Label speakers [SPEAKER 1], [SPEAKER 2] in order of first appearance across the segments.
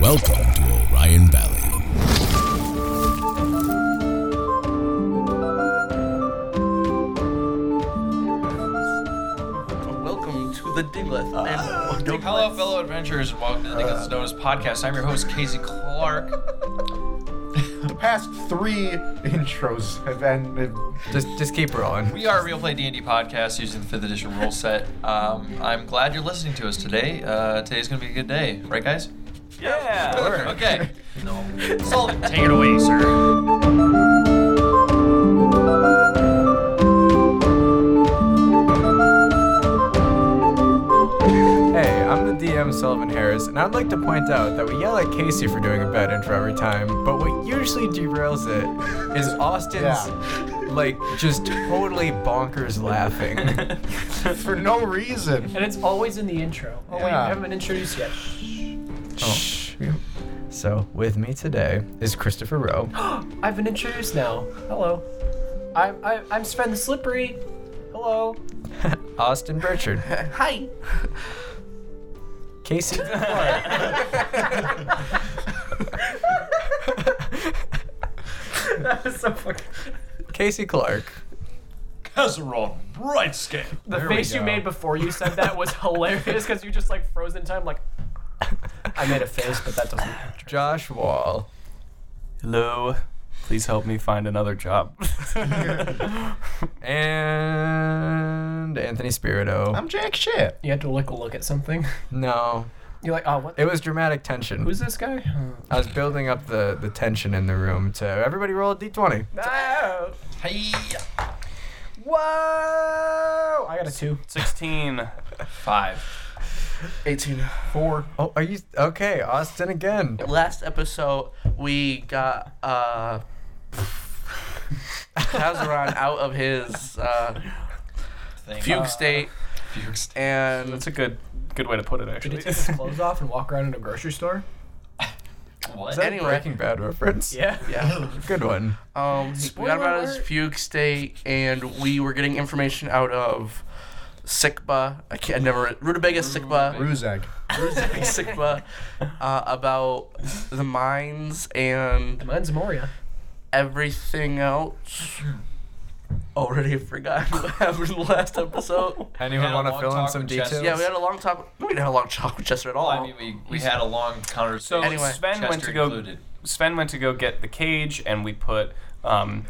[SPEAKER 1] Welcome to Orion Valley.
[SPEAKER 2] Welcome to the Digleth. and
[SPEAKER 3] Hello, fellow adventurers. Welcome to the Dickens Notice podcast. I'm your host, Casey Clark.
[SPEAKER 4] The past three intros have ended.
[SPEAKER 5] Just just keep rolling.
[SPEAKER 3] We are a Real Play D&D podcast using the 5th edition rule set. Um, I'm glad you're listening to us today. Uh, today's going to be a good day. Right, guys?
[SPEAKER 2] Yeah.
[SPEAKER 3] Okay. No. Sullivan, take it away, sir.
[SPEAKER 5] Hey, I'm the DM Sullivan Harris, and I'd like to point out that we yell at Casey for doing a bad intro every time, but what usually derails it is Austin's like just totally bonkers laughing.
[SPEAKER 4] For no reason.
[SPEAKER 6] And it's always in the intro. Oh, wait,
[SPEAKER 4] Yeah.
[SPEAKER 6] I haven't been introduced yet.
[SPEAKER 5] Shh. Oh. So with me today is Christopher Rowe.
[SPEAKER 6] I've been introduced now. Hello. I'm, I, I'm Sven the Slippery. Hello.
[SPEAKER 5] Austin Burchard.
[SPEAKER 2] Hi.
[SPEAKER 5] Casey Clark.
[SPEAKER 6] that was so fucking.
[SPEAKER 5] Casey Clark.
[SPEAKER 3] Kazaron, right scale.
[SPEAKER 6] The
[SPEAKER 5] There we
[SPEAKER 6] face you
[SPEAKER 5] go.
[SPEAKER 6] made before you said that was hilarious because you just like froze in time. Like, I made a face, but that doesn't.
[SPEAKER 5] Josh Wall.
[SPEAKER 7] Hello. Please help me find another job.
[SPEAKER 5] And Anthony Spirito.
[SPEAKER 4] I'm jack shit.
[SPEAKER 6] You had to look a look at something.
[SPEAKER 5] no.
[SPEAKER 6] You're like, oh, what?
[SPEAKER 5] It was dramatic tension.
[SPEAKER 6] Who's this guy?
[SPEAKER 5] I was building up the, the tension in the room to everybody roll a d20.
[SPEAKER 6] Oh,
[SPEAKER 3] Hey.
[SPEAKER 5] Whoa!
[SPEAKER 6] I got a two.
[SPEAKER 7] 16.
[SPEAKER 3] Five.
[SPEAKER 4] 18.
[SPEAKER 5] Oh, are you okay? Austin again.
[SPEAKER 2] Last episode, we got uh, Kazaron out of his uh,
[SPEAKER 3] Thing.
[SPEAKER 2] fugue state,
[SPEAKER 3] Fugues.
[SPEAKER 2] and
[SPEAKER 7] Uh, That's a good good way to put it,
[SPEAKER 6] Did he
[SPEAKER 7] actually.
[SPEAKER 6] take his clothes off and walk around in a grocery store?
[SPEAKER 3] What?
[SPEAKER 5] Is that
[SPEAKER 2] Anyway.
[SPEAKER 5] a Breaking Bad reference?
[SPEAKER 6] Yeah.
[SPEAKER 2] yeah,
[SPEAKER 5] Good one.
[SPEAKER 2] um, he- we got him out of his
[SPEAKER 6] Spoiler alert.
[SPEAKER 2] fugue state, and we were getting information out of. Sikba, I can't I never rutabaga Sikba,
[SPEAKER 4] Ruzag.
[SPEAKER 2] rutabaga Sikba, uh, about the mines and
[SPEAKER 6] Mine's Moria.
[SPEAKER 2] everything else. Already forgot what happened in the last episode.
[SPEAKER 5] Anyone
[SPEAKER 3] had a
[SPEAKER 5] want to
[SPEAKER 3] long
[SPEAKER 5] fill in
[SPEAKER 3] talk
[SPEAKER 5] some
[SPEAKER 3] with Jess.
[SPEAKER 5] details?
[SPEAKER 2] Yeah, we had a long talk. We didn't have a long talk with Chester at all.
[SPEAKER 3] Well, I mean, we, we had a long
[SPEAKER 7] So
[SPEAKER 3] conversation.
[SPEAKER 2] Anyway.
[SPEAKER 7] Sven went
[SPEAKER 3] Chester
[SPEAKER 7] to go
[SPEAKER 3] included.
[SPEAKER 7] Sven went to go get the cage and we put um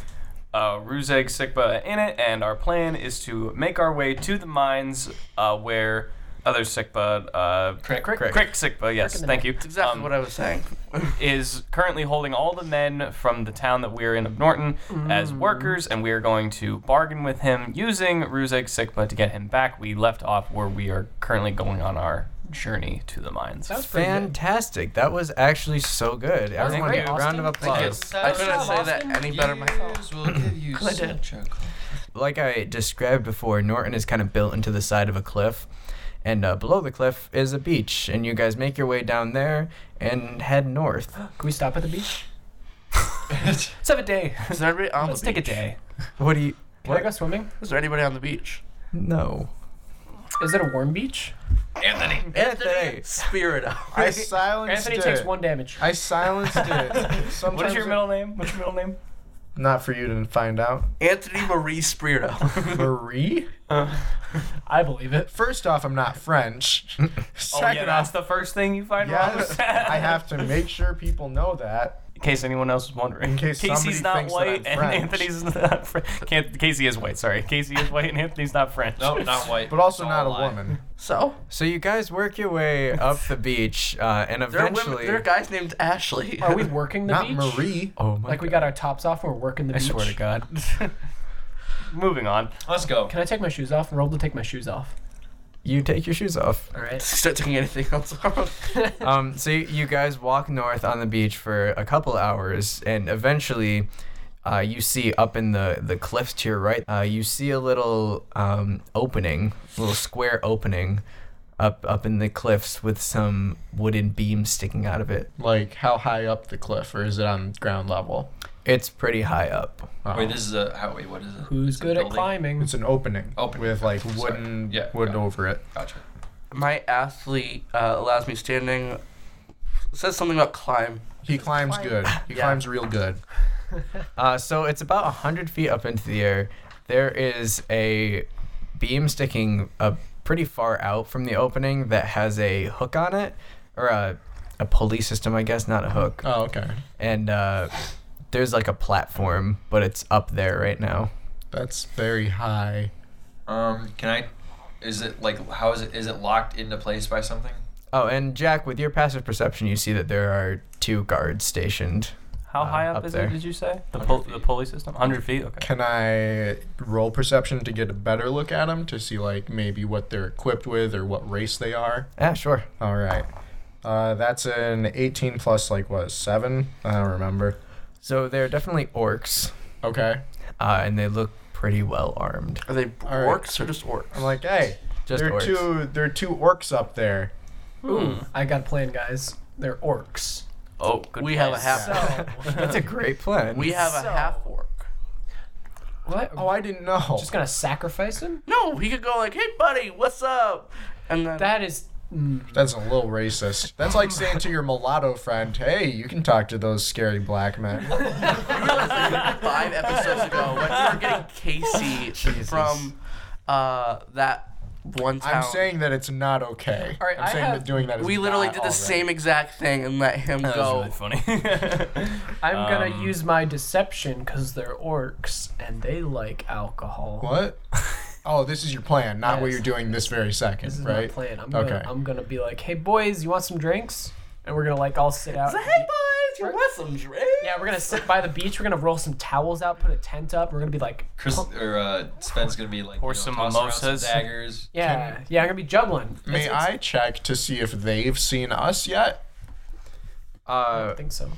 [SPEAKER 7] uh, Ruzeg Sikba in it, and our plan is to make our way to the mines uh, where other Sikba, uh,
[SPEAKER 3] Crick.
[SPEAKER 7] Crick, Sikba, yes,
[SPEAKER 6] in the
[SPEAKER 7] thank you.
[SPEAKER 2] That's exactly
[SPEAKER 7] um,
[SPEAKER 2] what I was saying.
[SPEAKER 7] is currently holding all the men from the town that we're in of Norton as workers, and we are going to bargain with him using Ruzek Sikpa to get him back. We left off where we are currently going on our journey to the mines.
[SPEAKER 6] That was pretty good.
[SPEAKER 5] Fantastic. That was actually so good. Everyone,
[SPEAKER 7] great,
[SPEAKER 5] give a round of
[SPEAKER 3] Thank you.
[SPEAKER 5] applause.
[SPEAKER 2] I couldn't
[SPEAKER 6] job,
[SPEAKER 2] say that
[SPEAKER 6] Austin.
[SPEAKER 2] any better myself.
[SPEAKER 3] Years will give you
[SPEAKER 2] I did.
[SPEAKER 3] such a
[SPEAKER 5] Like I described before, Norton is kind of built into the side of a cliff. And uh, below the cliff is a beach, and you guys make your way down there and head north.
[SPEAKER 6] Can we stop at the beach? Let's have a day.
[SPEAKER 2] Is there anybody on
[SPEAKER 7] Let's
[SPEAKER 2] the
[SPEAKER 7] take a
[SPEAKER 2] beach?
[SPEAKER 7] day.
[SPEAKER 5] What do you?
[SPEAKER 6] Can I go swimming?
[SPEAKER 2] Is there anybody on the beach?
[SPEAKER 5] No.
[SPEAKER 6] Is it a warm beach?
[SPEAKER 3] Anthony.
[SPEAKER 5] Anthony.
[SPEAKER 2] Spirit
[SPEAKER 4] I silenced
[SPEAKER 6] Anthony
[SPEAKER 4] it.
[SPEAKER 6] takes one damage.
[SPEAKER 4] I silenced it. Sometimes
[SPEAKER 7] What is your
[SPEAKER 4] it-
[SPEAKER 7] middle name? What's your middle name?
[SPEAKER 4] Not for you to find out.
[SPEAKER 2] Anthony Marie Spirito.
[SPEAKER 4] Marie?
[SPEAKER 6] I believe it.
[SPEAKER 4] First off, I'm not French.
[SPEAKER 7] Oh,
[SPEAKER 4] Second
[SPEAKER 7] yeah, that's
[SPEAKER 4] off,
[SPEAKER 7] the first thing you find
[SPEAKER 4] yes,
[SPEAKER 7] wrong.
[SPEAKER 4] I have to make sure people know that.
[SPEAKER 7] In case anyone else is wondering.
[SPEAKER 4] In case
[SPEAKER 7] Casey's
[SPEAKER 4] somebody
[SPEAKER 7] not
[SPEAKER 4] thinks that
[SPEAKER 7] white
[SPEAKER 4] I'm
[SPEAKER 7] and
[SPEAKER 4] French.
[SPEAKER 7] Anthony's not French. Casey is white, sorry. Casey is white and Anthony's not French.
[SPEAKER 3] No, not white.
[SPEAKER 4] But also
[SPEAKER 3] It's
[SPEAKER 4] not
[SPEAKER 3] all
[SPEAKER 4] a
[SPEAKER 3] lie.
[SPEAKER 4] woman.
[SPEAKER 2] so
[SPEAKER 5] So you guys work your way up the beach, uh, and
[SPEAKER 2] there are,
[SPEAKER 5] eventually.
[SPEAKER 2] women, there are guys named Ashley.
[SPEAKER 6] Are we working the
[SPEAKER 4] Not
[SPEAKER 6] beach?
[SPEAKER 4] Marie.
[SPEAKER 5] Oh my
[SPEAKER 6] Like we got our tops off and we're working the
[SPEAKER 7] I
[SPEAKER 6] beach.
[SPEAKER 7] swear to God. Moving on.
[SPEAKER 3] Let's go.
[SPEAKER 6] Can I take my shoes off and roll to take my shoes off?
[SPEAKER 5] You take your shoes off.
[SPEAKER 6] All right.
[SPEAKER 2] Start taking anything else off.
[SPEAKER 5] Um, so you, you guys walk north on the beach for a couple hours, and eventually, uh, you see up in the the cliffs to your right, uh, you see a little um, opening, little square opening, up up in the cliffs with some wooden beams sticking out of it.
[SPEAKER 4] Like, how high up the cliff, or is it on ground level?
[SPEAKER 5] It's pretty high up.
[SPEAKER 2] Oh.
[SPEAKER 3] Wait, this is a. How, wait, what is it?
[SPEAKER 6] Who's
[SPEAKER 3] It's a
[SPEAKER 6] good at
[SPEAKER 3] building.
[SPEAKER 6] climbing?
[SPEAKER 4] It's an opening,
[SPEAKER 3] Opening.
[SPEAKER 4] with like wooden
[SPEAKER 3] Yeah,
[SPEAKER 4] wood
[SPEAKER 3] got it.
[SPEAKER 4] over it.
[SPEAKER 3] Gotcha.
[SPEAKER 2] My athlete uh, allows me standing It says something about climb.
[SPEAKER 4] He climbs good. He
[SPEAKER 2] Yeah.
[SPEAKER 4] climbs real good.
[SPEAKER 5] Uh, so it's about 100 feet up into the air. There is a beam sticking uh, pretty far out from the opening that has a hook on it, or a, a pulley system, I guess, not a hook.
[SPEAKER 4] Oh, okay.
[SPEAKER 5] And uh, there's like a platform, but it's up there right now.
[SPEAKER 4] That's very high.
[SPEAKER 3] Um, can I? Is it like how is it? Is it locked into place by something?
[SPEAKER 5] Oh, and Jack, with your passive perception, you see that there are two guards stationed.
[SPEAKER 7] How
[SPEAKER 5] Uh,
[SPEAKER 7] high up,
[SPEAKER 5] up
[SPEAKER 7] is
[SPEAKER 5] there.
[SPEAKER 7] it? Did you say the
[SPEAKER 3] 100
[SPEAKER 7] pull,
[SPEAKER 3] feet.
[SPEAKER 7] the pulley system? Hundred feet. Okay.
[SPEAKER 4] Can I roll perception to get a better look at them to see like maybe what they're equipped with or what race they are?
[SPEAKER 5] Yeah, sure.
[SPEAKER 4] All right. Uh, that's an 18 plus like what seven? I don't remember.
[SPEAKER 5] So they're definitely orcs,
[SPEAKER 4] Okay.
[SPEAKER 5] uh, and they look pretty well armed.
[SPEAKER 2] Are they
[SPEAKER 4] All right.
[SPEAKER 2] orcs or just orcs?
[SPEAKER 4] I'm like, hey,
[SPEAKER 5] Just
[SPEAKER 4] there are
[SPEAKER 5] orcs.
[SPEAKER 4] two there are two orcs up there.
[SPEAKER 6] I got a plan, guys. They're orcs.
[SPEAKER 7] Oh, good.
[SPEAKER 2] we
[SPEAKER 7] plan.
[SPEAKER 2] have a half.
[SPEAKER 6] So
[SPEAKER 5] That's a great plan.
[SPEAKER 2] We have a
[SPEAKER 6] So-
[SPEAKER 2] half orc.
[SPEAKER 6] what?
[SPEAKER 4] Oh, I didn't know.
[SPEAKER 6] just gonna sacrifice him?
[SPEAKER 2] No, he could go like, "Hey, buddy, what's up?" And then
[SPEAKER 6] That is. Mm,
[SPEAKER 4] That's a little racist. That's like saying to your mulatto friend, "Hey, you can talk to those scary black men."
[SPEAKER 2] five episodes ago when we were getting Casey from uh, that one town.
[SPEAKER 4] I'm saying that it's not okay.
[SPEAKER 6] All right,
[SPEAKER 4] I'm
[SPEAKER 6] I
[SPEAKER 4] saying
[SPEAKER 6] have-
[SPEAKER 4] that doing that is
[SPEAKER 2] we literally
[SPEAKER 4] not
[SPEAKER 2] did the
[SPEAKER 4] all right.
[SPEAKER 2] same exact thing and let him
[SPEAKER 7] That
[SPEAKER 2] go.
[SPEAKER 7] was really funny.
[SPEAKER 6] I'm gonna
[SPEAKER 7] Um,
[SPEAKER 6] use my deception because they're orcs and they like alcohol.
[SPEAKER 4] What? Oh, this is your plan, not what
[SPEAKER 6] Yes.
[SPEAKER 4] you're doing this very second,
[SPEAKER 6] This is
[SPEAKER 4] right?
[SPEAKER 6] my plan. I'm
[SPEAKER 4] Okay.
[SPEAKER 6] gonna, I'm gonna be like, hey boys, you want some drinks? And we're gonna like all sit out.
[SPEAKER 2] So, hey, boys, you want some drinks?
[SPEAKER 6] Yeah, we're gonna sit by the beach. We're gonna roll some towels out, put a tent up. We're gonna be like,
[SPEAKER 3] Chris or uh, Sven's gonna be like
[SPEAKER 7] Pour
[SPEAKER 3] you know,
[SPEAKER 7] some
[SPEAKER 3] tossing around
[SPEAKER 7] mimosas.
[SPEAKER 3] some daggers.
[SPEAKER 6] yeah, yeah, I'm gonna be juggling.
[SPEAKER 4] May
[SPEAKER 6] It's- it's-
[SPEAKER 4] I check to see if they've seen us yet?
[SPEAKER 6] I
[SPEAKER 5] Uh,
[SPEAKER 6] don't think so.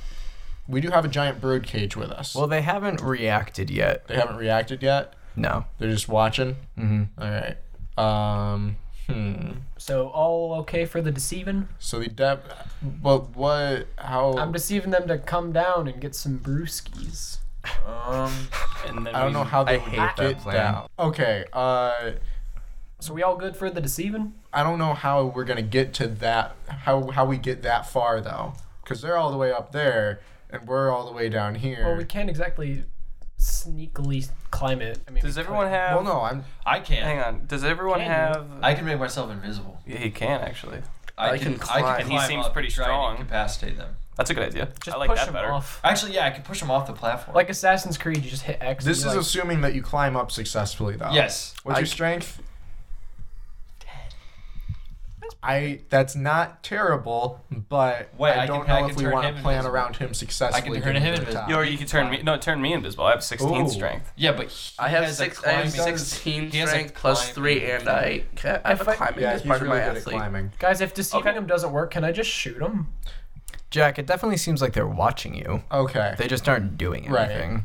[SPEAKER 4] We do have a giant bird cage with us.
[SPEAKER 5] well, they haven't reacted yet.
[SPEAKER 4] they haven't reacted yet.
[SPEAKER 5] No.
[SPEAKER 4] They're just watching.
[SPEAKER 5] hmm
[SPEAKER 4] All right. Um. Hmm.
[SPEAKER 6] So all okay for the deceiving?
[SPEAKER 4] So the dep. But what? How?
[SPEAKER 6] I'm deceiving them to come down and get some brewskis.
[SPEAKER 3] Um,
[SPEAKER 7] and then
[SPEAKER 4] I don't
[SPEAKER 7] we-
[SPEAKER 4] know how they
[SPEAKER 5] I
[SPEAKER 4] would
[SPEAKER 5] hate
[SPEAKER 4] get
[SPEAKER 5] that plan.
[SPEAKER 4] down. Okay. Uh.
[SPEAKER 6] So we all good for the deceiving?
[SPEAKER 4] I don't know how we're gonna get to that. How how we get that far though? Because they're all the way up there, and we're all the way down here.
[SPEAKER 6] Well, we can't exactly sneakily climb it. I mean,
[SPEAKER 7] Does
[SPEAKER 6] we
[SPEAKER 7] everyone
[SPEAKER 6] could.
[SPEAKER 7] have?
[SPEAKER 4] Well, no, I'm.
[SPEAKER 3] I can.
[SPEAKER 7] Hang on. Does everyone
[SPEAKER 6] Can you?
[SPEAKER 7] have?
[SPEAKER 3] I can make myself invisible.
[SPEAKER 7] yeah, he can actually.
[SPEAKER 2] I can climb.
[SPEAKER 3] I can
[SPEAKER 2] And
[SPEAKER 7] he
[SPEAKER 3] climb
[SPEAKER 7] seems
[SPEAKER 3] up,
[SPEAKER 7] pretty
[SPEAKER 3] try and
[SPEAKER 7] strong.
[SPEAKER 3] Incapacitate them.
[SPEAKER 7] That's a good idea.
[SPEAKER 6] Just
[SPEAKER 7] I like
[SPEAKER 6] push
[SPEAKER 7] that
[SPEAKER 6] them
[SPEAKER 7] better.
[SPEAKER 6] off.
[SPEAKER 3] Actually, yeah, I can push them off the platform.
[SPEAKER 6] Like Assassin's Creed, you just hit X.
[SPEAKER 4] This is
[SPEAKER 6] and you, like,
[SPEAKER 4] assuming that you climb up successfully though.
[SPEAKER 3] yes.
[SPEAKER 4] What's your strength? I that's not terrible, but
[SPEAKER 3] Wait, I can-
[SPEAKER 4] I don't
[SPEAKER 3] I
[SPEAKER 4] know
[SPEAKER 3] can
[SPEAKER 4] if we
[SPEAKER 3] turn
[SPEAKER 4] want
[SPEAKER 3] him
[SPEAKER 4] to plan
[SPEAKER 3] invisible.
[SPEAKER 4] around him successfully.
[SPEAKER 3] turn
[SPEAKER 4] getting
[SPEAKER 3] him
[SPEAKER 4] to the top.
[SPEAKER 3] invisible.
[SPEAKER 7] Yo, Or you could turn me. No, turn me invisible. I have 16
[SPEAKER 4] Ooh.
[SPEAKER 7] strength.
[SPEAKER 3] Yeah, but he
[SPEAKER 2] I have
[SPEAKER 3] has a
[SPEAKER 2] six. I have
[SPEAKER 3] climbing-
[SPEAKER 2] sixteen
[SPEAKER 3] he has a
[SPEAKER 2] strength plus
[SPEAKER 3] climbing-
[SPEAKER 2] three, and I ca- I have
[SPEAKER 6] If I-
[SPEAKER 2] a climbing
[SPEAKER 4] Yeah,
[SPEAKER 2] as
[SPEAKER 4] he's
[SPEAKER 2] part of
[SPEAKER 4] really
[SPEAKER 2] my
[SPEAKER 4] good at
[SPEAKER 2] athlete.
[SPEAKER 4] climbing.
[SPEAKER 6] guys, if deceiving
[SPEAKER 7] Okay.
[SPEAKER 6] them doesn't work, can I just shoot them?
[SPEAKER 5] Jack, it definitely seems like they're watching you.
[SPEAKER 4] Okay.
[SPEAKER 5] They just aren't doing
[SPEAKER 4] Right.
[SPEAKER 5] anything.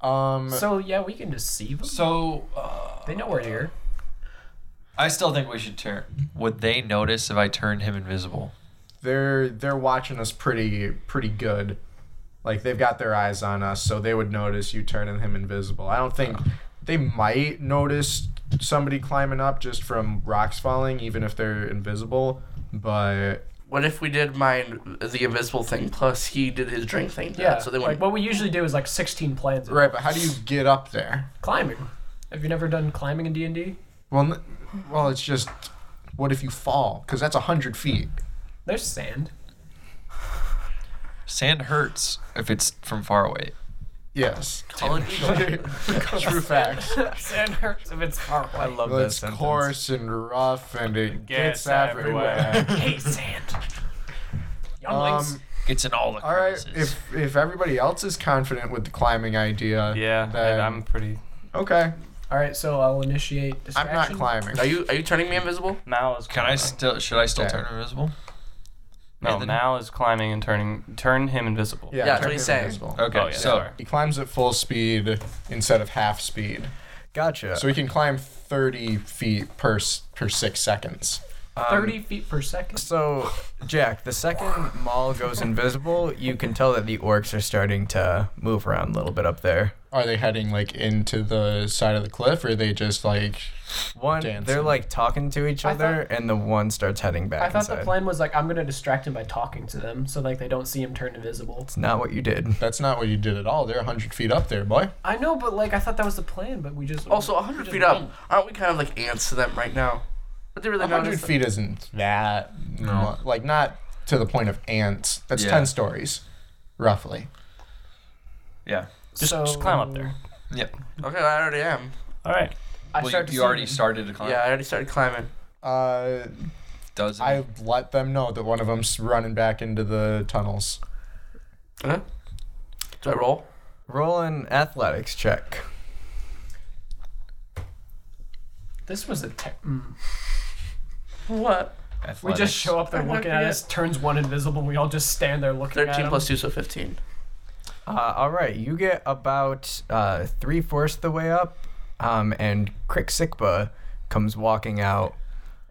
[SPEAKER 4] Um.
[SPEAKER 6] So yeah, we can deceive them.
[SPEAKER 3] So uh,
[SPEAKER 6] They know we're here.
[SPEAKER 3] I still think we should turn. Would they notice if I turned him invisible?
[SPEAKER 4] they're they're watching us pretty pretty good. Like they've got their eyes on us, so they would notice you turning him invisible. I don't think they might notice somebody climbing up just from rocks falling, even if they're invisible. But
[SPEAKER 2] What if we did mine the invisible thing plus he did his drink thing? to
[SPEAKER 6] Yeah.
[SPEAKER 2] it, So they
[SPEAKER 6] like
[SPEAKER 2] went.
[SPEAKER 6] what we usually do is like 16 plans. of
[SPEAKER 4] right, but how do you get up there?
[SPEAKER 6] Climbing. Have you never done climbing in D and D?
[SPEAKER 4] Well, n- well, it's just what if you fall? Because that's a hundred feet.
[SPEAKER 6] There's sand.
[SPEAKER 3] Sand hurts if it's from far away.
[SPEAKER 4] Yes.
[SPEAKER 2] Call an eagle.
[SPEAKER 4] True facts.
[SPEAKER 6] sand hurts if it's far
[SPEAKER 5] I love
[SPEAKER 4] Well,
[SPEAKER 5] that
[SPEAKER 4] it's
[SPEAKER 5] sentence.
[SPEAKER 4] coarse and rough, and it gets,
[SPEAKER 7] Gets everywhere.
[SPEAKER 4] everywhere.
[SPEAKER 6] hate sand. Younglings.
[SPEAKER 4] um,
[SPEAKER 3] It's in all the
[SPEAKER 4] All right.
[SPEAKER 3] crevices.
[SPEAKER 4] If if everybody else is confident with the climbing idea,
[SPEAKER 7] Yeah,
[SPEAKER 4] then-
[SPEAKER 7] I, I'm pretty.
[SPEAKER 4] okay.
[SPEAKER 6] All right, so I'll initiate
[SPEAKER 4] I'm
[SPEAKER 6] distraction.
[SPEAKER 4] not climbing.
[SPEAKER 2] Are you are you turning me invisible?
[SPEAKER 7] Mal is.
[SPEAKER 3] Can I
[SPEAKER 7] climbing.
[SPEAKER 3] still? Should I still
[SPEAKER 4] Yeah.
[SPEAKER 3] turn him invisible?
[SPEAKER 7] No,
[SPEAKER 3] Nathan?
[SPEAKER 7] Mal is climbing and turning. Turn him invisible.
[SPEAKER 2] Yeah, that's
[SPEAKER 4] turn
[SPEAKER 2] what he's
[SPEAKER 4] him
[SPEAKER 2] saying.
[SPEAKER 4] invisible.
[SPEAKER 3] Okay,
[SPEAKER 7] Oh, yeah,
[SPEAKER 3] so
[SPEAKER 7] sorry.
[SPEAKER 4] He climbs at full speed instead of half speed,
[SPEAKER 5] Gotcha.
[SPEAKER 4] so he can climb 30 feet per s- per six seconds.
[SPEAKER 5] Um,
[SPEAKER 6] 30 feet per second.
[SPEAKER 5] So, Jack, the second Maul goes invisible, you can tell that the orcs are starting to move around a little bit up there.
[SPEAKER 4] Are they heading like into the side of the cliff, or are they just like?
[SPEAKER 5] One, they're
[SPEAKER 4] Dancing.
[SPEAKER 5] like talking to each
[SPEAKER 6] I
[SPEAKER 5] other, and the one starts heading back
[SPEAKER 6] I thought
[SPEAKER 5] inside.
[SPEAKER 6] the plan was like I'm gonna distract him by talking to them, so like they don't see him turn invisible.
[SPEAKER 5] it's not what you did.
[SPEAKER 4] That's not what you did at all. They're hundred feet up there, boy.
[SPEAKER 6] I know, but like I thought that was the plan, but we just
[SPEAKER 2] Also,
[SPEAKER 6] we
[SPEAKER 2] 100
[SPEAKER 6] just
[SPEAKER 2] feet up.
[SPEAKER 6] went.
[SPEAKER 2] Aren't we kind of like ants to them right now? But they really
[SPEAKER 4] hundred
[SPEAKER 2] notice that-
[SPEAKER 4] feet isn't that.
[SPEAKER 3] No.
[SPEAKER 4] mu- like not to the point of ants. That's
[SPEAKER 3] Yeah.
[SPEAKER 4] ten stories, roughly.
[SPEAKER 3] Yeah.
[SPEAKER 7] Just, just climb up there.
[SPEAKER 3] Yep.
[SPEAKER 2] Okay, I already am.
[SPEAKER 7] All right.
[SPEAKER 6] I
[SPEAKER 3] Well,
[SPEAKER 6] start
[SPEAKER 3] you,
[SPEAKER 6] to
[SPEAKER 3] you
[SPEAKER 6] see
[SPEAKER 3] already
[SPEAKER 6] him.
[SPEAKER 3] started to climb.
[SPEAKER 2] Yeah, I already started climbing.
[SPEAKER 4] Uh,
[SPEAKER 3] Does it?
[SPEAKER 4] I let them know that one of them's running back into the tunnels.
[SPEAKER 2] Huh? Uh-huh. Do I roll?
[SPEAKER 5] Roll an athletics check.
[SPEAKER 6] This was a. Te- mm.
[SPEAKER 2] What?
[SPEAKER 6] We just show up there
[SPEAKER 2] I'm
[SPEAKER 6] looking
[SPEAKER 2] not
[SPEAKER 6] at us, turns one invisible, we all just stand there looking at
[SPEAKER 2] 13
[SPEAKER 6] him.
[SPEAKER 2] plus 2, so 15.
[SPEAKER 5] Uh, all right, you get about uh, three fourths the way up, um, and Crick Sikba comes walking out,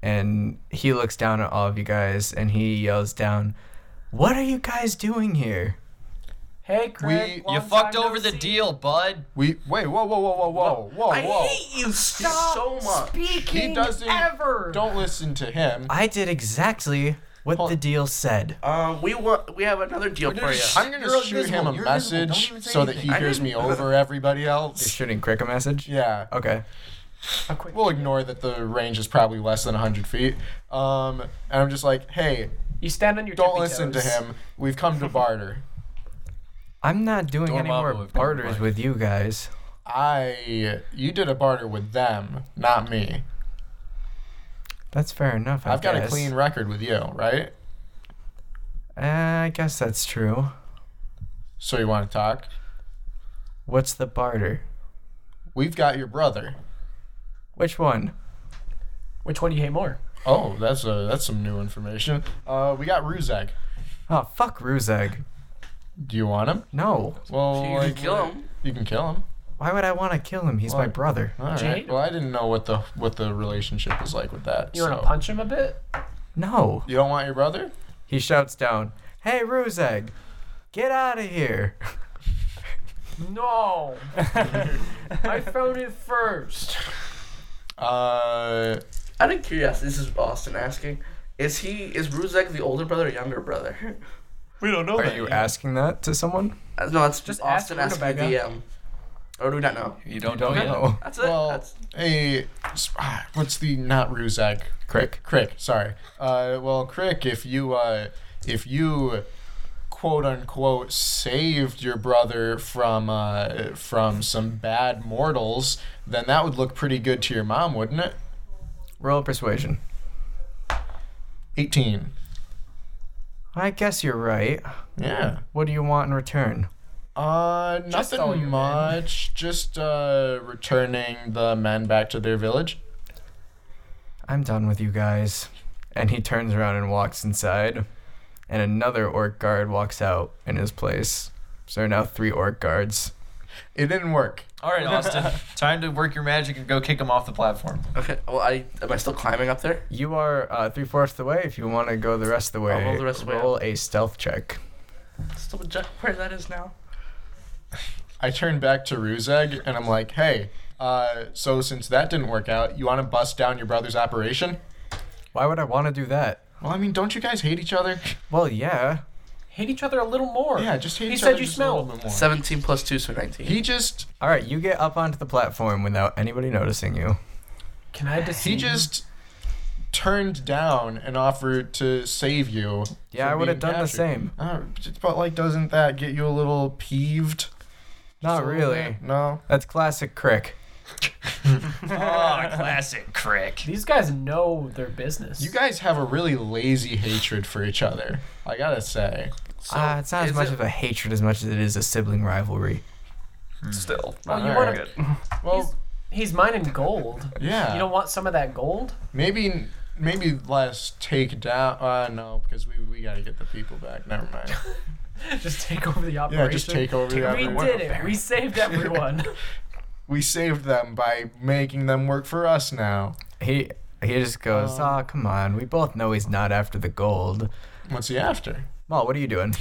[SPEAKER 5] and he looks down at all of you guys, and he yells down, "What are you guys doing here?"
[SPEAKER 6] Hey, Craig.
[SPEAKER 4] We-
[SPEAKER 3] You fucked over the deal, bud.
[SPEAKER 4] We wait. Whoa, whoa, whoa, whoa, whoa, whoa,
[SPEAKER 2] I
[SPEAKER 4] whoa.
[SPEAKER 2] hate you Stop so much.
[SPEAKER 6] Speaking
[SPEAKER 4] doesn't-
[SPEAKER 6] ever.
[SPEAKER 4] Don't listen to him.
[SPEAKER 5] I did exactly what
[SPEAKER 4] Hold-
[SPEAKER 5] the deal said.
[SPEAKER 2] Um, we want we have another deal for you.
[SPEAKER 4] I'm gonna
[SPEAKER 3] You're
[SPEAKER 4] shoot him
[SPEAKER 3] invisible. You're
[SPEAKER 4] a
[SPEAKER 3] invisible. Don't
[SPEAKER 4] message
[SPEAKER 3] even say
[SPEAKER 4] so that he
[SPEAKER 3] anything.
[SPEAKER 2] I
[SPEAKER 4] hears me
[SPEAKER 2] didn't-
[SPEAKER 4] over everybody
[SPEAKER 5] You're
[SPEAKER 4] else.
[SPEAKER 5] shooting Crick a message.
[SPEAKER 4] Yeah.
[SPEAKER 5] Okay.
[SPEAKER 6] A quick-
[SPEAKER 4] We'll ignore that the range is probably less than 100 feet. Um, and I'm just like, hey,
[SPEAKER 6] you stand on your.
[SPEAKER 4] don't
[SPEAKER 6] tippy
[SPEAKER 4] listen to
[SPEAKER 6] toes.
[SPEAKER 4] him. We've come to barter.
[SPEAKER 5] I'm not doing any
[SPEAKER 3] Dormammu
[SPEAKER 5] more
[SPEAKER 3] would come
[SPEAKER 5] barters
[SPEAKER 3] by.
[SPEAKER 5] with you guys.
[SPEAKER 4] I, you did a barter with them, not me.
[SPEAKER 5] That's fair enough. I
[SPEAKER 4] I've got a
[SPEAKER 5] guess.
[SPEAKER 4] clean record with you, right?
[SPEAKER 5] Uh, I guess that's true.
[SPEAKER 4] So you want to talk?
[SPEAKER 5] What's the barter?
[SPEAKER 4] We've got your brother.
[SPEAKER 5] Which one?
[SPEAKER 6] Which one do you hate more?
[SPEAKER 4] Oh, that's a, that's some new information. Uh, we got Ruzek.
[SPEAKER 5] Oh, fuck Ruzeg.
[SPEAKER 4] Do you want him?
[SPEAKER 5] No.
[SPEAKER 4] Well,
[SPEAKER 2] you can
[SPEAKER 4] like,
[SPEAKER 2] kill him.
[SPEAKER 4] You can kill him.
[SPEAKER 5] Why would I want to kill him? He's my
[SPEAKER 4] Why?
[SPEAKER 5] brother.
[SPEAKER 4] All
[SPEAKER 6] you
[SPEAKER 4] right.
[SPEAKER 6] hate
[SPEAKER 4] Well, I didn't know what the what the relationship was like with that.
[SPEAKER 6] You want
[SPEAKER 4] so-
[SPEAKER 6] to punch him a bit?
[SPEAKER 5] No.
[SPEAKER 4] You don't want your brother?
[SPEAKER 5] He shouts down, Hey, Ruzeg, get out of here.
[SPEAKER 6] No. I found it first.
[SPEAKER 4] Uh,
[SPEAKER 2] Out of curiosity, this is Austin asking. Is he is Ruzek the older brother or younger brother?
[SPEAKER 3] We don't know.
[SPEAKER 5] Are you asking that to someone?
[SPEAKER 2] Uh, No, that's
[SPEAKER 6] Just
[SPEAKER 2] just Austin
[SPEAKER 6] ask
[SPEAKER 2] asking the
[SPEAKER 6] Rutabaga.
[SPEAKER 2] DM. Or do we not know?
[SPEAKER 3] You don't,
[SPEAKER 2] Oh,
[SPEAKER 5] Don't
[SPEAKER 3] know. yet.
[SPEAKER 5] know.
[SPEAKER 2] That's it.
[SPEAKER 4] well,
[SPEAKER 2] that's,
[SPEAKER 4] hey, s- ah, what's the not Ruzak?
[SPEAKER 5] Crick.
[SPEAKER 4] Crick, sorry. Uh, well, Crick, if you uh, if you quote unquote saved your brother from uh, from some bad mortals, then that would look pretty good to your mom, wouldn't it?
[SPEAKER 5] Roll persuasion.
[SPEAKER 4] Eighteen.
[SPEAKER 5] I guess you're right.
[SPEAKER 4] Yeah.
[SPEAKER 5] What do you want in return?
[SPEAKER 4] Uh,
[SPEAKER 6] Just all your
[SPEAKER 4] nothing
[SPEAKER 6] men.
[SPEAKER 4] much. Just uh, returning the men back to their village.
[SPEAKER 5] I'm done with you guys. And he turns around and walks inside. And another orc guard walks out in his place. So there are now three orc guards.
[SPEAKER 4] It didn't work.
[SPEAKER 3] All right, Austin. Time to work your magic and go kick him off the platform.
[SPEAKER 2] okay. Well, I am I still climbing up there?
[SPEAKER 5] You are uh, three fourths the way. If you want to go the rest of the way,
[SPEAKER 2] roll the rest of the way up.
[SPEAKER 5] roll a stealth check.
[SPEAKER 2] Still ju- where that is now.
[SPEAKER 4] I turn back to Ruzeg and I'm like, hey, uh, so since that didn't work out, you want to bust down your brother's operation?
[SPEAKER 5] Why would I want to do that?
[SPEAKER 4] Well, I mean, don't you guys hate each other?
[SPEAKER 5] Well, yeah.
[SPEAKER 6] Hate each other a little more.
[SPEAKER 4] Yeah, just hate
[SPEAKER 6] He
[SPEAKER 4] each
[SPEAKER 6] said
[SPEAKER 4] other
[SPEAKER 6] you
[SPEAKER 4] just a little
[SPEAKER 6] smell.
[SPEAKER 4] bit more.
[SPEAKER 2] 17 plus 2, so 19.
[SPEAKER 4] He just
[SPEAKER 5] All right, you get up onto the platform without anybody noticing you.
[SPEAKER 6] Can I deceive?
[SPEAKER 4] he just turned down an offer to save you.
[SPEAKER 5] Yeah,
[SPEAKER 4] from
[SPEAKER 5] I would have
[SPEAKER 4] being
[SPEAKER 5] done the
[SPEAKER 4] captured.
[SPEAKER 5] same.
[SPEAKER 4] Uh, just- but like, doesn't that get you a little peeved?
[SPEAKER 5] Not
[SPEAKER 4] Just a little
[SPEAKER 5] really.
[SPEAKER 4] bit? No.
[SPEAKER 5] That's classic Crick.
[SPEAKER 3] Oh, classic Crick.
[SPEAKER 6] These guys know their business.
[SPEAKER 4] You guys have a really lazy hatred for each other. I gotta say.
[SPEAKER 2] So,
[SPEAKER 5] Ah, it's not as
[SPEAKER 2] is
[SPEAKER 5] much
[SPEAKER 2] it-
[SPEAKER 5] of a hatred as much as it is a sibling rivalry.
[SPEAKER 3] Still.
[SPEAKER 6] Well, you
[SPEAKER 4] All
[SPEAKER 6] want
[SPEAKER 4] right.
[SPEAKER 6] to.
[SPEAKER 4] Well,
[SPEAKER 6] He's mining gold.
[SPEAKER 4] yeah.
[SPEAKER 6] You don't want some of that gold?
[SPEAKER 4] Maybe maybe let's take down. Uh, no, because we we gotta get the people back. Never mind.
[SPEAKER 6] Just take over the operation.
[SPEAKER 4] Yeah, just take over the
[SPEAKER 6] We
[SPEAKER 4] operation.
[SPEAKER 6] did it. We saved everyone.
[SPEAKER 4] We saved them by making them work for us now.
[SPEAKER 5] He He just goes, "Ah, come on. We both know he's not after the gold."
[SPEAKER 4] What's he after?
[SPEAKER 5] Well, what are you doing?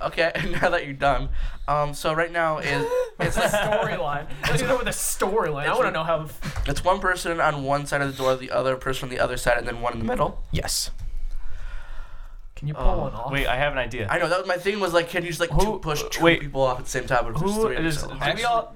[SPEAKER 2] Okay, now that you're done. Um, so right now is it's
[SPEAKER 6] The storyline. Let's go with the storyline. I want to know how.
[SPEAKER 2] it's one person on one side of the door, the other person on the other side, and then one in the middle.
[SPEAKER 5] Yes.
[SPEAKER 6] Can you pull one off?
[SPEAKER 7] Wait, I have an idea.
[SPEAKER 2] I know that was my thing was like, can you just like
[SPEAKER 7] Who-
[SPEAKER 2] two push two
[SPEAKER 7] wait.
[SPEAKER 2] people off at the same time? But if there's
[SPEAKER 7] Who
[SPEAKER 2] three of
[SPEAKER 7] is?
[SPEAKER 2] yourself?
[SPEAKER 7] Do we all?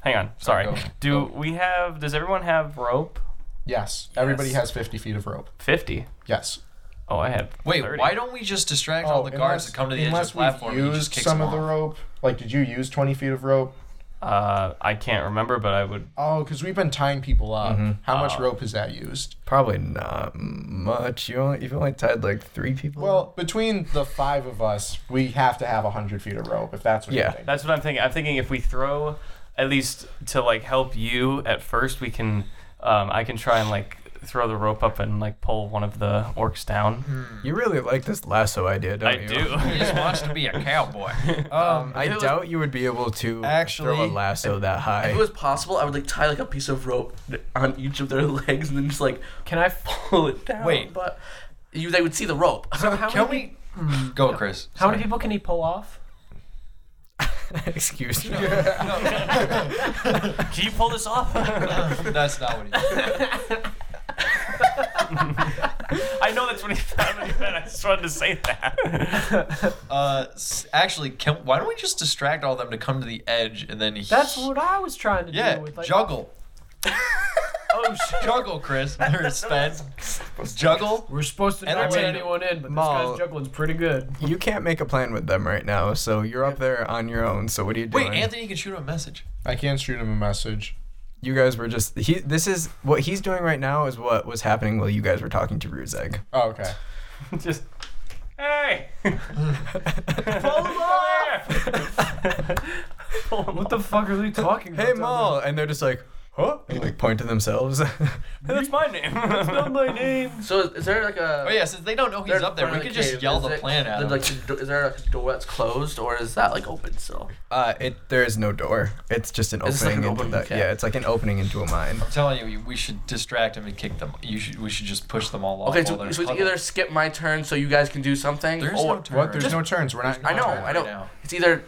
[SPEAKER 7] Hang on. Sorry.
[SPEAKER 3] Oh, go.
[SPEAKER 7] Do we have? Does everyone have rope?
[SPEAKER 4] Yes. Everybody has 50 feet of rope.
[SPEAKER 7] Fifty.
[SPEAKER 4] Yes.
[SPEAKER 7] Oh, I have.
[SPEAKER 3] Wait,
[SPEAKER 7] 30.
[SPEAKER 3] why don't we just distract all the guards that come to the edge of
[SPEAKER 4] Oh, unless
[SPEAKER 3] the platform
[SPEAKER 4] we've
[SPEAKER 3] and you
[SPEAKER 4] used
[SPEAKER 3] just kick
[SPEAKER 4] some
[SPEAKER 3] them
[SPEAKER 4] of the
[SPEAKER 3] off?
[SPEAKER 4] rope. Like, did you use 20 feet of rope?
[SPEAKER 7] Uh, I can't remember, but I would.
[SPEAKER 4] Oh, because we've been tying people up. How
[SPEAKER 3] Oh.
[SPEAKER 4] much rope has that used?
[SPEAKER 5] Probably not much. You only, you've only tied like three people.
[SPEAKER 4] Well, between the five of us, we have to have 100 feet of rope, if that's what
[SPEAKER 5] Yeah.
[SPEAKER 4] you think.
[SPEAKER 7] That's what I'm thinking. I'm thinking if we throw, at least to like help you at first, we can. Um, I can try and like throw the rope up and like pull one of the orcs down.
[SPEAKER 3] Hmm.
[SPEAKER 5] you really like this lasso idea, don't
[SPEAKER 7] I
[SPEAKER 5] you?
[SPEAKER 3] He
[SPEAKER 7] do.
[SPEAKER 3] just wants to be a cowboy.
[SPEAKER 5] Um, I doubt you would be able to
[SPEAKER 4] Actually-
[SPEAKER 5] throw a lasso that
[SPEAKER 2] If it
[SPEAKER 5] high.
[SPEAKER 2] was possible, I would like tie like a piece of rope on each of their legs and then just like
[SPEAKER 6] Can I?
[SPEAKER 2] pull it down.
[SPEAKER 3] Wait.
[SPEAKER 2] but you they would see the rope.
[SPEAKER 6] How
[SPEAKER 3] Can
[SPEAKER 6] many,
[SPEAKER 3] we Mm. go, Chris?
[SPEAKER 6] How many people can he pull off?
[SPEAKER 5] Excuse me.
[SPEAKER 7] can you pull this off?
[SPEAKER 3] That's not what he did.
[SPEAKER 7] I know that's what he thought when he meant. I just wanted to say that.
[SPEAKER 3] Uh, s- actually, can, why don't we just distract all them to come to the edge and then he,
[SPEAKER 6] That's what I was trying to
[SPEAKER 3] yeah
[SPEAKER 6] do. With, like,
[SPEAKER 3] juggle
[SPEAKER 6] Oh shit.
[SPEAKER 3] juggle Chris or Sven juggle.
[SPEAKER 6] We're supposed to not let
[SPEAKER 3] Entertain-
[SPEAKER 6] anyone in, but this
[SPEAKER 5] Maul.
[SPEAKER 6] guy's juggling's pretty good.
[SPEAKER 5] You can't make a plan with them right now, so you're up there on your own. So what are you doing?
[SPEAKER 3] Wait, Anthony can shoot him a message.
[SPEAKER 4] I can't shoot him a message.
[SPEAKER 5] You guys were just he. This is what he's doing right now is what was happening while you guys were talking to Ruzeg.
[SPEAKER 4] Oh, okay.
[SPEAKER 7] just hey
[SPEAKER 6] What the fuck are they talking about?
[SPEAKER 5] Hey, Maul, and they're just like, huh? And like point to themselms.
[SPEAKER 7] that's my name that's not my name
[SPEAKER 2] So is, is there like a?
[SPEAKER 3] Oh yeah, since they don't know he's
[SPEAKER 2] they're in
[SPEAKER 3] up there,
[SPEAKER 2] front
[SPEAKER 3] we
[SPEAKER 2] of
[SPEAKER 3] could
[SPEAKER 2] cave.
[SPEAKER 3] just yell
[SPEAKER 2] Is
[SPEAKER 3] the
[SPEAKER 2] it-
[SPEAKER 3] plan at
[SPEAKER 2] the-
[SPEAKER 3] him.
[SPEAKER 2] Like, the do- is there a door that's closed or is that like open still?
[SPEAKER 5] uh, it there is no door. It's just an
[SPEAKER 2] It's just like
[SPEAKER 5] opening
[SPEAKER 2] an
[SPEAKER 5] into
[SPEAKER 2] open-
[SPEAKER 5] that.
[SPEAKER 2] okay.
[SPEAKER 5] Yeah, it's like an opening into a mine.
[SPEAKER 3] I'm telling you, we should distract him and kick them. You should. We should just push them all off.
[SPEAKER 2] Okay,
[SPEAKER 3] while
[SPEAKER 2] so,
[SPEAKER 3] they're
[SPEAKER 2] so we
[SPEAKER 3] huddled.
[SPEAKER 2] either skip my turn so you guys can do something,
[SPEAKER 3] There's
[SPEAKER 2] or
[SPEAKER 3] no turn.
[SPEAKER 4] What? There's
[SPEAKER 3] Just-
[SPEAKER 4] no turns. We're not.
[SPEAKER 2] I know, I know.
[SPEAKER 3] Right now.
[SPEAKER 2] It's either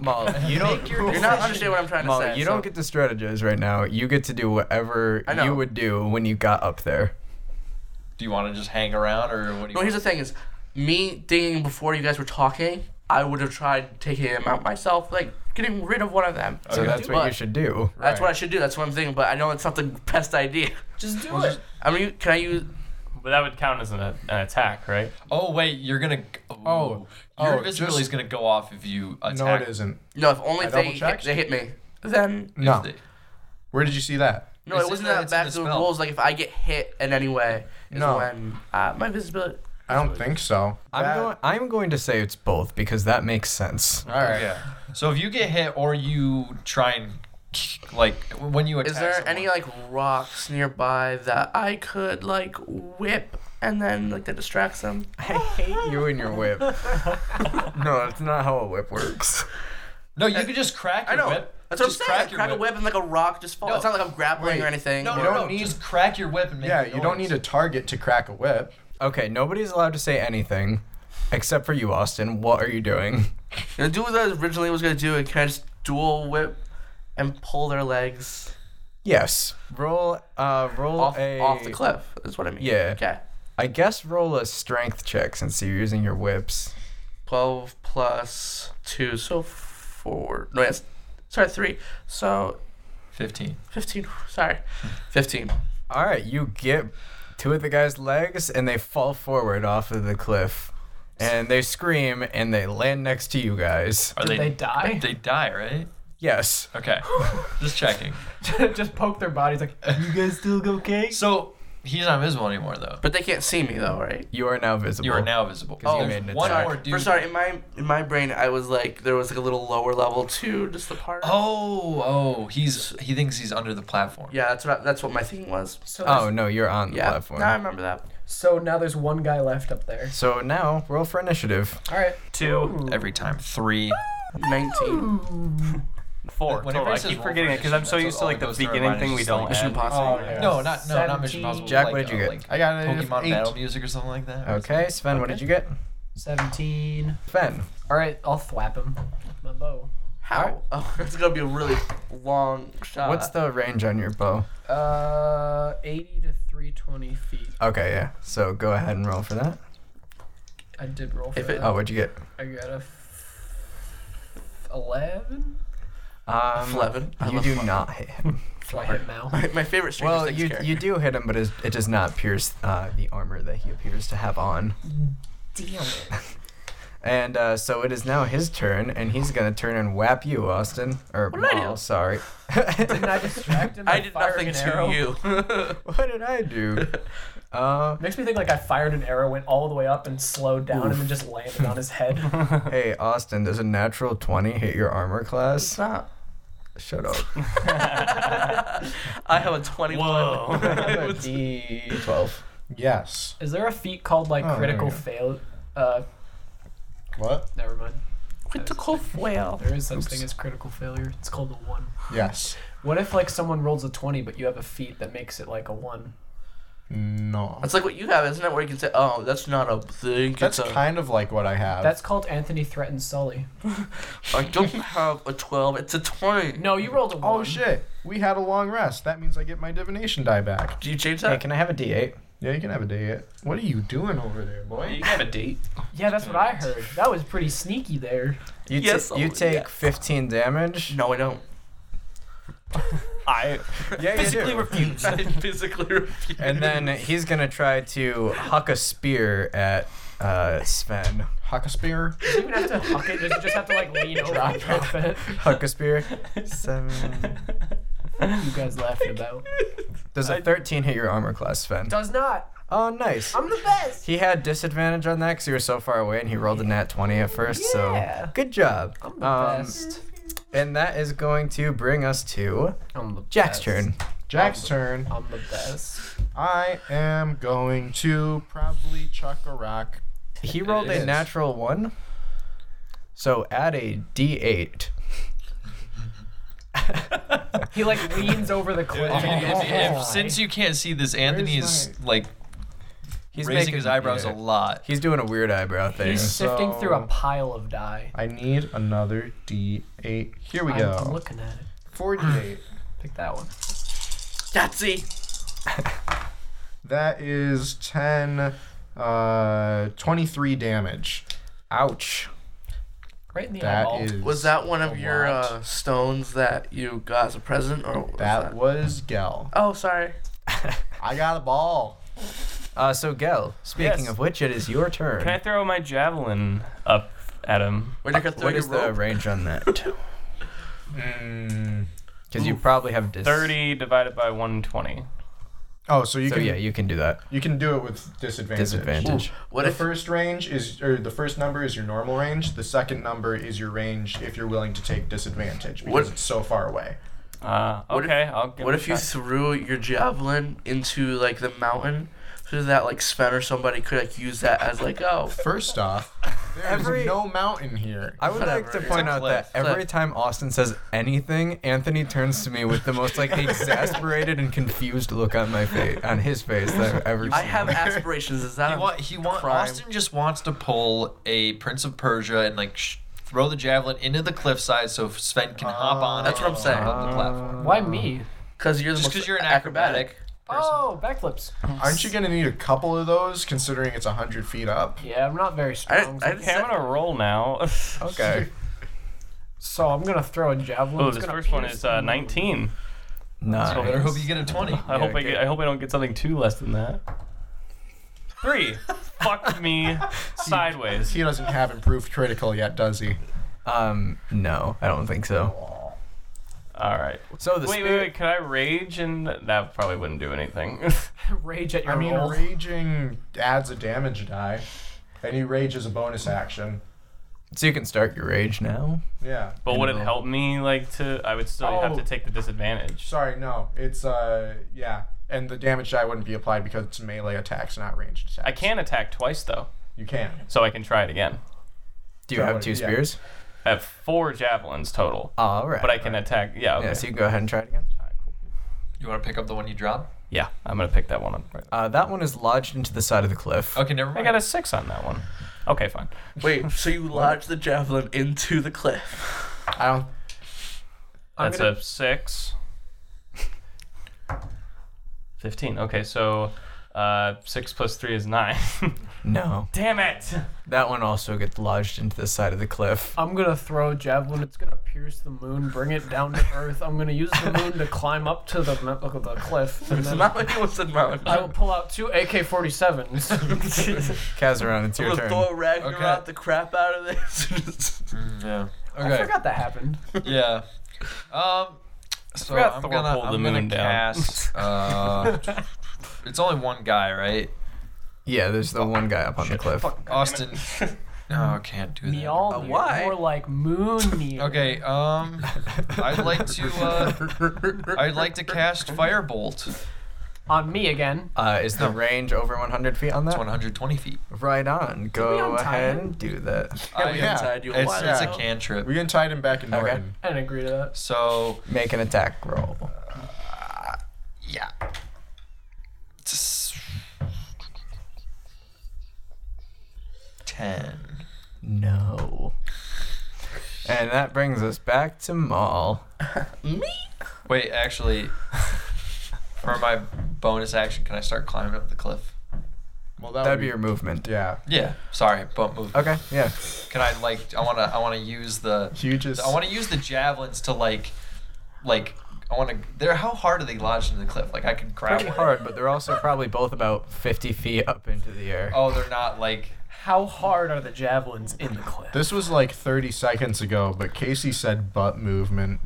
[SPEAKER 5] Maul,
[SPEAKER 2] Oh,
[SPEAKER 5] you don't.
[SPEAKER 2] you're not understanding what I'm trying to
[SPEAKER 5] Maul,
[SPEAKER 2] say.
[SPEAKER 5] you don't
[SPEAKER 2] so-
[SPEAKER 5] get to strategize right now. You get to do whatever
[SPEAKER 2] I know.
[SPEAKER 5] you would do when you got up there.
[SPEAKER 3] Do you want to just hang around or what? Do you
[SPEAKER 2] No, here's the thing: is me dinging before you guys were talking. I would have tried taking him out myself, like getting rid of one of them.
[SPEAKER 5] So that's what you
[SPEAKER 2] But
[SPEAKER 5] should do.
[SPEAKER 2] That's what I should do. That's what I'm thinking. But I know it's not the best idea.
[SPEAKER 6] Just do it.
[SPEAKER 2] I mean, can I use?
[SPEAKER 7] but that would count as an, an attack right
[SPEAKER 3] Oh wait, you're gonna. Oh,
[SPEAKER 4] Oh,
[SPEAKER 3] your
[SPEAKER 4] oh,
[SPEAKER 3] invisibility is
[SPEAKER 4] just-
[SPEAKER 3] gonna go off if you attack.
[SPEAKER 4] No, it isn't.
[SPEAKER 2] No, if only
[SPEAKER 4] I
[SPEAKER 2] they hit,
[SPEAKER 4] double-checked.
[SPEAKER 2] they hit me, then
[SPEAKER 4] No.
[SPEAKER 3] They-
[SPEAKER 4] Where did you see that?
[SPEAKER 2] no,
[SPEAKER 3] It
[SPEAKER 2] it
[SPEAKER 3] says
[SPEAKER 2] wasn't
[SPEAKER 3] that
[SPEAKER 2] that
[SPEAKER 3] it's in
[SPEAKER 2] bad.
[SPEAKER 3] the
[SPEAKER 2] The
[SPEAKER 3] spell.
[SPEAKER 2] rules like if I get hit in any way, is
[SPEAKER 4] No.
[SPEAKER 2] when uh, my visibility.
[SPEAKER 4] I don't think so.
[SPEAKER 5] I'm
[SPEAKER 4] That-
[SPEAKER 5] going. I'm going to say it's both because that makes sense.
[SPEAKER 4] All right.
[SPEAKER 3] Yeah. So if you get hit or you try and like when you attack.
[SPEAKER 2] Is there any
[SPEAKER 3] someone-
[SPEAKER 2] like rocks nearby that I could like whip and then like that distracts them?
[SPEAKER 5] I hate you and your whip. no, that's not how a whip works.
[SPEAKER 3] No, you can just crack
[SPEAKER 2] I
[SPEAKER 3] your
[SPEAKER 2] know.
[SPEAKER 3] whip.
[SPEAKER 2] That's what
[SPEAKER 3] Just
[SPEAKER 2] I'm saying. Crack,
[SPEAKER 3] your
[SPEAKER 2] a whip and like a rock just falls.
[SPEAKER 3] No.
[SPEAKER 2] It's not like I'm grappling or
[SPEAKER 4] Wait.
[SPEAKER 2] anything.
[SPEAKER 3] No,
[SPEAKER 2] or-
[SPEAKER 3] no,
[SPEAKER 4] don't
[SPEAKER 3] no.
[SPEAKER 4] need-
[SPEAKER 3] Just crack your whip and make.
[SPEAKER 4] Yeah,
[SPEAKER 3] the
[SPEAKER 4] you don't
[SPEAKER 3] noise.
[SPEAKER 4] need a target to crack a whip.
[SPEAKER 5] Okay, nobody's allowed to say anything except for you, Austin. What are you doing?
[SPEAKER 2] Can I do what I originally was gonna do and can I just dual whip and pull their legs
[SPEAKER 5] Yes. Roll. Uh, roll
[SPEAKER 2] off
[SPEAKER 5] a.
[SPEAKER 2] off the cliff? Is what I mean.
[SPEAKER 5] Yeah.
[SPEAKER 2] Okay.
[SPEAKER 5] I guess roll a strength check since you're using your whips.
[SPEAKER 2] Twelve plus two, so four. No, yes. Sorry, three. So
[SPEAKER 3] Fifteen.
[SPEAKER 2] fifteen. Sorry, fifteen.
[SPEAKER 5] All right, you get two of the guy's legs, and they fall forward off of the cliff, and they scream, and they land next to you guys.
[SPEAKER 3] Are
[SPEAKER 6] Did they die?
[SPEAKER 3] They die, right?
[SPEAKER 5] Yes.
[SPEAKER 3] Okay. just checking.
[SPEAKER 6] just poke their bodies like you guys still okay?
[SPEAKER 3] So he's not visible anymore though.
[SPEAKER 2] But they can't see me though, right?
[SPEAKER 5] You are now visible.
[SPEAKER 4] Oh.
[SPEAKER 3] You are now visible.
[SPEAKER 5] you
[SPEAKER 3] There's
[SPEAKER 5] made an
[SPEAKER 3] one
[SPEAKER 5] attack.
[SPEAKER 3] more dude.
[SPEAKER 2] For sorry, in my in my brain, I was like there was like a little lower level to just the part.
[SPEAKER 3] Oh, oh, he's he thinks he's under the platform.
[SPEAKER 2] Yeah, that's what that's what my thing was.
[SPEAKER 6] So,
[SPEAKER 5] Oh no, you're on the
[SPEAKER 2] Yeah,
[SPEAKER 5] platform.
[SPEAKER 2] now I remember that.
[SPEAKER 6] so now there's one guy left up there.
[SPEAKER 5] So now roll for initiative.
[SPEAKER 6] All right.
[SPEAKER 7] two
[SPEAKER 3] Every time three.
[SPEAKER 2] 19.
[SPEAKER 7] Four.
[SPEAKER 3] Whenever
[SPEAKER 7] Total. I
[SPEAKER 3] it says
[SPEAKER 7] keep
[SPEAKER 3] roll
[SPEAKER 7] forgetting it because I'm
[SPEAKER 3] first,
[SPEAKER 7] so
[SPEAKER 3] that's
[SPEAKER 7] used to
[SPEAKER 3] all
[SPEAKER 7] like
[SPEAKER 3] that
[SPEAKER 7] the
[SPEAKER 3] goes through our
[SPEAKER 7] beginning
[SPEAKER 3] mind
[SPEAKER 7] thing
[SPEAKER 3] is
[SPEAKER 7] we
[SPEAKER 3] just,
[SPEAKER 7] don't
[SPEAKER 3] like,
[SPEAKER 2] Mission
[SPEAKER 7] add.
[SPEAKER 2] Impossible.
[SPEAKER 4] Oh, yeah.
[SPEAKER 3] No, not no, not Mission Impossible.
[SPEAKER 5] Jack,
[SPEAKER 3] like,
[SPEAKER 5] what did you
[SPEAKER 3] uh,
[SPEAKER 5] get?
[SPEAKER 3] Like,
[SPEAKER 4] I got it.
[SPEAKER 3] Pokemon
[SPEAKER 4] eight.
[SPEAKER 3] battle music or something like that.
[SPEAKER 5] Okay, Sven, what did you get?
[SPEAKER 6] 17.
[SPEAKER 5] Sven.
[SPEAKER 6] All right, I'll thwap him. with My bow.
[SPEAKER 2] How? Oh, it's gonna be a really long
[SPEAKER 3] Uh,
[SPEAKER 2] shot.
[SPEAKER 5] What's the range on your bow?
[SPEAKER 6] Uh, 80 to 320 feet.
[SPEAKER 5] Okay, yeah. So go ahead and roll for that.
[SPEAKER 6] I did roll for
[SPEAKER 2] If it-
[SPEAKER 6] that.
[SPEAKER 5] Oh, what'd you get?
[SPEAKER 6] I got a f- 11.
[SPEAKER 5] Um,
[SPEAKER 2] Eleven. I
[SPEAKER 5] You
[SPEAKER 2] love
[SPEAKER 5] do
[SPEAKER 2] Fleven.
[SPEAKER 5] not hit him.
[SPEAKER 6] Do I hit Mal?
[SPEAKER 2] My, my favorite Stranger
[SPEAKER 5] well,
[SPEAKER 2] Things
[SPEAKER 5] you
[SPEAKER 2] character.
[SPEAKER 5] you do hit him, but it's, it does not pierce uh, the armor that he appears to have on.
[SPEAKER 6] Damn it.
[SPEAKER 5] And uh, so it is now his turn, and he's gonna turn and whap you, Austin. Or
[SPEAKER 2] What did I
[SPEAKER 5] Maul,
[SPEAKER 2] do?
[SPEAKER 5] sorry.
[SPEAKER 6] Didn't I distract him?
[SPEAKER 2] I
[SPEAKER 6] by
[SPEAKER 2] did
[SPEAKER 6] firing
[SPEAKER 2] nothing
[SPEAKER 6] an
[SPEAKER 2] to
[SPEAKER 6] arrow?
[SPEAKER 2] you.
[SPEAKER 5] what did I do? Uh,
[SPEAKER 6] Makes me think like I fired an arrow, went all the way up, and slowed down, and then just landed on his head.
[SPEAKER 5] hey, Austin, does a natural twenty hit your armor class?
[SPEAKER 2] Stop.
[SPEAKER 5] Shut up.
[SPEAKER 2] I have a 21.
[SPEAKER 6] Whoa.
[SPEAKER 5] D twelve.
[SPEAKER 4] Yes.
[SPEAKER 6] Is there a feat called like
[SPEAKER 4] Oh, there
[SPEAKER 6] critical
[SPEAKER 4] we go.
[SPEAKER 6] fail? Uh,
[SPEAKER 4] What?
[SPEAKER 6] never mind.
[SPEAKER 2] Critical fail.
[SPEAKER 6] There is such thing as critical failure. It's called a one.
[SPEAKER 4] Yes.
[SPEAKER 6] What if like someone rolls a twenty, but you have a feat that makes it like a one?
[SPEAKER 4] No.
[SPEAKER 2] That's like what you have, isn't it? Where you can say, oh, that's not a thing.
[SPEAKER 4] That's
[SPEAKER 2] it's a,
[SPEAKER 4] kind of like what I have.
[SPEAKER 6] That's called Anthony threatens Sully.
[SPEAKER 2] I don't have a 12. It's a 20.
[SPEAKER 6] No, you rolled a one.
[SPEAKER 4] oh shit. We had a long rest. That means I get my divination die back.
[SPEAKER 2] Do you change
[SPEAKER 5] Hey,
[SPEAKER 2] that?
[SPEAKER 5] can I have a D eight?
[SPEAKER 4] Yeah, you can have a day. yet. What are you doing over there, boy?
[SPEAKER 7] You can have a date.
[SPEAKER 6] Yeah, that's what I heard. That was pretty sneaky there.
[SPEAKER 5] You ta-
[SPEAKER 2] Yes,
[SPEAKER 5] you
[SPEAKER 2] I'll-
[SPEAKER 5] take
[SPEAKER 2] yeah.
[SPEAKER 5] fifteen damage.
[SPEAKER 2] no, I don't.
[SPEAKER 7] I
[SPEAKER 5] Yeah, you
[SPEAKER 7] physically
[SPEAKER 5] do.
[SPEAKER 7] refuse.
[SPEAKER 2] I physically refuse.
[SPEAKER 5] And then he's gonna try to huck a spear at uh, Sven.
[SPEAKER 4] Huck a spear.
[SPEAKER 6] Does he even have to huck it? Does he just have to like lean over? and drop it?
[SPEAKER 5] Huck a spear. Seven.
[SPEAKER 6] You guys laughing about?
[SPEAKER 5] Does a 13 hit your armor class, Sven?
[SPEAKER 6] Does not.
[SPEAKER 5] Oh, nice.
[SPEAKER 6] I'm the best.
[SPEAKER 5] He had disadvantage on that because you were so far away, and he rolled a nat 20 at first.
[SPEAKER 6] Yeah.
[SPEAKER 5] So um, good job.
[SPEAKER 6] I'm the best.
[SPEAKER 5] And that is going to bring us to
[SPEAKER 6] I'm the
[SPEAKER 5] Jack's
[SPEAKER 6] best.
[SPEAKER 5] turn.
[SPEAKER 4] Jack's turn.
[SPEAKER 6] I'm the best.
[SPEAKER 4] I am going to probably chuck a rock.
[SPEAKER 5] He rolled
[SPEAKER 3] It
[SPEAKER 5] a
[SPEAKER 3] is.
[SPEAKER 5] natural one. So add a d8.
[SPEAKER 6] He like leans over the cliff.
[SPEAKER 3] I mean,
[SPEAKER 6] and
[SPEAKER 3] if-
[SPEAKER 6] gets hit
[SPEAKER 3] if-
[SPEAKER 6] by-
[SPEAKER 3] since you can't see this, Anthony
[SPEAKER 4] Where's
[SPEAKER 3] is like
[SPEAKER 5] He's
[SPEAKER 3] raising his eyebrows a
[SPEAKER 5] yeah.
[SPEAKER 3] lot.
[SPEAKER 5] He's doing a weird eyebrow thing.
[SPEAKER 6] he's sifting through a
[SPEAKER 4] So-
[SPEAKER 6] pile of die.
[SPEAKER 4] I need another D8. Here we
[SPEAKER 6] I'm
[SPEAKER 4] go.
[SPEAKER 6] looking at it.
[SPEAKER 4] 48.
[SPEAKER 6] Pick that one.
[SPEAKER 2] Yahtzee.
[SPEAKER 4] That is 10, uh, 23 damage.
[SPEAKER 5] Ouch.
[SPEAKER 6] Right in the eyeball.
[SPEAKER 4] That is.
[SPEAKER 2] Was that one of
[SPEAKER 4] a
[SPEAKER 2] your
[SPEAKER 4] lot.
[SPEAKER 2] uh, stones that you got as a present? Or what was that,
[SPEAKER 4] That was Gel.
[SPEAKER 2] Oh, sorry.
[SPEAKER 4] I got a ball.
[SPEAKER 5] Uh, so, Gel, speaking
[SPEAKER 7] Yes.
[SPEAKER 5] of which, it is your turn.
[SPEAKER 7] Can I throw my javelin up at him?
[SPEAKER 2] Where'd you go through
[SPEAKER 5] what
[SPEAKER 2] your
[SPEAKER 5] is the
[SPEAKER 2] rope?
[SPEAKER 5] range on that? Because you probably have dis-
[SPEAKER 7] 30 divided by 120.
[SPEAKER 4] Oh, so you
[SPEAKER 5] so
[SPEAKER 4] can
[SPEAKER 5] yeah, you can do that.
[SPEAKER 4] you can do it with disadvantage.
[SPEAKER 5] Disadvantage.
[SPEAKER 2] What
[SPEAKER 4] the
[SPEAKER 2] if
[SPEAKER 4] first range is or the first number is your normal range. The second number is your range if you're willing to take disadvantage because
[SPEAKER 2] What-
[SPEAKER 4] it's so far away.
[SPEAKER 7] Uh,
[SPEAKER 2] What if-
[SPEAKER 7] okay, I'll give
[SPEAKER 2] What
[SPEAKER 7] it a
[SPEAKER 2] if you
[SPEAKER 7] shot.
[SPEAKER 2] threw your javelin into like the mountain so that like Sven or somebody could like use that as like oh
[SPEAKER 4] First off, there's
[SPEAKER 5] Every-
[SPEAKER 4] no mountain here.
[SPEAKER 5] I would
[SPEAKER 2] Whatever.
[SPEAKER 5] like to point out that
[SPEAKER 2] cliff.
[SPEAKER 5] every time Austin says anything, Anthony turns to me with the most like exasperated and confused look on my face, on his face that I've ever seen.
[SPEAKER 2] I have aspirations is that
[SPEAKER 3] He want, he want,
[SPEAKER 2] crime.
[SPEAKER 3] Austin just wants to pull a Prince of Persia and like sh- throw the javelin into the cliffside so Sven can hop on.
[SPEAKER 2] That's
[SPEAKER 3] it
[SPEAKER 2] what I'm saying.
[SPEAKER 3] on the
[SPEAKER 7] Uh,
[SPEAKER 3] platform.
[SPEAKER 6] Why me?
[SPEAKER 2] because you're the
[SPEAKER 3] Just
[SPEAKER 2] most
[SPEAKER 3] because you're an acrobatic.
[SPEAKER 6] Oh, backflips.
[SPEAKER 4] Aren't you gonna need a couple of those considering it's hundred feet up?
[SPEAKER 6] Yeah, I'm not very
[SPEAKER 2] I,
[SPEAKER 6] strong.
[SPEAKER 2] I,
[SPEAKER 6] so-
[SPEAKER 7] Okay, I'm gonna roll now.
[SPEAKER 5] Okay.
[SPEAKER 6] so I'm gonna throw a javelin.
[SPEAKER 7] Oh,
[SPEAKER 6] It's
[SPEAKER 7] this
[SPEAKER 6] gonna
[SPEAKER 7] first one
[SPEAKER 6] pierce
[SPEAKER 7] is uh,
[SPEAKER 6] through.
[SPEAKER 7] 19.
[SPEAKER 5] Nice.
[SPEAKER 3] I better hope you get a 20.
[SPEAKER 7] I hope I
[SPEAKER 5] okay.
[SPEAKER 7] get, I hope I don't get something too less than that. Three. Fuck me sideways.
[SPEAKER 4] He doesn't have improved critical yet, does he?
[SPEAKER 5] Um, no, I don't think so.
[SPEAKER 7] All right.
[SPEAKER 5] So the
[SPEAKER 7] Wait,
[SPEAKER 5] spear.
[SPEAKER 7] wait, wait. Could I rage and that probably wouldn't do anything.
[SPEAKER 6] Rage at your
[SPEAKER 4] I mean,
[SPEAKER 6] roll.
[SPEAKER 4] raging adds a damage die. Any rage is a bonus action.
[SPEAKER 5] So you can start your rage now.
[SPEAKER 4] Yeah.
[SPEAKER 7] but would it
[SPEAKER 5] No.
[SPEAKER 7] help me like to? I would still have to
[SPEAKER 4] Oh.
[SPEAKER 7] take the disadvantage.
[SPEAKER 4] Sorry, no. It's uh, yeah. And the damage die wouldn't be applied because it's melee attacks, not ranged attacks.
[SPEAKER 7] I can attack twice though,
[SPEAKER 4] You can.
[SPEAKER 7] so I can try it again.
[SPEAKER 5] Do you have
[SPEAKER 4] Probably,
[SPEAKER 5] two
[SPEAKER 4] yeah.
[SPEAKER 5] spears?
[SPEAKER 7] at four javelins total.
[SPEAKER 5] All right.
[SPEAKER 7] but I can attack. Yeah. Okay.
[SPEAKER 5] Yeah, so you can go ahead and try it again.
[SPEAKER 3] You want to pick up the one you dropped?
[SPEAKER 7] yeah. I'm gonna pick that one up.
[SPEAKER 5] Uh, that one is lodged into the side of the cliff.
[SPEAKER 3] Okay, never mind.
[SPEAKER 7] I got a six on that one. Okay, fine.
[SPEAKER 2] Wait, so you lodge the javelin into the cliff?
[SPEAKER 4] I don't.
[SPEAKER 7] That's a six. 15. Okay, so uh, 6 plus 3 is 9.
[SPEAKER 5] No,
[SPEAKER 7] Damn it!
[SPEAKER 5] that one also gets lodged into the side of the cliff.
[SPEAKER 6] I'm gonna throw a javelin. It's gonna pierce the moon, bring it down to earth. I'm gonna use the moon to climb up to the, mo- look at the cliff, and
[SPEAKER 2] It's
[SPEAKER 6] then
[SPEAKER 2] not like it was in mountain.
[SPEAKER 6] I will pull out two AK-47s.
[SPEAKER 5] Kazaron, it's your
[SPEAKER 2] I'm gonna
[SPEAKER 5] turn.
[SPEAKER 2] throw Ragnarok
[SPEAKER 3] Okay.
[SPEAKER 2] the crap out of this.
[SPEAKER 3] Mm, yeah.
[SPEAKER 6] I
[SPEAKER 3] Okay.
[SPEAKER 6] forgot that happened.
[SPEAKER 3] Yeah. Um. So
[SPEAKER 7] forgot
[SPEAKER 3] I'm
[SPEAKER 7] Thor
[SPEAKER 3] gonna,
[SPEAKER 7] pulled
[SPEAKER 3] I'm
[SPEAKER 7] the
[SPEAKER 3] gonna
[SPEAKER 7] moon down.
[SPEAKER 3] cast. Uh, it's only one guy, right?
[SPEAKER 5] Yeah, there's the one guy up on the cliff.
[SPEAKER 3] Austin. No, I can't do that.
[SPEAKER 6] Mjolnir,
[SPEAKER 2] Uh, why?
[SPEAKER 6] more like Moonir.
[SPEAKER 3] Okay. Um. I'd like to. Uh, I'd like to cast Firebolt. It's
[SPEAKER 6] On me again.
[SPEAKER 5] Uh, is the range over 100 feet on that?
[SPEAKER 3] 120 feet.
[SPEAKER 5] Right on. Go
[SPEAKER 6] on
[SPEAKER 5] ahead
[SPEAKER 6] time?
[SPEAKER 5] and do that.
[SPEAKER 3] I-
[SPEAKER 2] we
[SPEAKER 4] Oh, yeah.
[SPEAKER 2] untied you a
[SPEAKER 3] It's,
[SPEAKER 2] while
[SPEAKER 3] it's a
[SPEAKER 2] ago.
[SPEAKER 3] cantrip.
[SPEAKER 4] We can tie him back in
[SPEAKER 5] Okay.
[SPEAKER 4] Norton.
[SPEAKER 6] I didn't agree to that.
[SPEAKER 3] So
[SPEAKER 5] Make an attack roll.
[SPEAKER 3] yeah. Just- Ten.
[SPEAKER 5] No. And that brings us back to Maul.
[SPEAKER 3] Wait, actually, for my bonus action, can I start climbing up the cliff?
[SPEAKER 4] Well, that
[SPEAKER 5] That'd be your movement.
[SPEAKER 4] yeah.
[SPEAKER 3] Yeah. Sorry, bump move.
[SPEAKER 5] Okay, yeah.
[SPEAKER 3] Can I like? I wanna. I wanna use the.
[SPEAKER 4] Hugest.
[SPEAKER 3] I want to use the javelins to like, like. I want to. They're how hard are they lodged into the cliff? Like I could grab
[SPEAKER 5] Pretty
[SPEAKER 3] one.
[SPEAKER 5] hard, but they're also probably both about 50 feet up into the air.
[SPEAKER 3] Oh, they're not like.
[SPEAKER 6] How hard are the javelins in the cliff?
[SPEAKER 4] This was like 30 seconds ago, but Casey said butt movement.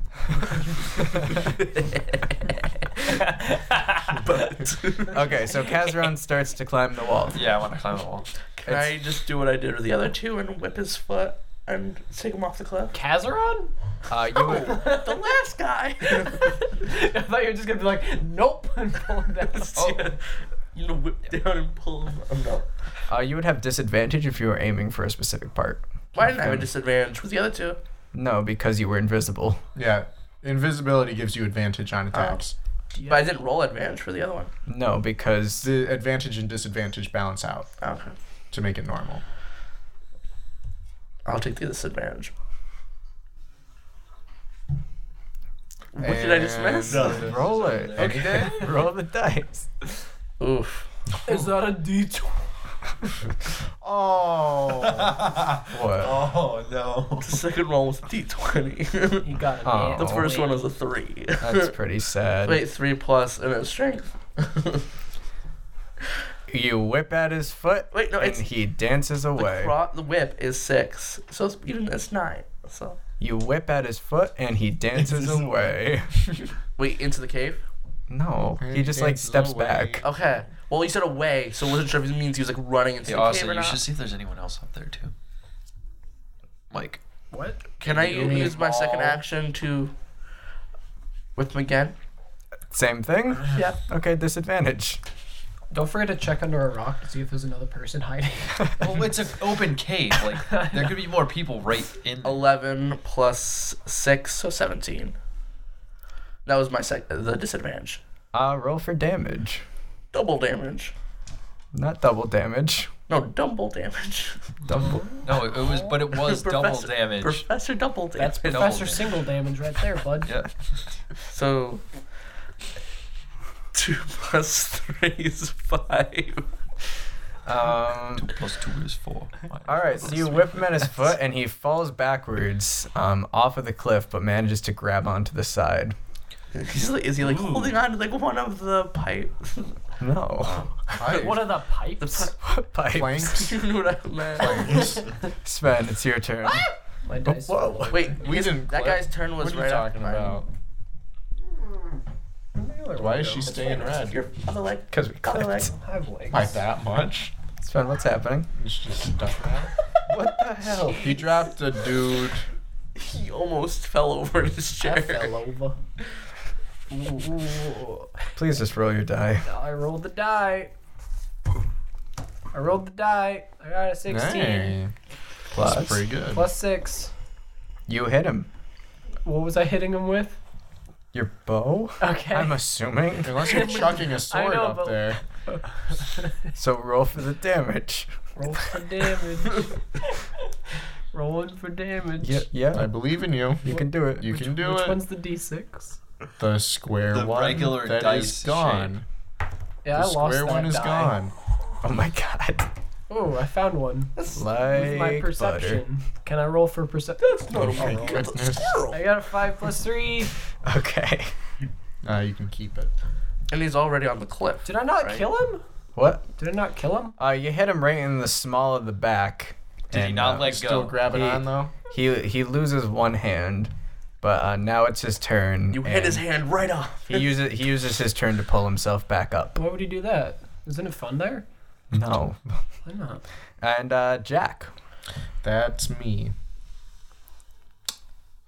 [SPEAKER 5] Okay, so Kazaron starts to climb the wall.
[SPEAKER 3] Yeah, I want to climb a wall.
[SPEAKER 2] Can I just do what I did with the other two and whip his foot and take him off the cliff?
[SPEAKER 6] Kazaron?
[SPEAKER 5] Uh, you would,
[SPEAKER 2] the last guy.
[SPEAKER 6] I thought you were just gonna be like, nope, and pull him down.
[SPEAKER 5] Oh.
[SPEAKER 2] Yeah. You know, whip down and pull him. I'm not.
[SPEAKER 5] uh, you would have disadvantage if you were aiming for a specific part.
[SPEAKER 2] Why didn't I have a disadvantage with the other two?
[SPEAKER 5] No, because you were invisible.
[SPEAKER 4] Yeah. Invisibility gives you advantage on attacks.
[SPEAKER 2] But I didn't roll advantage for the other one.
[SPEAKER 5] No, because
[SPEAKER 4] The advantage and disadvantage balance out
[SPEAKER 2] Okay.
[SPEAKER 4] to make it normal.
[SPEAKER 2] I'll take the disadvantage. What did I just miss?
[SPEAKER 5] roll it.
[SPEAKER 3] Okay.
[SPEAKER 5] roll the dice.
[SPEAKER 2] Oof.
[SPEAKER 6] Is that a D20?
[SPEAKER 4] Oh.
[SPEAKER 5] What?
[SPEAKER 3] Oh no.
[SPEAKER 2] The second one was a d20.
[SPEAKER 6] You got it.
[SPEAKER 5] Oh.
[SPEAKER 2] the
[SPEAKER 5] Oh.
[SPEAKER 2] first one was a 3.
[SPEAKER 5] That's pretty sad.
[SPEAKER 2] Wait, 3 plus and then strength.
[SPEAKER 5] You whip at his foot,
[SPEAKER 2] Wait, no,
[SPEAKER 5] and
[SPEAKER 2] it's-
[SPEAKER 5] he dances
[SPEAKER 2] The,
[SPEAKER 5] away.
[SPEAKER 2] cro- the whip is 6. So it's, even it's 9. So.
[SPEAKER 5] you whip at his foot, and he dances away.
[SPEAKER 2] Wait, into the cave?
[SPEAKER 5] No,
[SPEAKER 4] And
[SPEAKER 5] he
[SPEAKER 4] he
[SPEAKER 5] just like
[SPEAKER 4] dances
[SPEAKER 5] steps
[SPEAKER 4] away.
[SPEAKER 5] back.
[SPEAKER 2] Okay. Well, you said away, so I wasn't sure if it means he was like running into
[SPEAKER 3] Hey,
[SPEAKER 2] the
[SPEAKER 3] Austin,
[SPEAKER 2] cave or
[SPEAKER 3] you
[SPEAKER 2] not.
[SPEAKER 3] should see if there's anyone else up there too. Mike.
[SPEAKER 6] What?
[SPEAKER 2] Can I
[SPEAKER 4] mean
[SPEAKER 2] use my second
[SPEAKER 4] all-
[SPEAKER 2] action to whip him again?
[SPEAKER 5] Same thing.
[SPEAKER 2] Yep.
[SPEAKER 5] Okay, disadvantage.
[SPEAKER 6] Don't forget to check under a rock to see if there's another person hiding.
[SPEAKER 3] Well, Oh, it's an open cave. Like there could be more people right in. there.
[SPEAKER 2] 11 plus 6, so 17. That was my sec- the disadvantage.
[SPEAKER 5] Uh, roll for damage,
[SPEAKER 2] Double damage.
[SPEAKER 5] not double damage.
[SPEAKER 2] No, double damage.
[SPEAKER 5] Double.
[SPEAKER 3] No, it, it was, but it was double
[SPEAKER 2] Professor-
[SPEAKER 3] damage.
[SPEAKER 2] Professor double damage.
[SPEAKER 6] That's
[SPEAKER 3] Double
[SPEAKER 6] Professor
[SPEAKER 3] damage.
[SPEAKER 6] Single Damage right there, bud.
[SPEAKER 3] yeah.
[SPEAKER 2] So, two plus three is five.
[SPEAKER 5] Um.
[SPEAKER 3] Plus two is four.
[SPEAKER 5] All right, so you whip him at his foot, and he falls backwards um, off of the cliff, but manages to grab onto the side.
[SPEAKER 2] He's like, is he like holding on to like one of the pipe?
[SPEAKER 5] No,
[SPEAKER 6] One of the
[SPEAKER 2] The
[SPEAKER 6] pipes.
[SPEAKER 2] pi-
[SPEAKER 5] pipes.
[SPEAKER 4] Planks.
[SPEAKER 2] you know what I meant.
[SPEAKER 4] Planks.
[SPEAKER 5] Sven, it's your turn.
[SPEAKER 2] Ah!
[SPEAKER 6] My dice.
[SPEAKER 5] Whoa.
[SPEAKER 2] Wait,
[SPEAKER 4] We
[SPEAKER 2] his-
[SPEAKER 4] didn't
[SPEAKER 2] That
[SPEAKER 4] clip.
[SPEAKER 2] guy's turn was
[SPEAKER 4] What are
[SPEAKER 2] right
[SPEAKER 4] you
[SPEAKER 2] after
[SPEAKER 4] talking
[SPEAKER 2] mine.
[SPEAKER 4] about? Why is she staying red?
[SPEAKER 2] Your other leg.
[SPEAKER 5] Because we
[SPEAKER 2] Other leg.
[SPEAKER 5] clipped.
[SPEAKER 6] I have legs.
[SPEAKER 4] By that much?
[SPEAKER 5] Sven, what's happening?
[SPEAKER 4] It's just stuck out. What the hell? He dropped a dude.
[SPEAKER 2] He almost fell over in his chair.
[SPEAKER 6] I fell over. Ooh.
[SPEAKER 5] Please just roll your die.
[SPEAKER 6] I rolled the die. I rolled the die. I got a 16.
[SPEAKER 4] Hey,
[SPEAKER 5] Plus.
[SPEAKER 4] That's pretty good.
[SPEAKER 6] Plus 6.
[SPEAKER 5] You hit him.
[SPEAKER 6] What was I hitting him with?
[SPEAKER 5] Your bow?
[SPEAKER 6] Okay.
[SPEAKER 5] I'm assuming.
[SPEAKER 4] Unless you're chucking a sword
[SPEAKER 6] know,
[SPEAKER 4] up
[SPEAKER 6] but-
[SPEAKER 4] there.
[SPEAKER 5] So roll for the damage.
[SPEAKER 6] Roll for damage. Rolling for damage.
[SPEAKER 5] Yeah,
[SPEAKER 4] I
[SPEAKER 5] yeah.
[SPEAKER 4] believe in you.
[SPEAKER 5] You can do it.
[SPEAKER 4] Uh, You can do
[SPEAKER 6] Which
[SPEAKER 4] it.
[SPEAKER 6] one's the D6?
[SPEAKER 4] The square
[SPEAKER 3] The
[SPEAKER 4] one
[SPEAKER 3] regular
[SPEAKER 4] that
[SPEAKER 3] dice
[SPEAKER 4] is gone.
[SPEAKER 6] Yeah, I
[SPEAKER 4] the
[SPEAKER 6] lost
[SPEAKER 4] square
[SPEAKER 6] that
[SPEAKER 4] one is
[SPEAKER 6] die.
[SPEAKER 4] gone.
[SPEAKER 5] Oh my god.
[SPEAKER 6] Oh, I found one. With
[SPEAKER 5] Like
[SPEAKER 6] my
[SPEAKER 5] butter.
[SPEAKER 6] perception. Can I roll for perception? That's
[SPEAKER 4] Oh my goodness.
[SPEAKER 6] I got a five plus three.
[SPEAKER 5] Okay.
[SPEAKER 4] Uh, you can keep it.
[SPEAKER 2] And he's already on the cliff.
[SPEAKER 6] Did I not
[SPEAKER 2] Right.
[SPEAKER 6] kill him?
[SPEAKER 5] What?
[SPEAKER 6] Did I not kill him?
[SPEAKER 5] Uh, you hit him right in the small of the back.
[SPEAKER 3] Did he
[SPEAKER 5] and,
[SPEAKER 3] not
[SPEAKER 5] uh,
[SPEAKER 3] let
[SPEAKER 4] Still
[SPEAKER 3] go?
[SPEAKER 4] grab it
[SPEAKER 5] He-
[SPEAKER 4] on though.
[SPEAKER 5] He he loses one hand, but uh, now it's his turn.
[SPEAKER 2] You hit
[SPEAKER 5] and
[SPEAKER 2] his hand right off.
[SPEAKER 5] He uses he uses his turn to pull himself back up.
[SPEAKER 6] Why would he do that? Isn't it fun there?
[SPEAKER 5] No.
[SPEAKER 6] Why not?
[SPEAKER 5] And uh, Jack.
[SPEAKER 4] That's me.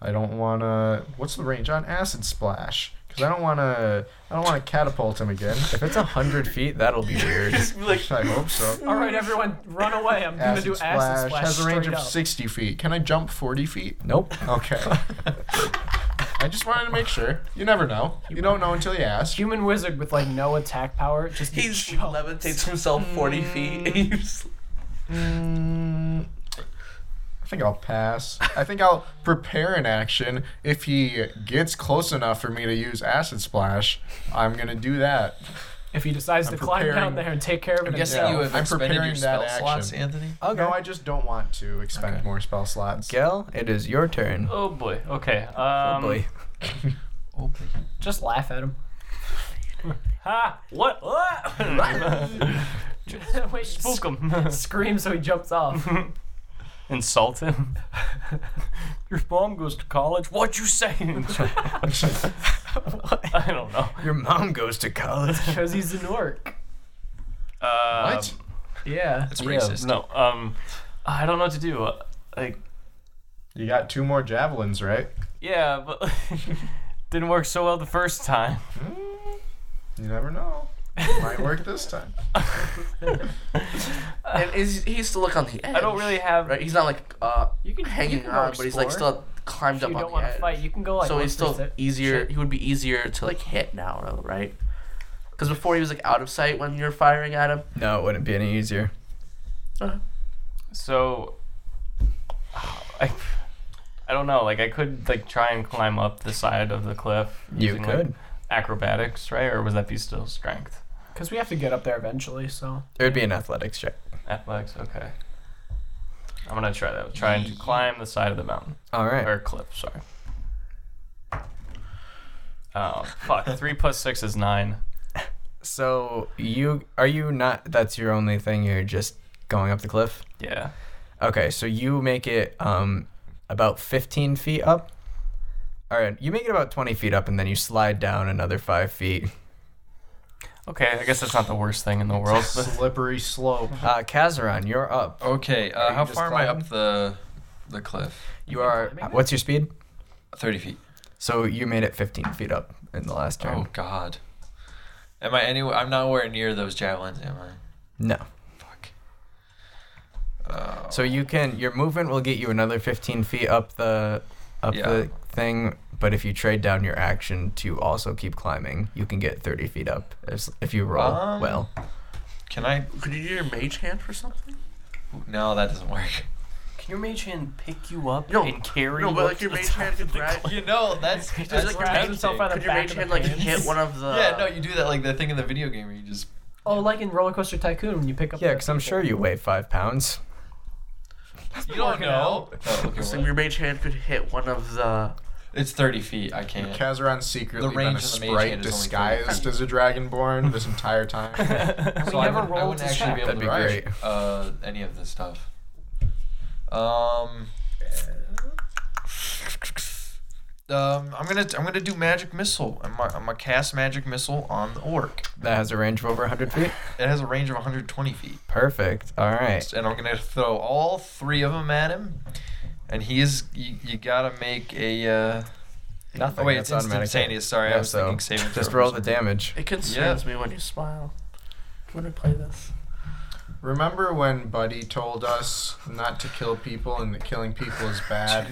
[SPEAKER 4] I don't want to. What's the range on acid splash? Because I don't want to. I don't want to catapult him again.
[SPEAKER 5] If it's a hundred feet, that'll be weird.
[SPEAKER 4] I hope so.
[SPEAKER 6] All right, everyone, run away. I'm gonna
[SPEAKER 4] Acid
[SPEAKER 6] do
[SPEAKER 4] splash,
[SPEAKER 6] acid splash.
[SPEAKER 4] has a range
[SPEAKER 6] straight
[SPEAKER 4] of
[SPEAKER 6] up.
[SPEAKER 4] sixty feet. Can I jump forty feet?
[SPEAKER 5] Nope.
[SPEAKER 4] Okay. I just wanted to make sure. You never know. You don't know until you ask.
[SPEAKER 6] Human wizard with like no attack power. Just
[SPEAKER 2] He
[SPEAKER 6] gets shot.
[SPEAKER 2] levitates himself 40 feet. and you just-
[SPEAKER 4] Mm, I think I'll pass. I think I'll prepare an action. If he gets close enough for me to use acid splash, I'm gonna do that.
[SPEAKER 6] If he decides
[SPEAKER 4] I'm
[SPEAKER 6] to climb
[SPEAKER 4] preparing-
[SPEAKER 6] down there and take care of it
[SPEAKER 3] I'm guessing
[SPEAKER 4] Yeah.
[SPEAKER 3] you have
[SPEAKER 4] I'm
[SPEAKER 3] expended
[SPEAKER 4] preparing
[SPEAKER 3] your spell
[SPEAKER 4] that
[SPEAKER 3] slots,
[SPEAKER 4] action.
[SPEAKER 3] Anthony.
[SPEAKER 2] Uh,
[SPEAKER 5] Okay.
[SPEAKER 4] Oh, No, I just don't want to expend
[SPEAKER 5] Okay.
[SPEAKER 4] more spell slots.
[SPEAKER 5] Gil, it is your turn.
[SPEAKER 7] Oh boy. Okay. Um,
[SPEAKER 5] Oh boy.
[SPEAKER 6] just laugh at him.
[SPEAKER 7] Ha! What?
[SPEAKER 6] Wait,
[SPEAKER 7] Spook
[SPEAKER 6] sc-
[SPEAKER 7] him.
[SPEAKER 6] scream so he jumps off.
[SPEAKER 7] Insult him. Your mom goes to college. What you saying? I don't know.
[SPEAKER 5] Your mom goes to college.
[SPEAKER 6] Because he's an orc.
[SPEAKER 7] Um,
[SPEAKER 4] What?
[SPEAKER 6] Yeah.
[SPEAKER 3] That's
[SPEAKER 7] yeah,
[SPEAKER 3] racist.
[SPEAKER 7] No. Um, I don't know what to do. Uh, Like,
[SPEAKER 4] You got two more javelins, right?
[SPEAKER 7] yeah, but didn't work so well the first time.
[SPEAKER 4] You never know. It might work this time.
[SPEAKER 2] and is, he's still like on the edge.
[SPEAKER 7] I don't really have.
[SPEAKER 2] Right? He's not like uh,
[SPEAKER 6] You can
[SPEAKER 2] hanging
[SPEAKER 6] you can go
[SPEAKER 2] on, but he's like
[SPEAKER 6] explore.
[SPEAKER 2] still climbed
[SPEAKER 6] If you
[SPEAKER 2] up
[SPEAKER 6] don't
[SPEAKER 2] on
[SPEAKER 6] want
[SPEAKER 2] the
[SPEAKER 6] to
[SPEAKER 2] edge.
[SPEAKER 6] fight. You can go like.
[SPEAKER 2] so he's still
[SPEAKER 6] 1%.
[SPEAKER 2] easier.
[SPEAKER 6] Shit.
[SPEAKER 2] He would be easier to like hit now, though, right? Because before he was like out of sight when you're firing at him.
[SPEAKER 5] No, it wouldn't be any easier.
[SPEAKER 7] So, I, I don't know. Like, I could like try and climb up the side of the cliff.
[SPEAKER 5] You
[SPEAKER 7] using, like,
[SPEAKER 5] could.
[SPEAKER 7] acrobatics, right? Or would that be still strength?
[SPEAKER 6] Because we have to get up there eventually, so.
[SPEAKER 5] It would be an athletics check.
[SPEAKER 7] Athletics. Okay. I'm gonna try that. Trying to climb the side of the mountain
[SPEAKER 5] All right.
[SPEAKER 7] or cliff. Sorry. Oh fuck! Three plus six is nine.
[SPEAKER 5] So you are you not? That's your only thing. You're just going up the cliff.
[SPEAKER 7] Yeah.
[SPEAKER 5] Okay, so you make it um about 15 feet up. All right, you make it about 20 feet up, and then you slide down another five feet.
[SPEAKER 7] Okay. I guess that's not the worst thing in the world. but-
[SPEAKER 4] Slippery slope.
[SPEAKER 5] Uh, Kazaron, you're up.
[SPEAKER 3] Okay.
[SPEAKER 5] Are
[SPEAKER 3] Uh,
[SPEAKER 5] you
[SPEAKER 3] how
[SPEAKER 5] just
[SPEAKER 3] far am I
[SPEAKER 5] climbing?
[SPEAKER 3] up the the cliff?
[SPEAKER 5] You are.
[SPEAKER 6] climbing?
[SPEAKER 5] What's your speed?
[SPEAKER 3] Thirty feet.
[SPEAKER 5] So you made it 15 feet up in the last turn.
[SPEAKER 3] Oh God. Am I anywhere? I'm nowhere near those javelins, am I?
[SPEAKER 5] No.
[SPEAKER 3] Fuck. Uh,
[SPEAKER 5] So you can. Your movement will get you another 15 feet up the up
[SPEAKER 3] Yeah.
[SPEAKER 5] the thing. But if you trade down your action to also keep climbing, you can get 30 feet up if, if you roll
[SPEAKER 3] Um,
[SPEAKER 5] well.
[SPEAKER 3] can I?
[SPEAKER 2] Could you do your mage hand for something?
[SPEAKER 3] No, that doesn't work.
[SPEAKER 7] Can your mage hand pick you up
[SPEAKER 2] No,
[SPEAKER 7] and carry
[SPEAKER 2] No,
[SPEAKER 7] you
[SPEAKER 2] but
[SPEAKER 7] up
[SPEAKER 2] like your
[SPEAKER 7] to the
[SPEAKER 2] mage
[SPEAKER 7] top
[SPEAKER 2] hand
[SPEAKER 7] of
[SPEAKER 2] could
[SPEAKER 7] the
[SPEAKER 2] grab.
[SPEAKER 3] You know, that's
[SPEAKER 2] Does
[SPEAKER 3] that's
[SPEAKER 2] it grab
[SPEAKER 6] himself
[SPEAKER 3] tempting.
[SPEAKER 6] by the
[SPEAKER 2] Could your
[SPEAKER 6] back
[SPEAKER 2] mage
[SPEAKER 6] of the
[SPEAKER 2] hand like
[SPEAKER 6] pants?
[SPEAKER 2] hit one of the?
[SPEAKER 3] Yeah, no, you do that like the thing in the video game where you just
[SPEAKER 6] Oh, like in Roller Coaster Tycoon when you pick up.
[SPEAKER 5] Yeah,
[SPEAKER 6] the
[SPEAKER 5] because I'm
[SPEAKER 6] people.
[SPEAKER 5] sure you weigh five pounds.
[SPEAKER 3] you don't
[SPEAKER 6] working
[SPEAKER 3] know. Oh,
[SPEAKER 2] So
[SPEAKER 3] okay,
[SPEAKER 2] your
[SPEAKER 3] well,
[SPEAKER 2] mage hand could hit one of the.
[SPEAKER 3] it's thirty feet. I can't.
[SPEAKER 4] Kazaron's
[SPEAKER 3] The
[SPEAKER 4] secretly been a
[SPEAKER 3] range of the mage
[SPEAKER 4] sprite
[SPEAKER 3] hand is only
[SPEAKER 4] disguised as a dragonborn this entire time.
[SPEAKER 3] So
[SPEAKER 6] We
[SPEAKER 3] I
[SPEAKER 6] never
[SPEAKER 3] wouldn't- I
[SPEAKER 6] rolled
[SPEAKER 3] wouldn't
[SPEAKER 6] to
[SPEAKER 3] actually be
[SPEAKER 6] check.
[SPEAKER 3] able to
[SPEAKER 5] That'd be
[SPEAKER 3] write, uh, any of this stuff. Um, um, I'm gonna I'm gonna do magic missile. I'm gonna, I'm gonna cast magic missile on the orc.
[SPEAKER 5] That has a range of over 100 feet.
[SPEAKER 3] It has a range of 120 feet,
[SPEAKER 5] Perfect. All right.
[SPEAKER 3] and I'm gonna throw all three of them at him. And he is you, you gotta make a. Uh,
[SPEAKER 5] Nothing.
[SPEAKER 3] oh wait,
[SPEAKER 5] that's
[SPEAKER 3] it's
[SPEAKER 5] automatic hit.
[SPEAKER 3] instantaneous. Sorry, I
[SPEAKER 5] Yeah,
[SPEAKER 3] was
[SPEAKER 5] so
[SPEAKER 3] thinking saving.
[SPEAKER 5] Just
[SPEAKER 3] throw
[SPEAKER 5] roll
[SPEAKER 3] for
[SPEAKER 5] the
[SPEAKER 3] some reason.
[SPEAKER 5] damage.
[SPEAKER 2] It concerns me when you smile. When I play this.
[SPEAKER 4] Remember when Buddy told us not to kill people and that killing people is bad?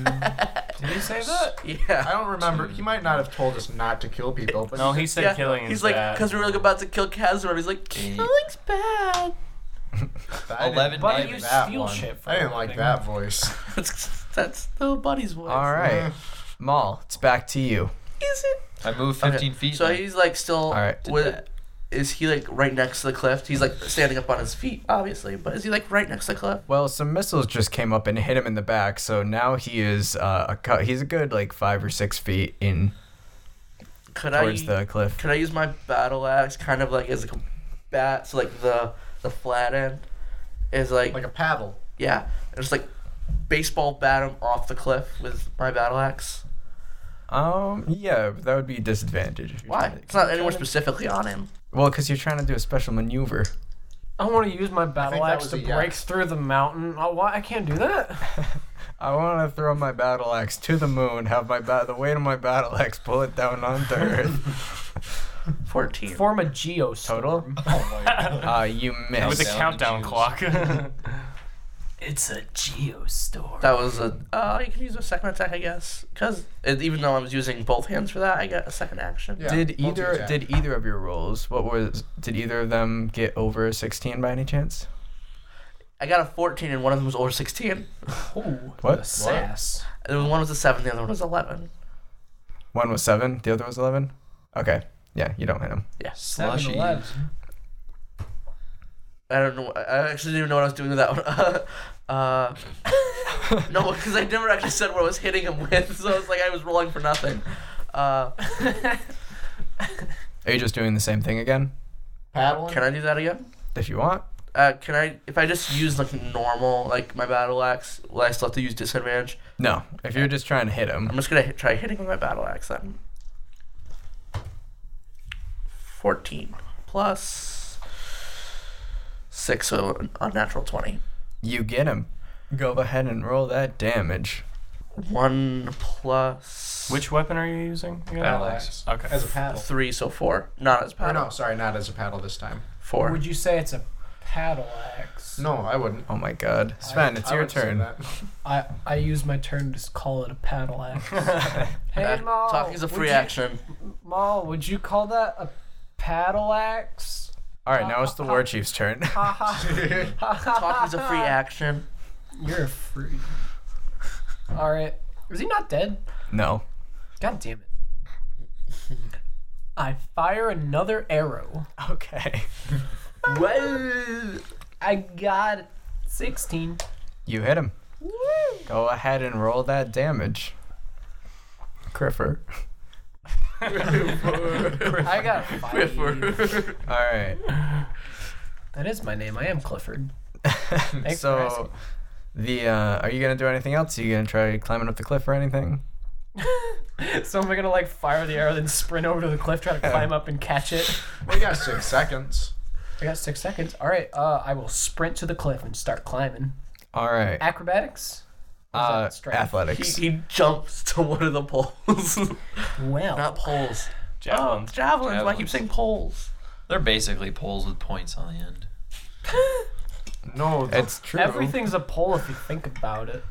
[SPEAKER 7] Did he say that?
[SPEAKER 4] I
[SPEAKER 2] Yeah.
[SPEAKER 4] don't remember. He might not have told us not to kill people, but
[SPEAKER 7] No, he said
[SPEAKER 2] yeah.
[SPEAKER 7] killing is
[SPEAKER 2] He's like,
[SPEAKER 7] bad.
[SPEAKER 2] because we were like about to kill Kazimir. He's like,
[SPEAKER 3] Eight.
[SPEAKER 2] killing's bad.
[SPEAKER 4] I didn't
[SPEAKER 3] Eleven
[SPEAKER 4] like
[SPEAKER 3] days.
[SPEAKER 4] that
[SPEAKER 6] Steal
[SPEAKER 4] one.
[SPEAKER 6] shit for
[SPEAKER 4] I didn't
[SPEAKER 6] a
[SPEAKER 4] like
[SPEAKER 6] living.
[SPEAKER 4] that voice.
[SPEAKER 2] that's that's the buddy's voice.
[SPEAKER 5] All
[SPEAKER 3] Mm.
[SPEAKER 5] right, Maul, it's back to you.
[SPEAKER 2] Is it?
[SPEAKER 3] I moved
[SPEAKER 2] Okay,
[SPEAKER 3] 15 feet.
[SPEAKER 2] So he's like still. All
[SPEAKER 5] right,
[SPEAKER 2] right.
[SPEAKER 5] did
[SPEAKER 3] that.
[SPEAKER 2] is he like right next to the cliff? He's like standing up on his feet, obviously, but is he like right next to the cliff?
[SPEAKER 5] Well, some missiles just came up and hit him in the back, so now he is uh, a cut. He's a good like five or six feet in
[SPEAKER 2] Could
[SPEAKER 5] towards
[SPEAKER 2] I?
[SPEAKER 5] the cliff.
[SPEAKER 2] Could I use my battle axe kind of like as a bat? So like the the flat end is like,
[SPEAKER 4] Like a paddle.
[SPEAKER 2] yeah, and just like baseball bat him off the cliff with my battle axe.
[SPEAKER 5] Um, yeah, that would be a disadvantage. if you're
[SPEAKER 2] Why?
[SPEAKER 5] trying to-
[SPEAKER 2] It's not anywhere specifically on him.
[SPEAKER 5] Well, because you're trying to do a special maneuver.
[SPEAKER 6] I want to use my battle
[SPEAKER 4] that
[SPEAKER 6] axe
[SPEAKER 4] was
[SPEAKER 6] to
[SPEAKER 4] a yes.
[SPEAKER 6] break through the mountain. Oh, why? I can't do that.
[SPEAKER 5] I want to throw my battle axe to the moon, have my ba- the weight of my battle axe pull it down onto Earth.
[SPEAKER 2] Fourteen.
[SPEAKER 6] Form a geostorm.
[SPEAKER 5] Total? Uh, you
[SPEAKER 7] with
[SPEAKER 5] missed.
[SPEAKER 7] a
[SPEAKER 3] Sound
[SPEAKER 7] countdown
[SPEAKER 3] juice.
[SPEAKER 7] clock.
[SPEAKER 6] It's a geostorm.
[SPEAKER 2] That was a. Uh, you can use a second attack, I guess, because even though I was using both hands for that, I got a second action.
[SPEAKER 4] Yeah,
[SPEAKER 5] did either
[SPEAKER 4] multi-attack.
[SPEAKER 5] did either of your rolls? What was did either of them get over 16 by any chance?
[SPEAKER 2] I got a fourteen, and one of them was over sixteen.
[SPEAKER 6] Ooh,
[SPEAKER 5] What?
[SPEAKER 6] the sass.
[SPEAKER 2] And one was a seven, the other one was eleven.
[SPEAKER 5] One was seven, the other was 11. Okay, yeah, you don't hit him.
[SPEAKER 3] Slushy.
[SPEAKER 6] 7-Eleven.
[SPEAKER 2] I don't know. I I actually didn't even know what I was doing with that one. uh, no, because I never actually said what I was hitting him with, so it's like I was rolling for nothing. Uh,
[SPEAKER 5] Are you just doing the same thing again?
[SPEAKER 4] Paddling?
[SPEAKER 2] can I do that again?
[SPEAKER 5] If you want.
[SPEAKER 2] Uh, can I? If I just use like normal, like my battle axe, will I still have to use disadvantage?
[SPEAKER 5] No, if you're just trying to hit him.
[SPEAKER 2] I'm just gonna hit, try hitting with my battle axe then. 14 plus 6, so a natural 20.
[SPEAKER 5] You get him. Go ahead and roll that damage.
[SPEAKER 2] 1 plus
[SPEAKER 7] Which weapon are you using? again?
[SPEAKER 3] Battle axe.
[SPEAKER 7] Okay.
[SPEAKER 4] As a paddle.
[SPEAKER 2] 3, so 4. Not as
[SPEAKER 4] Or
[SPEAKER 2] bad.
[SPEAKER 4] no, sorry, not as a paddle this time.
[SPEAKER 2] 4.
[SPEAKER 6] Would you say it's a paddle axe?
[SPEAKER 4] No, I wouldn't.
[SPEAKER 5] Oh my god. Sven, it's
[SPEAKER 4] I
[SPEAKER 5] your
[SPEAKER 4] wouldn't say
[SPEAKER 5] turn.
[SPEAKER 4] that.
[SPEAKER 6] I I use my turn to s- call it a paddle axe. hey,
[SPEAKER 2] Back-
[SPEAKER 6] Maul,
[SPEAKER 2] Talking's a
[SPEAKER 6] would
[SPEAKER 2] free
[SPEAKER 6] you-
[SPEAKER 2] action.
[SPEAKER 6] Maul, would you call that a paddle axe?
[SPEAKER 5] Alright, now it's the war chief's turn.
[SPEAKER 6] Ha ha. ha ha.
[SPEAKER 2] Talking's a free action.
[SPEAKER 6] You're a free. All right. Is he not dead?
[SPEAKER 5] no.
[SPEAKER 6] God damn it. I fire another arrow.
[SPEAKER 5] Okay.
[SPEAKER 6] Well, I got 16.
[SPEAKER 5] You hit him. Go ahead and roll that damage. Criffer.
[SPEAKER 6] I got five.
[SPEAKER 5] Alright.
[SPEAKER 6] That is my name. I am Clifford. Thanks for
[SPEAKER 5] so
[SPEAKER 6] asking.
[SPEAKER 5] the uh are you gonna do anything else? Are you gonna try climbing up the cliff or anything?
[SPEAKER 6] So am I gonna like fire the arrow, then sprint over to the cliff, try to climb up and catch it?
[SPEAKER 4] We got six seconds.
[SPEAKER 6] I got six seconds. All right, uh, I will sprint to the cliff and start climbing.
[SPEAKER 5] Alright.
[SPEAKER 6] Acrobatics. Or is
[SPEAKER 5] Uh,
[SPEAKER 6] that strength?
[SPEAKER 2] He,
[SPEAKER 5] athletics.
[SPEAKER 2] he jumps to one of the poles.
[SPEAKER 6] Well,
[SPEAKER 2] Not poles. Oh,
[SPEAKER 7] Javelins.
[SPEAKER 2] javelins. javelins. Why I keep
[SPEAKER 3] Javelins.
[SPEAKER 2] saying poles?
[SPEAKER 3] They're basically poles with points on the end.
[SPEAKER 4] No, the
[SPEAKER 5] It's true.
[SPEAKER 6] everything's a pole if you think about it.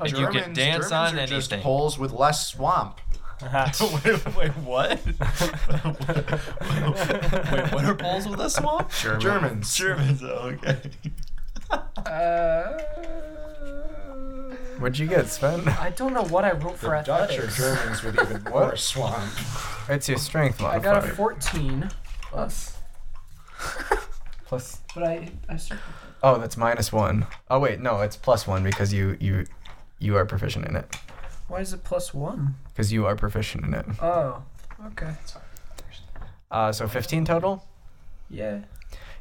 [SPEAKER 3] And you can
[SPEAKER 4] Germans-
[SPEAKER 3] dance
[SPEAKER 4] Germans
[SPEAKER 3] on
[SPEAKER 4] are just
[SPEAKER 3] anything.
[SPEAKER 4] poles with less swamp.
[SPEAKER 3] wait, wait, what? wait, what are poles with a swamp?
[SPEAKER 4] Germans.
[SPEAKER 3] Germans, oh, okay.
[SPEAKER 5] What'd you get, Sven?
[SPEAKER 6] I don't know what I wrote for
[SPEAKER 4] Dutch or
[SPEAKER 6] athletics.
[SPEAKER 4] Germans with even more swamp.
[SPEAKER 5] It's your strength
[SPEAKER 6] I
[SPEAKER 5] modifier.
[SPEAKER 6] got a 14,
[SPEAKER 2] Plus.
[SPEAKER 5] plus.
[SPEAKER 6] but I I circled.
[SPEAKER 5] Oh, that's minus one. Oh wait, no, it's plus one because you you you are proficient in it.
[SPEAKER 6] Why is it plus one?
[SPEAKER 5] Because you are proficient in it.
[SPEAKER 6] Oh, okay.
[SPEAKER 5] Uh, so 15 total.
[SPEAKER 6] Yeah.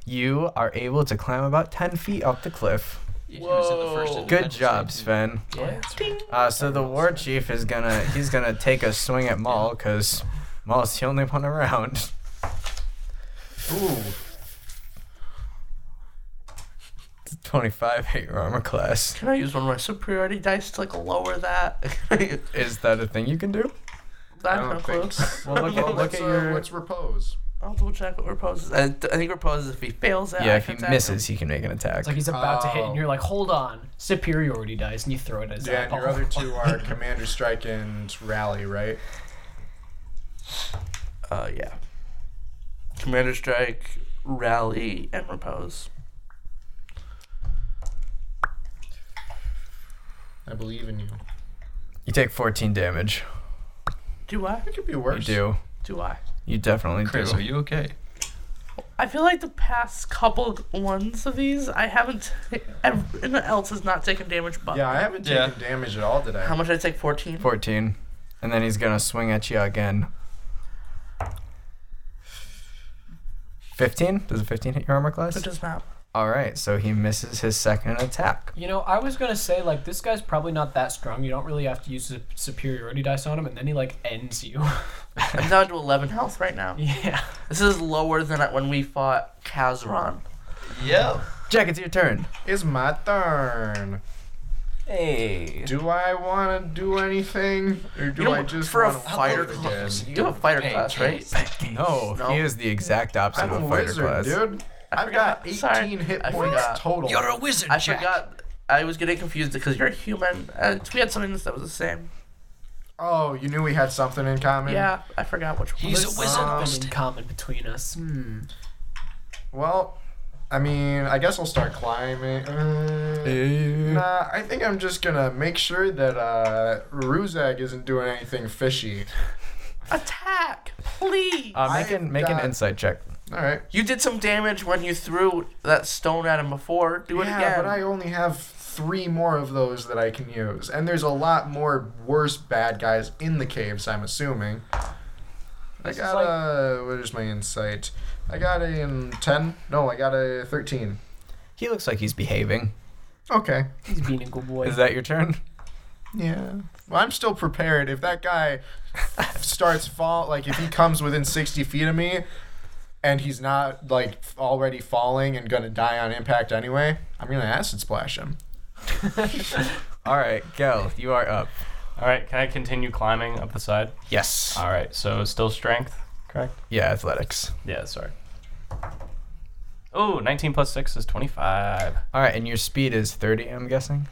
[SPEAKER 5] You are able to climb about 10 feet up the cliff.
[SPEAKER 3] He was in the first
[SPEAKER 2] Whoa.
[SPEAKER 5] Good
[SPEAKER 3] independence
[SPEAKER 5] job,
[SPEAKER 3] race.
[SPEAKER 5] Sven.
[SPEAKER 6] Yeah.
[SPEAKER 5] Uh, so the war chief is gonna he's gonna take a swing at Maul because Maul's the only one around.
[SPEAKER 4] Ooh,
[SPEAKER 5] 25 hit your armor class.
[SPEAKER 2] Can I use one of my superiority dice to like lower that? I
[SPEAKER 5] Is that a thing you can do?
[SPEAKER 4] I don't
[SPEAKER 2] have no clue.
[SPEAKER 4] think so.
[SPEAKER 5] Well, look at, look
[SPEAKER 4] What's,
[SPEAKER 5] at
[SPEAKER 4] uh,
[SPEAKER 5] your
[SPEAKER 4] what's repose?
[SPEAKER 2] I'll double check what repose is. I, I think repose is if he fails at
[SPEAKER 5] yeah, if he
[SPEAKER 2] attack.
[SPEAKER 5] misses, he can make an attack.
[SPEAKER 6] It's like he's about to hit,
[SPEAKER 4] Oh.
[SPEAKER 6] and you're like, hold on. Superiority dice, and you throw it at his
[SPEAKER 4] Yeah, and your
[SPEAKER 6] eyeball.
[SPEAKER 4] other two are Commander Strike and Rally, right?
[SPEAKER 2] Uh, yeah. Commander Strike, Rally, and Repose.
[SPEAKER 4] I believe in you.
[SPEAKER 5] You take 14 damage.
[SPEAKER 2] Do I?
[SPEAKER 4] It could be
[SPEAKER 5] You
[SPEAKER 4] worse.
[SPEAKER 5] do.
[SPEAKER 2] Do I?
[SPEAKER 5] You definitely
[SPEAKER 3] Chris,
[SPEAKER 5] do.
[SPEAKER 3] are you okay?
[SPEAKER 2] I feel like the past couple ones of these, I haven't. Everyone else has not taken damage, but.
[SPEAKER 4] Yeah, I haven't taken
[SPEAKER 3] Yeah.
[SPEAKER 4] damage at all today.
[SPEAKER 2] How much did I take? 14?
[SPEAKER 5] 14. And then he's going to swing at you again. 15? Does a 15 hit your armor
[SPEAKER 2] It
[SPEAKER 5] class?
[SPEAKER 2] does not.
[SPEAKER 5] All right, so he misses his second attack.
[SPEAKER 6] You know, I was gonna say like this guy's probably not that strong. You don't really have to use su- superiority dice on him, and then he like ends you.
[SPEAKER 2] I'm down to 11 health right now.
[SPEAKER 6] yeah.
[SPEAKER 2] This is lower than when we fought Kazron.
[SPEAKER 3] Yeah.
[SPEAKER 5] Jack, it's your turn.
[SPEAKER 4] It's my turn.
[SPEAKER 7] Hey.
[SPEAKER 4] Do I want to do anything, or do
[SPEAKER 2] You know,
[SPEAKER 4] I just
[SPEAKER 2] for a
[SPEAKER 4] wanna
[SPEAKER 2] fighter
[SPEAKER 4] live
[SPEAKER 2] class,
[SPEAKER 4] again?
[SPEAKER 2] you have a fighter
[SPEAKER 3] Hey,
[SPEAKER 2] class, right?
[SPEAKER 5] No,
[SPEAKER 2] No.
[SPEAKER 5] he is the exact opposite
[SPEAKER 4] I'm
[SPEAKER 5] of
[SPEAKER 4] a
[SPEAKER 5] a fighter
[SPEAKER 4] wizard,
[SPEAKER 5] class.
[SPEAKER 4] dude.
[SPEAKER 2] I
[SPEAKER 4] I've
[SPEAKER 2] forgot.
[SPEAKER 4] got 18
[SPEAKER 2] Sorry.
[SPEAKER 4] hit
[SPEAKER 2] I
[SPEAKER 4] points
[SPEAKER 2] forgot.
[SPEAKER 4] total.
[SPEAKER 3] You're a wizard,
[SPEAKER 2] I
[SPEAKER 3] Jack.
[SPEAKER 2] forgot. I was getting confused because you're human. Uh, we had something that was the same.
[SPEAKER 4] Oh, you knew we had something in common.
[SPEAKER 2] Yeah, I forgot which one.
[SPEAKER 3] He's
[SPEAKER 2] Let's-
[SPEAKER 3] a wizard.
[SPEAKER 6] Something in common between us. Hmm.
[SPEAKER 4] Well, I mean, I guess I'll start climbing. Uh, Nah, I think I'm just gonna make sure that uh, Ruzag isn't doing anything fishy.
[SPEAKER 2] Attack, please.
[SPEAKER 5] Uh, make an,
[SPEAKER 4] I've
[SPEAKER 5] make an
[SPEAKER 4] got-
[SPEAKER 5] insight check.
[SPEAKER 4] All right.
[SPEAKER 2] you did some damage when you threw that stone at him before. Do it
[SPEAKER 4] yeah,
[SPEAKER 2] again.
[SPEAKER 4] but I only have three more of those that I can use, and there's a lot more worse bad guys in the caves. I'm assuming. I
[SPEAKER 6] This is
[SPEAKER 4] got
[SPEAKER 6] like-
[SPEAKER 4] a. What is my insight? I got a in ten. No, I got a thirteen.
[SPEAKER 5] He looks like he's behaving.
[SPEAKER 4] Okay.
[SPEAKER 6] He's being a good boy.
[SPEAKER 5] Is that your turn?
[SPEAKER 4] Yeah. Well, I'm still prepared. If that guy starts fall, like if he comes within 60 feet of me, and he's not like already falling and gonna die on impact anyway, I'm gonna acid splash him.
[SPEAKER 5] All right, Gel, you are up.
[SPEAKER 7] All right. Can I continue climbing up the side?
[SPEAKER 5] Yes.
[SPEAKER 7] All right. So still strength, correct?
[SPEAKER 5] Yeah, athletics.
[SPEAKER 7] Yeah. Sorry. Oh, 19 plus 6 is 25.
[SPEAKER 5] All right, and your speed is 30, I'm guessing?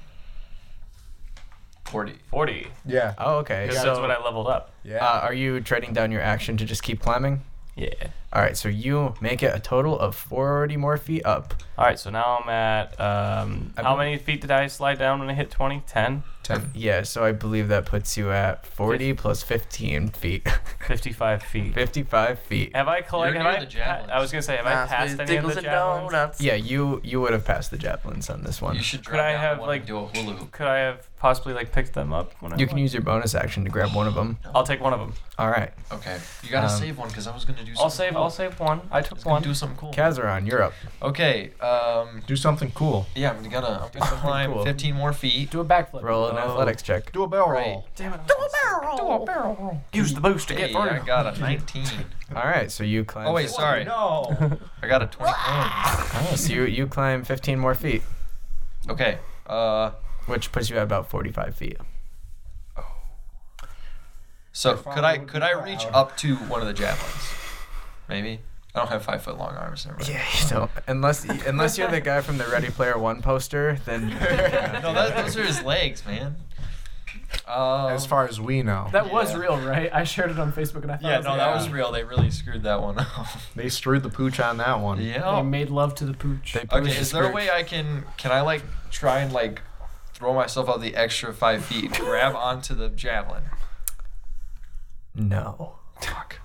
[SPEAKER 3] 40.
[SPEAKER 7] 40.
[SPEAKER 4] Yeah.
[SPEAKER 5] Oh, okay.
[SPEAKER 7] Because
[SPEAKER 5] So,
[SPEAKER 7] that's what I leveled up.
[SPEAKER 4] Yeah.
[SPEAKER 5] uh, are you trading down your action to just keep climbing?
[SPEAKER 7] Yeah.
[SPEAKER 5] All right, so you make it a total of 40 more feet up.
[SPEAKER 7] All right. So now I'm at. Um,
[SPEAKER 5] I
[SPEAKER 7] how
[SPEAKER 5] believe-
[SPEAKER 7] many feet did I slide down when I hit 20? 10?
[SPEAKER 4] Ten.
[SPEAKER 5] Yeah, so I believe that puts you at 40 plus 15 feet,
[SPEAKER 7] 55 feet.
[SPEAKER 5] 55 feet.
[SPEAKER 7] Have I collected?
[SPEAKER 3] You're
[SPEAKER 7] Have
[SPEAKER 3] near
[SPEAKER 7] I?
[SPEAKER 3] the javelins.
[SPEAKER 7] pa- I was gonna say, have I
[SPEAKER 2] Pass
[SPEAKER 7] passed
[SPEAKER 2] me
[SPEAKER 7] any of
[SPEAKER 2] Diggles
[SPEAKER 7] the
[SPEAKER 2] and uh.
[SPEAKER 7] javelins?
[SPEAKER 2] donuts.
[SPEAKER 5] Yeah, you you would have passed the javelins on this one.
[SPEAKER 3] You should
[SPEAKER 7] I
[SPEAKER 3] try down
[SPEAKER 7] have,
[SPEAKER 3] one and
[SPEAKER 7] like-
[SPEAKER 3] do a hula hoop.
[SPEAKER 7] Could I have possibly like picked them up? When I
[SPEAKER 5] You can
[SPEAKER 7] want?
[SPEAKER 5] use your bonus action to grab one of them.
[SPEAKER 7] I'll take one of them.
[SPEAKER 5] All right,
[SPEAKER 3] Okay. You gotta
[SPEAKER 5] Um,
[SPEAKER 3] save one because I was gonna do something
[SPEAKER 7] I'll save.
[SPEAKER 3] cool.
[SPEAKER 7] I'll save one. I took
[SPEAKER 3] I was gonna
[SPEAKER 7] one.
[SPEAKER 3] do something cool.
[SPEAKER 5] Kazaron, you're up.
[SPEAKER 3] Okay. Um.
[SPEAKER 4] Do something cool.
[SPEAKER 3] Yeah, I'm gonna. I'm gonna climb
[SPEAKER 5] cool.
[SPEAKER 3] 15 more feet.
[SPEAKER 6] Do a backflip.
[SPEAKER 5] Roll an
[SPEAKER 3] Oh.
[SPEAKER 5] athletics check.
[SPEAKER 4] Do a barrel
[SPEAKER 3] Right.
[SPEAKER 4] roll.
[SPEAKER 7] Damn it!
[SPEAKER 2] Use the boost to
[SPEAKER 3] Hey, I got a 19.
[SPEAKER 5] All right, so you climb.
[SPEAKER 3] Oh wait, sorry.
[SPEAKER 4] No.
[SPEAKER 3] I got a 21.
[SPEAKER 5] Oh, so you you climb 15 more feet,
[SPEAKER 3] Okay. Uh.
[SPEAKER 5] which puts you at about 45 feet.
[SPEAKER 3] So
[SPEAKER 4] Your
[SPEAKER 3] could
[SPEAKER 4] father
[SPEAKER 3] I
[SPEAKER 4] would
[SPEAKER 3] could
[SPEAKER 4] be
[SPEAKER 3] I reach
[SPEAKER 4] proud.
[SPEAKER 3] up to one of the javelins? Maybe. I don't have five foot long arms. Never mind.
[SPEAKER 5] Yeah, you don't. Unless unless you're the guy from the Ready Player One poster, then.
[SPEAKER 3] No, that, those are his legs, man. Um,
[SPEAKER 4] As far as we know,
[SPEAKER 6] That was
[SPEAKER 3] Yeah.
[SPEAKER 6] real, right? I shared it on Facebook, and I thought.
[SPEAKER 3] Yeah,
[SPEAKER 6] it
[SPEAKER 3] no,
[SPEAKER 6] like,
[SPEAKER 3] that was real. They really screwed that one up.
[SPEAKER 4] they strewed the pooch on that one.
[SPEAKER 6] They
[SPEAKER 3] yeah.
[SPEAKER 6] made love to the pooch.
[SPEAKER 5] They-
[SPEAKER 3] Okay,
[SPEAKER 5] Push
[SPEAKER 3] is there a
[SPEAKER 5] skirt.
[SPEAKER 3] way I can can I like try and like throw myself out the extra five feet and grab onto the javelin?
[SPEAKER 5] no.
[SPEAKER 3] Fuck.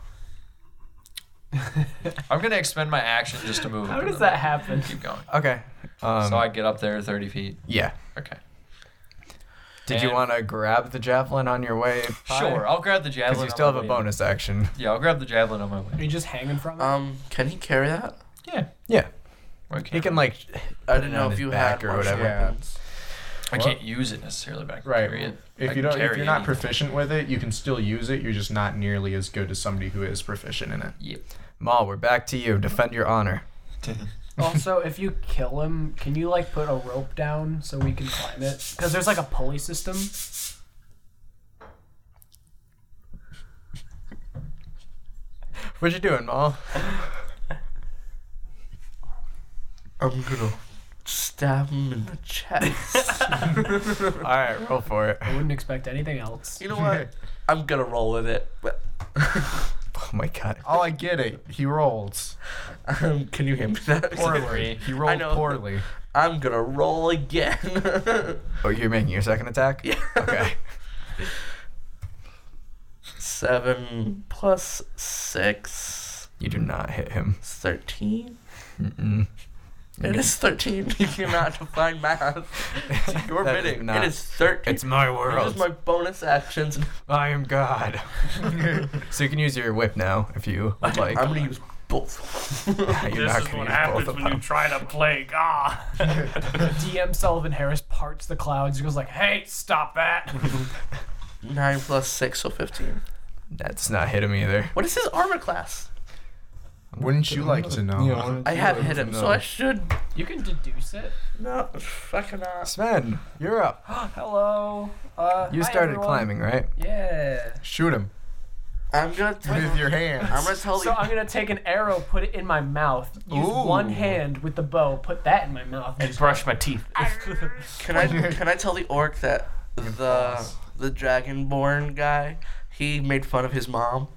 [SPEAKER 3] I'm gonna expend my action just to move.
[SPEAKER 6] How
[SPEAKER 3] up in
[SPEAKER 6] does
[SPEAKER 3] the-
[SPEAKER 6] that happen?
[SPEAKER 3] Keep going.
[SPEAKER 5] Okay. Um,
[SPEAKER 3] so I get up there 30 feet.
[SPEAKER 5] yeah.
[SPEAKER 3] Okay.
[SPEAKER 5] Did you
[SPEAKER 3] And-
[SPEAKER 5] want to grab the javelin on your way?
[SPEAKER 3] Sure, I'll grab the javelin.
[SPEAKER 5] Because you
[SPEAKER 3] on my
[SPEAKER 5] still have a
[SPEAKER 3] way.
[SPEAKER 5] bonus action.
[SPEAKER 3] Yeah, I'll grab the javelin on my
[SPEAKER 6] Are
[SPEAKER 3] way.
[SPEAKER 6] you just hanging from it?
[SPEAKER 2] Um, can he carry that?
[SPEAKER 3] Yeah.
[SPEAKER 5] Yeah.
[SPEAKER 3] Okay.
[SPEAKER 5] He can like.
[SPEAKER 2] I
[SPEAKER 5] put
[SPEAKER 2] didn't
[SPEAKER 5] it
[SPEAKER 2] know if
[SPEAKER 5] on his
[SPEAKER 2] you
[SPEAKER 5] back
[SPEAKER 2] had
[SPEAKER 5] or
[SPEAKER 2] martial
[SPEAKER 5] whatever.
[SPEAKER 4] Yeah.
[SPEAKER 2] weapons.
[SPEAKER 3] I can't use it necessarily back.
[SPEAKER 4] Right.
[SPEAKER 3] Period.
[SPEAKER 4] If
[SPEAKER 3] I
[SPEAKER 4] you don't, if
[SPEAKER 3] carry
[SPEAKER 4] you're not
[SPEAKER 3] anything.
[SPEAKER 4] proficient with it, you can still use it. You're just not nearly as good as somebody who is proficient in it.
[SPEAKER 3] Yeah.
[SPEAKER 5] Maul, we're back to you. Defend your honor.
[SPEAKER 6] also, if you kill him, can you like put a rope down so we can climb it? Because there's like a pulley system.
[SPEAKER 5] What you doing, Maul?
[SPEAKER 2] I'm gonna stab him in the chest.
[SPEAKER 5] All right, roll for it.
[SPEAKER 6] I wouldn't expect anything else.
[SPEAKER 2] you know what? I'm gonna roll with it. But
[SPEAKER 5] Oh my god.
[SPEAKER 4] Oh, I get it. He rolls
[SPEAKER 2] um, can you hand me that?
[SPEAKER 4] poorly. He rolled
[SPEAKER 2] know.
[SPEAKER 4] poorly.
[SPEAKER 2] I'm gonna roll again.
[SPEAKER 5] Oh, you're making your second attack?
[SPEAKER 2] Yeah.
[SPEAKER 5] Okay.
[SPEAKER 2] Seven plus six.
[SPEAKER 5] You do not hit him.
[SPEAKER 2] It's thirteen.
[SPEAKER 5] Mm-mm.
[SPEAKER 2] It is thirteen. You cannot define math. It's your
[SPEAKER 5] That is
[SPEAKER 2] bidding.
[SPEAKER 5] not-
[SPEAKER 2] It is thirteen.
[SPEAKER 5] It's my world. Oh
[SPEAKER 2] This is my bonus actions.
[SPEAKER 5] I am God. so you can use your whip now if you would like.
[SPEAKER 2] I'm gonna use both.
[SPEAKER 5] You're
[SPEAKER 7] this
[SPEAKER 5] not
[SPEAKER 7] is
[SPEAKER 5] gonna use both
[SPEAKER 7] what happens
[SPEAKER 5] of
[SPEAKER 7] when you
[SPEAKER 5] them.
[SPEAKER 7] try to play God.
[SPEAKER 6] DM Sullivan Harris parts the clouds. He goes like, "Hey, stop that!"
[SPEAKER 2] Nine plus six, so fifteen.
[SPEAKER 5] That's not hit him either.
[SPEAKER 2] What is his armor class?
[SPEAKER 4] Wouldn't you like to know?
[SPEAKER 2] I have hit him, so I should.
[SPEAKER 6] You can deduce it.
[SPEAKER 2] No, fucking not.
[SPEAKER 5] Sven, you're up.
[SPEAKER 6] Hello. Uh,
[SPEAKER 5] You
[SPEAKER 6] hi,
[SPEAKER 5] started
[SPEAKER 6] everyone.
[SPEAKER 5] climbing, right?
[SPEAKER 6] Yeah.
[SPEAKER 4] Shoot him
[SPEAKER 2] I'm gonna tell.
[SPEAKER 4] with your
[SPEAKER 2] I'm
[SPEAKER 4] hands.
[SPEAKER 2] gonna tell
[SPEAKER 6] So
[SPEAKER 2] the.
[SPEAKER 6] I'm gonna take an arrow, put it in my mouth, use
[SPEAKER 4] Ooh.
[SPEAKER 6] one hand with the bow, put that in my mouth, and
[SPEAKER 7] and brush my teeth.
[SPEAKER 2] Can I? Can I tell the orc that the the dragonborn guy he made fun of his mom,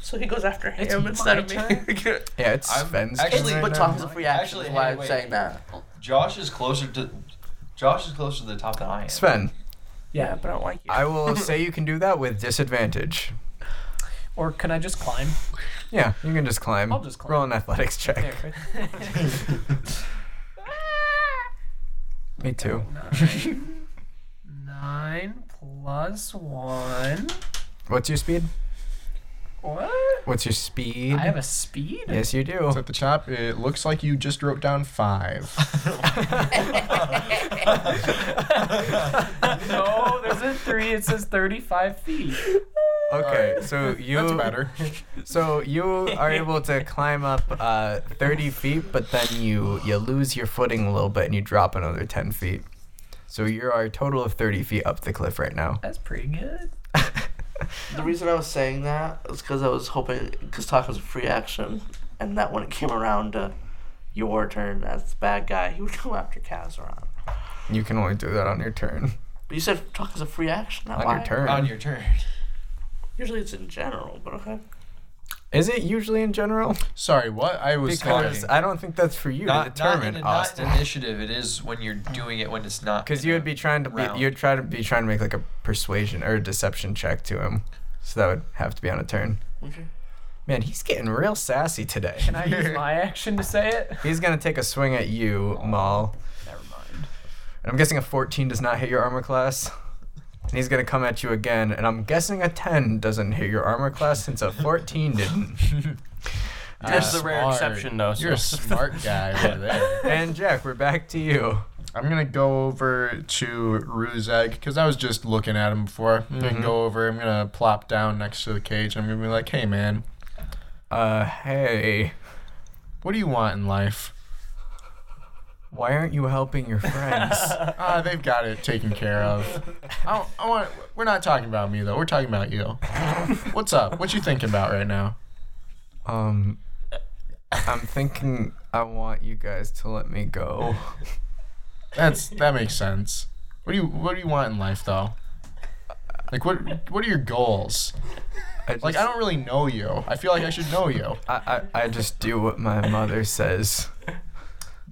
[SPEAKER 2] so he goes after him
[SPEAKER 6] It's
[SPEAKER 2] instead
[SPEAKER 6] my
[SPEAKER 2] of me.
[SPEAKER 5] Yeah, it's
[SPEAKER 3] I'm-
[SPEAKER 5] Sven's.
[SPEAKER 3] actually-
[SPEAKER 2] Actually, but
[SPEAKER 4] no,
[SPEAKER 2] Tom's a free action.
[SPEAKER 3] actually,
[SPEAKER 2] is why
[SPEAKER 3] hey,
[SPEAKER 2] I'm
[SPEAKER 3] wait.
[SPEAKER 2] saying that.
[SPEAKER 3] Josh is closer to Josh is closer to the top than I am.
[SPEAKER 5] Sven,
[SPEAKER 2] Yeah,
[SPEAKER 6] yeah.
[SPEAKER 2] but I don't like you.
[SPEAKER 5] I will say you can do that with disadvantage.
[SPEAKER 6] Or can I just climb?
[SPEAKER 5] Yeah, you can just climb.
[SPEAKER 6] I'll just climb.
[SPEAKER 5] Roll an athletics check.
[SPEAKER 6] There.
[SPEAKER 5] Me too.
[SPEAKER 6] Nine plus one.
[SPEAKER 5] What's your speed?
[SPEAKER 6] What?
[SPEAKER 5] What's your speed?
[SPEAKER 6] I have a speed.
[SPEAKER 5] yes, you do.
[SPEAKER 4] So at the chop, it looks like you just wrote down five.
[SPEAKER 6] No, there's a three. It says 35 feet.
[SPEAKER 5] Okay, so you
[SPEAKER 4] That's better.
[SPEAKER 5] so you are able to climb up uh, 30 feet, but then you you lose your footing a little bit and you drop another 10 feet. So you are a total of 30 feet up the cliff right now.
[SPEAKER 6] That's pretty good.
[SPEAKER 2] The reason I was saying that is because I was hoping because Talk was a free action, and that when it came around to your turn as the bad guy, he would go after Kazaron.
[SPEAKER 5] You can only do that on your turn.
[SPEAKER 2] But you said Talk is a free action. not
[SPEAKER 5] On
[SPEAKER 2] mine.
[SPEAKER 5] your turn.
[SPEAKER 3] On your turn.
[SPEAKER 2] Usually it's in general, but okay.
[SPEAKER 5] Is it usually in general?
[SPEAKER 4] Sorry, what? I was
[SPEAKER 5] Because
[SPEAKER 4] talking.
[SPEAKER 5] I don't think that's for you to
[SPEAKER 3] Not, not,
[SPEAKER 5] determine,
[SPEAKER 3] in, not
[SPEAKER 5] Austin.
[SPEAKER 3] in initiative. It is when you're doing it when it's not.
[SPEAKER 5] Because you would be trying to be,
[SPEAKER 3] Round.
[SPEAKER 5] you'd try to be trying to make like a persuasion or a deception check to him, so that would have to be on a turn.
[SPEAKER 2] Okay.
[SPEAKER 5] Man, he's getting real sassy today.
[SPEAKER 6] Can I use my action to say it?
[SPEAKER 5] He's gonna take a swing at you, Maul.
[SPEAKER 6] Never mind.
[SPEAKER 5] And I'm guessing a 14 does not hit your armor class. And he's gonna come at you again, and I'm guessing a 10 doesn't hit your armor class since a 14 didn't.
[SPEAKER 7] That's the rare
[SPEAKER 4] smart.
[SPEAKER 7] exception, though. So.
[SPEAKER 4] You're a smart guy over there.
[SPEAKER 5] And Jack, we're back to you.
[SPEAKER 4] I'm gonna go over to Ruzek because I was just looking at him before. I'm
[SPEAKER 3] Mm-hmm.
[SPEAKER 4] gonna go over. I'm gonna plop down next to the cage. I'm gonna be like, "Hey, man,
[SPEAKER 5] Uh, hey,
[SPEAKER 4] what do you want in life?
[SPEAKER 5] why aren't you helping your friends?
[SPEAKER 4] Ah, they've got it taken care of. I, don't, I want. We're not talking about me though. We're talking about you. What's up? What you thinking about right now?
[SPEAKER 5] um, I'm thinking I want you guys to let me go.
[SPEAKER 4] That's that makes sense. What do you What do you want in life though? Like what What are your goals?
[SPEAKER 5] I just,
[SPEAKER 4] Like I don't really know you. I feel like I should know you.
[SPEAKER 5] I, I, I just do what my mother says.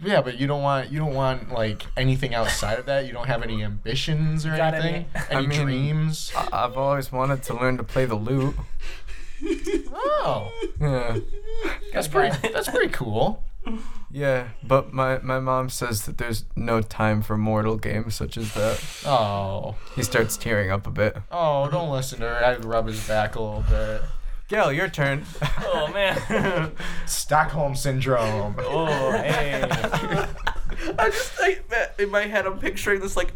[SPEAKER 4] Yeah, but you don't want you don't want like anything outside of that. You don't have any ambitions or
[SPEAKER 6] Got
[SPEAKER 4] anything.
[SPEAKER 5] I
[SPEAKER 4] Any
[SPEAKER 5] mean-
[SPEAKER 4] dreams?
[SPEAKER 5] I- I've always wanted to learn to play the lute.
[SPEAKER 4] Oh,
[SPEAKER 5] Yeah.
[SPEAKER 4] that's pretty. That's pretty cool.
[SPEAKER 5] Yeah, but my, my mom says that there's no time for mortal games such as that.
[SPEAKER 4] Oh,
[SPEAKER 5] He starts tearing up a bit.
[SPEAKER 4] oh, don't listen to her. I rub his back a little bit.
[SPEAKER 5] Gail, your turn.
[SPEAKER 7] oh man.
[SPEAKER 4] Stockholm syndrome.
[SPEAKER 7] oh hey.
[SPEAKER 2] I just I, in my head I'm picturing this like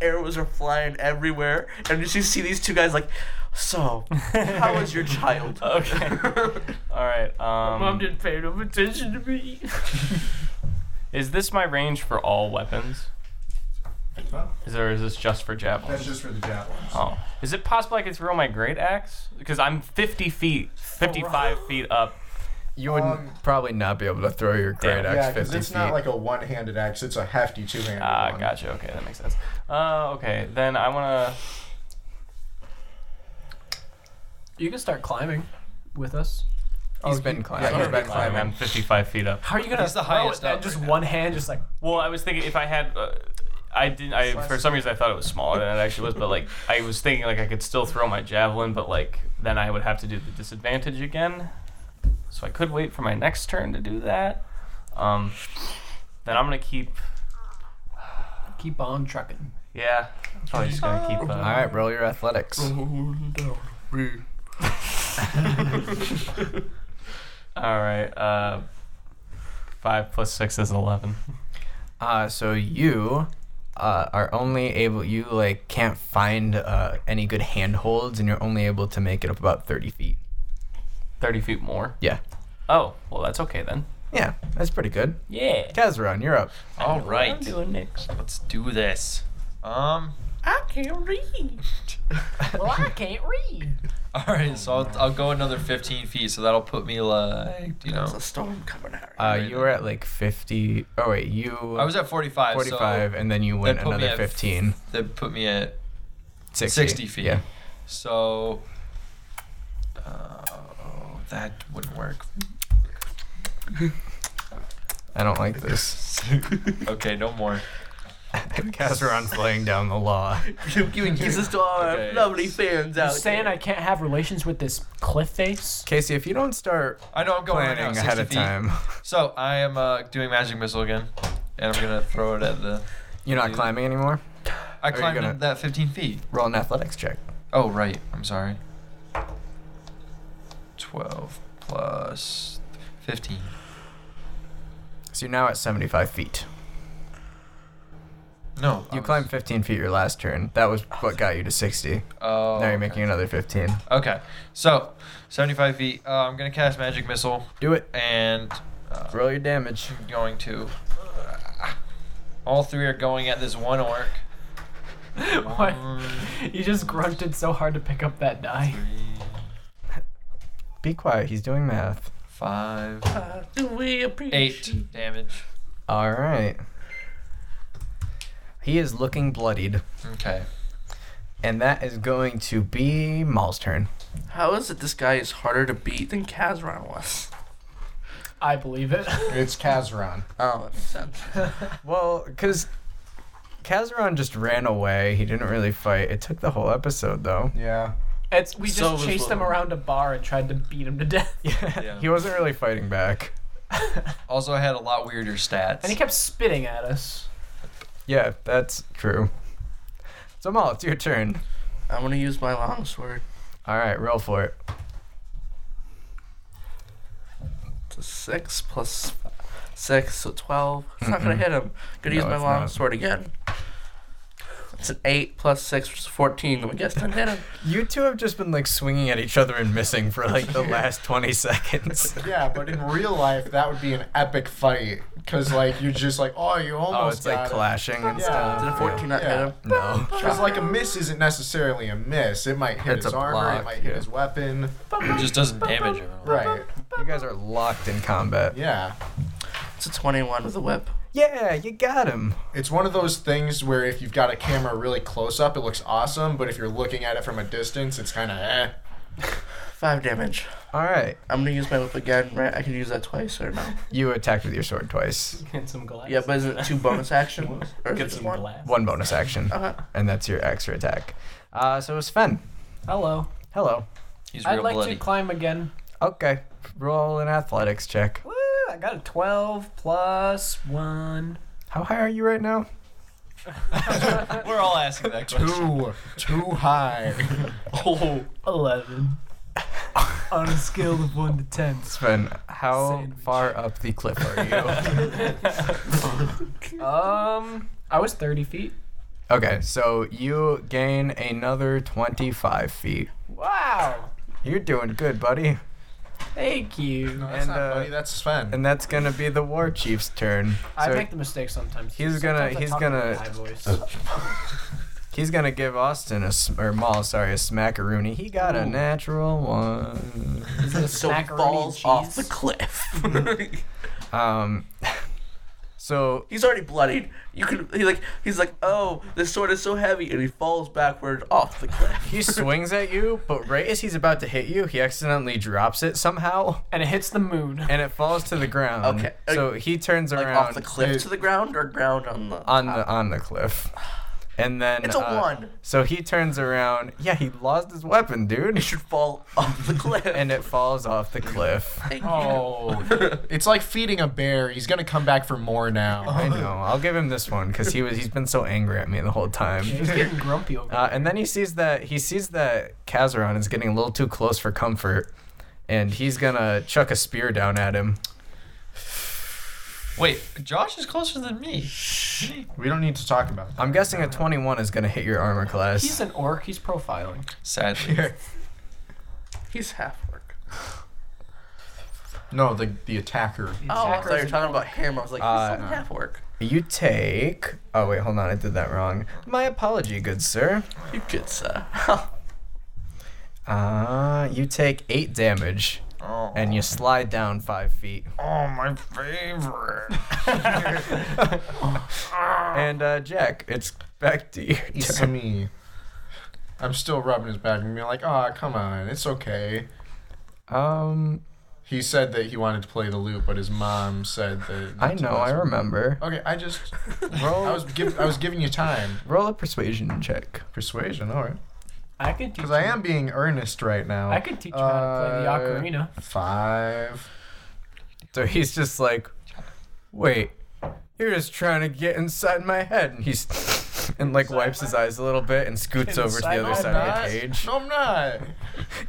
[SPEAKER 2] arrows are flying everywhere, and just you see these two guys like, so how was your child?
[SPEAKER 7] Okay. All right. Um,
[SPEAKER 6] Mom didn't pay no attention to me.
[SPEAKER 7] Is this my range for all weapons? Is there is this just for javelins?
[SPEAKER 4] just for the javelins.
[SPEAKER 7] Oh, is it possible I could throw my great axe? Because I'm 50 feet, 55 feet up
[SPEAKER 5] You would
[SPEAKER 4] Um,
[SPEAKER 5] probably not be able to throw your great axe
[SPEAKER 4] Yeah, because
[SPEAKER 5] 50
[SPEAKER 4] it's
[SPEAKER 5] feet.
[SPEAKER 4] not like a one-handed axe; it's a hefty two-handed
[SPEAKER 7] Ah,
[SPEAKER 4] one.
[SPEAKER 7] gotcha. Okay, that makes sense. Uh, okay, then I wanna.
[SPEAKER 6] You can start climbing with us.
[SPEAKER 5] He's been climbing.
[SPEAKER 4] oh, yeah, he's been
[SPEAKER 7] climbing. I'm 55 feet up.
[SPEAKER 6] How are you gonna
[SPEAKER 3] He's the
[SPEAKER 6] throw
[SPEAKER 3] highest
[SPEAKER 6] it and
[SPEAKER 3] up
[SPEAKER 6] just
[SPEAKER 3] right now.
[SPEAKER 6] one hand, just like
[SPEAKER 7] Well, I was thinking if I had, uh, I didn't. I for some reason I thought it was smaller than it actually was, but like I was thinking like I could still throw my javelin, but like then I would have to do the disadvantage again. So I could wait for my next turn to do that. Um, then I'm gonna keep.
[SPEAKER 6] keep on trucking?
[SPEAKER 7] Yeah, I'm probably just gonna keep. Uh,
[SPEAKER 5] All right, roll your athletics.
[SPEAKER 4] Mm-hmm.
[SPEAKER 7] All right. Uh, five plus six is eleven.
[SPEAKER 5] Uh, so you uh, are only able, you like can't find uh, any good handholds, and you're only able to make it up about 30 feet.
[SPEAKER 7] Thirty feet more.
[SPEAKER 5] Yeah.
[SPEAKER 7] Oh, well that's okay then.
[SPEAKER 5] Yeah, that's pretty good.
[SPEAKER 7] Yeah.
[SPEAKER 5] Kazron, you're up.
[SPEAKER 3] All
[SPEAKER 7] What I'm
[SPEAKER 3] right.
[SPEAKER 7] doing next.
[SPEAKER 3] Let's do this. Um.
[SPEAKER 6] I can't read. well, I can't read.
[SPEAKER 3] All right. So I'll, I'll go another 15 feet. So that'll put me like you
[SPEAKER 2] There's
[SPEAKER 3] know.
[SPEAKER 2] a storm coming out.
[SPEAKER 5] Uh, you were at like 50. Oh, wait, you.
[SPEAKER 3] I was at 45.
[SPEAKER 5] 45, and then you went
[SPEAKER 3] that put me
[SPEAKER 5] another
[SPEAKER 3] at
[SPEAKER 5] 15.
[SPEAKER 3] So that put me at
[SPEAKER 5] 60,
[SPEAKER 3] 60 feet.
[SPEAKER 5] Yeah.
[SPEAKER 3] So uh, that wouldn't work.
[SPEAKER 5] I don't like this.
[SPEAKER 3] okay, no more.
[SPEAKER 5] Kazron's laying down the law.
[SPEAKER 2] I'm giving kisses to all
[SPEAKER 3] Okay.
[SPEAKER 2] our lovely fans out
[SPEAKER 6] Saying
[SPEAKER 2] there.
[SPEAKER 6] I can't have relations with this cliff face.
[SPEAKER 5] Casey, if you don't start
[SPEAKER 3] I know I'm going right
[SPEAKER 5] planning
[SPEAKER 3] now. 60
[SPEAKER 5] ahead of
[SPEAKER 3] feet.
[SPEAKER 5] time,
[SPEAKER 3] So I am uh, doing magic missile again, and I'm gonna throw it at the.
[SPEAKER 5] you're not
[SPEAKER 3] Dude.
[SPEAKER 5] climbing anymore.
[SPEAKER 3] I
[SPEAKER 5] you
[SPEAKER 3] climbed
[SPEAKER 5] gonna-
[SPEAKER 3] that 15 feet.
[SPEAKER 5] Roll an athletics check.
[SPEAKER 3] Oh right, I'm sorry. 12 plus 15.
[SPEAKER 5] So you're now at 75 feet.
[SPEAKER 3] No, I
[SPEAKER 5] You
[SPEAKER 3] was-
[SPEAKER 5] climbed 15 feet your last turn. That was what got you to 60.
[SPEAKER 3] Oh,
[SPEAKER 5] now you're
[SPEAKER 3] okay.
[SPEAKER 5] making another 15.
[SPEAKER 3] Okay, so 75 feet. Uh, I'm gonna cast magic missile
[SPEAKER 5] Do it.
[SPEAKER 3] and. Uh,
[SPEAKER 5] Roll your damage.
[SPEAKER 3] going to. uh, all three are going at this one orc.
[SPEAKER 6] What?
[SPEAKER 3] One,
[SPEAKER 6] You just grunted so hard to pick up that die.
[SPEAKER 3] three,
[SPEAKER 5] Be quiet. He's doing math.
[SPEAKER 3] five,
[SPEAKER 2] Uh, do we appreciate
[SPEAKER 3] eight damage.
[SPEAKER 5] All right. He is looking bloodied,
[SPEAKER 3] Okay.
[SPEAKER 5] and that is going to be Maul's turn.
[SPEAKER 2] How is it this guy is harder to beat than Kazran was?
[SPEAKER 6] I believe it.
[SPEAKER 4] It's Kazron.
[SPEAKER 2] Oh, that makes sense.
[SPEAKER 5] Well, because Kazaron just ran away. He didn't really fight. It took the whole episode, though.
[SPEAKER 4] Yeah.
[SPEAKER 6] It's we just
[SPEAKER 2] So was
[SPEAKER 6] chased them
[SPEAKER 2] Logan.
[SPEAKER 6] around a bar and tried to beat him to death.
[SPEAKER 5] Yeah. he wasn't really fighting back.
[SPEAKER 3] Also, I had a lot weirder stats.
[SPEAKER 6] And he kept spitting at us.
[SPEAKER 5] Yeah, that's true. So, Maul, it's your turn.
[SPEAKER 2] I'm gonna use my longsword.
[SPEAKER 5] All right, roll for it.
[SPEAKER 2] It's a six plus six, so twelve. It's not gonna hit him. Gonna use
[SPEAKER 5] No,
[SPEAKER 2] my
[SPEAKER 5] it's
[SPEAKER 2] long
[SPEAKER 5] not.
[SPEAKER 2] sword again. It's an eight plus six, which is fourteen. I guess didn't hit him.
[SPEAKER 5] You two have just been like swinging at each other and missing for like the last 20 seconds.
[SPEAKER 4] Yeah, but in real life, that would be an epic fight because like you're just like, oh, you almost.
[SPEAKER 5] Oh, it's like
[SPEAKER 4] got it."
[SPEAKER 5] clashing and
[SPEAKER 4] Yeah.
[SPEAKER 5] stuff.
[SPEAKER 2] Did a fourteen not
[SPEAKER 4] Yeah.
[SPEAKER 2] hit him?
[SPEAKER 5] No.
[SPEAKER 4] Because like a miss isn't necessarily a miss. It might hit
[SPEAKER 5] It's
[SPEAKER 4] his
[SPEAKER 5] a
[SPEAKER 4] armor.
[SPEAKER 5] block,
[SPEAKER 4] it might hit
[SPEAKER 5] yeah.
[SPEAKER 4] his weapon.
[SPEAKER 3] it just doesn't damage him. at all.
[SPEAKER 4] Right.
[SPEAKER 5] You guys are locked in combat.
[SPEAKER 4] Yeah.
[SPEAKER 2] It's a twenty-one with a whip.
[SPEAKER 5] Yeah, you got him.
[SPEAKER 4] It's one of those things where if you've got a camera really close up, it looks awesome. But if you're looking at it from a distance, it's kind of eh.
[SPEAKER 2] Five damage.
[SPEAKER 5] All right.
[SPEAKER 2] I'm gonna use my whip again. Right? I can use that twice or no?
[SPEAKER 5] You attacked with your sword twice.
[SPEAKER 7] Get some glass.
[SPEAKER 2] Yeah, but is it two bonus action? Or is it just one? Uh-huh.
[SPEAKER 5] One bonus action,
[SPEAKER 4] Oh,
[SPEAKER 2] Okay.
[SPEAKER 5] and that's your extra attack. Uh, so it's Sven.
[SPEAKER 6] Hello.
[SPEAKER 5] Hello.
[SPEAKER 3] He's real
[SPEAKER 6] I'd like
[SPEAKER 3] bloody.
[SPEAKER 6] to climb again.
[SPEAKER 5] Okay. Roll an athletics check.
[SPEAKER 6] Woo, Ah, I got a 12 plus 1.
[SPEAKER 5] How high are you right now?
[SPEAKER 3] We're all asking that question.
[SPEAKER 4] Too, too high.
[SPEAKER 6] Oh. 11. On a scale of 1 to 10.
[SPEAKER 5] Sven, how
[SPEAKER 6] Sandwich.
[SPEAKER 5] far up the cliff are you?
[SPEAKER 6] Um, I was 30 feet.
[SPEAKER 5] okay, so you gain another 25 feet.
[SPEAKER 6] Wow.
[SPEAKER 5] You're doing good, buddy.
[SPEAKER 6] Thank you.
[SPEAKER 4] No, that's
[SPEAKER 5] And,
[SPEAKER 4] not
[SPEAKER 5] uh,
[SPEAKER 4] funny. That's Sven.
[SPEAKER 5] And that's gonna be the war chief's turn.
[SPEAKER 6] I
[SPEAKER 5] So
[SPEAKER 6] make the mistake sometimes.
[SPEAKER 5] he's gonna-
[SPEAKER 6] Sometimes I
[SPEAKER 5] he's
[SPEAKER 6] talk
[SPEAKER 5] gonna-
[SPEAKER 6] with my voice.
[SPEAKER 5] He's gonna give Austin a sm- or Maul, sorry, a smackaroonie. He got a natural one.
[SPEAKER 2] so
[SPEAKER 6] macaroni
[SPEAKER 2] falls
[SPEAKER 6] cheese.
[SPEAKER 2] off the cliff.
[SPEAKER 5] Um, so
[SPEAKER 2] he's already bloodied. You can he like he's like, oh, this sword is so heavy, and he falls backward off the cliff.
[SPEAKER 5] he swings at you, but right as he's about to hit you, he accidentally drops it somehow,
[SPEAKER 6] And it hits the moon.
[SPEAKER 5] and it falls to the ground.
[SPEAKER 2] Okay. Uh,
[SPEAKER 5] So he turns
[SPEAKER 2] Like
[SPEAKER 5] around
[SPEAKER 2] off the cliff to the ground or ground on the.
[SPEAKER 5] on the on the cliff, and then
[SPEAKER 2] It's a
[SPEAKER 5] uh,
[SPEAKER 2] one.
[SPEAKER 5] So he turns around. Yeah, he lost his weapon, dude,
[SPEAKER 2] It should fall off the cliff.
[SPEAKER 5] and it falls off the cliff.
[SPEAKER 2] Thank you.
[SPEAKER 4] Oh, it's like feeding a bear. He's gonna come back for more now.
[SPEAKER 5] I know. I'll give him this one because he was he's been so angry at me the whole time.
[SPEAKER 6] He's getting grumpy over
[SPEAKER 5] Uh, and then he sees that he sees that Kazaron is getting a little too close for comfort, and he's gonna chuck a spear down at him.
[SPEAKER 3] Wait, Josh is closer than me.
[SPEAKER 4] We don't need to talk about that.
[SPEAKER 5] I'm guessing a 21 is gonna hit your armor class.
[SPEAKER 6] He's an orc. He's profiling.
[SPEAKER 3] Sadly.
[SPEAKER 2] He's half orc.
[SPEAKER 4] No, the the attacker.
[SPEAKER 2] Oh, I thought you
[SPEAKER 6] Attacker's
[SPEAKER 2] were
[SPEAKER 6] an
[SPEAKER 2] talking about him. I was like, he's
[SPEAKER 5] Uh,
[SPEAKER 2] not half orc.
[SPEAKER 5] you take. Oh wait, hold on, I did that wrong. My apology, good sir.
[SPEAKER 2] You could say. oh,
[SPEAKER 5] Uh, you take eight damage, and you slide down five feet.
[SPEAKER 3] Oh, my favorite.
[SPEAKER 5] And uh, Jack, it's back to you.
[SPEAKER 4] It's me. I'm still rubbing his back and being like, "Ah, come on, it's okay."
[SPEAKER 5] Um,
[SPEAKER 4] He said that he wanted to play the loop, but his mom said that.
[SPEAKER 5] I know, I remember.
[SPEAKER 4] Okay, I just I
[SPEAKER 5] Roll,
[SPEAKER 4] was giv I was giving you time.
[SPEAKER 5] roll a persuasion check.
[SPEAKER 4] Persuasion, all right.
[SPEAKER 6] I could teach.
[SPEAKER 4] Because I
[SPEAKER 6] him-
[SPEAKER 4] am being earnest right now.
[SPEAKER 6] I could teach him how to
[SPEAKER 4] Uh,
[SPEAKER 6] play the ocarina.
[SPEAKER 4] Five.
[SPEAKER 5] So he's just like, wait, you're just trying to get inside my head. And he's, and like wipes his eyes a little bit and scoots over to the
[SPEAKER 6] Inside
[SPEAKER 5] other
[SPEAKER 6] my
[SPEAKER 5] side
[SPEAKER 4] Not-
[SPEAKER 5] of the cage.
[SPEAKER 4] No, I'm not.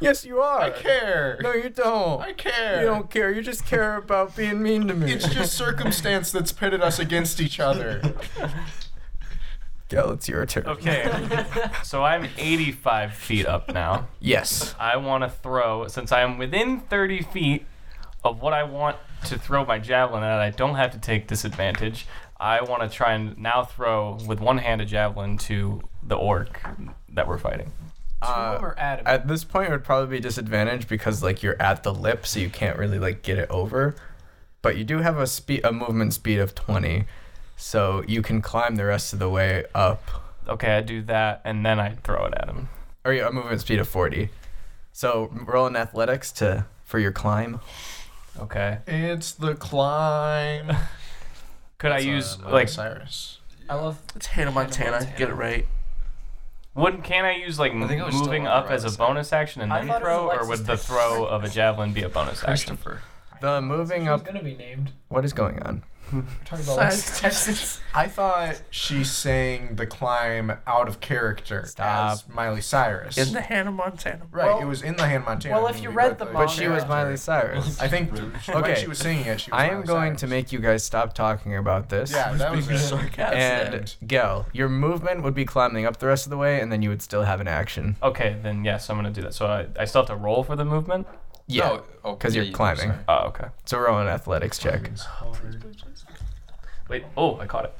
[SPEAKER 5] Yes, you are.
[SPEAKER 4] I care.
[SPEAKER 5] No, you don't.
[SPEAKER 4] I care.
[SPEAKER 5] You don't care. You just care about being mean to me.
[SPEAKER 4] It's just circumstance that's pitted us against each other.
[SPEAKER 5] Gil, it's your turn.
[SPEAKER 7] Okay. so I'm 85 feet up now.
[SPEAKER 5] Yes.
[SPEAKER 7] I want to throw, since I'm within 30 feet of what I want to throw my javelin at, I don't have to take disadvantage. I want to try and now throw with one hand a javelin to the orc that we're fighting.
[SPEAKER 5] Uh,
[SPEAKER 6] Or Adam.
[SPEAKER 5] at this point, it would probably be disadvantage because like you're at the lip, so you can't really like get it over. But you do have a speed, a movement speed of 20, so you can climb the rest of the way up.
[SPEAKER 7] Okay, I do that, and then I throw it at him.
[SPEAKER 5] or yeah, a movement speed of 40. So roll in athletics to for your climb.
[SPEAKER 7] Okay.
[SPEAKER 4] It's the climb.
[SPEAKER 7] Could I use, like,
[SPEAKER 4] Cyrus.
[SPEAKER 6] I love.
[SPEAKER 2] it's Hannah Montana. Get it right.
[SPEAKER 7] Wouldn't can I use like
[SPEAKER 3] think I was
[SPEAKER 7] moving
[SPEAKER 3] still on
[SPEAKER 7] up as a
[SPEAKER 3] Rose's
[SPEAKER 7] bonus action and
[SPEAKER 6] I
[SPEAKER 7] then
[SPEAKER 6] thought it was
[SPEAKER 7] throw, or
[SPEAKER 6] Alexis
[SPEAKER 7] would the
[SPEAKER 6] Texas.
[SPEAKER 7] throw of a javelin be a bonus action?
[SPEAKER 5] The moving
[SPEAKER 6] He's
[SPEAKER 5] up.
[SPEAKER 6] gonna be named.
[SPEAKER 5] What is going on?
[SPEAKER 6] We're talking about
[SPEAKER 2] Sorry,
[SPEAKER 6] Alexis
[SPEAKER 2] Texas.
[SPEAKER 4] I thought she sang the climb out of character as
[SPEAKER 5] Stop.
[SPEAKER 4] Miley Cyrus.
[SPEAKER 2] In the Hannah Montana.
[SPEAKER 4] right,
[SPEAKER 6] Well-
[SPEAKER 4] it was in the Hand Montana.
[SPEAKER 6] well, if you
[SPEAKER 4] movie,
[SPEAKER 6] read the
[SPEAKER 5] But she was Miley Cyrus.
[SPEAKER 4] I think when
[SPEAKER 5] Okay.
[SPEAKER 4] she was singing it, she was
[SPEAKER 5] I am
[SPEAKER 4] Miley
[SPEAKER 5] going
[SPEAKER 4] Cyrus.
[SPEAKER 5] to make you guys stop talking about this.
[SPEAKER 4] Yeah, that was
[SPEAKER 2] Being
[SPEAKER 4] it.
[SPEAKER 2] sarcastic.
[SPEAKER 5] And Gel, your movement would be climbing up the rest of the way, and then you would still have an action.
[SPEAKER 7] Okay, then yes, I'm gonna do that. So I, I still have to roll for the movement.
[SPEAKER 5] Yeah,
[SPEAKER 3] oh,
[SPEAKER 5] because
[SPEAKER 3] yeah,
[SPEAKER 5] you're
[SPEAKER 3] you do,
[SPEAKER 5] climbing.
[SPEAKER 3] sorry.
[SPEAKER 7] Oh, okay.
[SPEAKER 5] So roll an athletics check.
[SPEAKER 7] Wait. Oh, I caught it.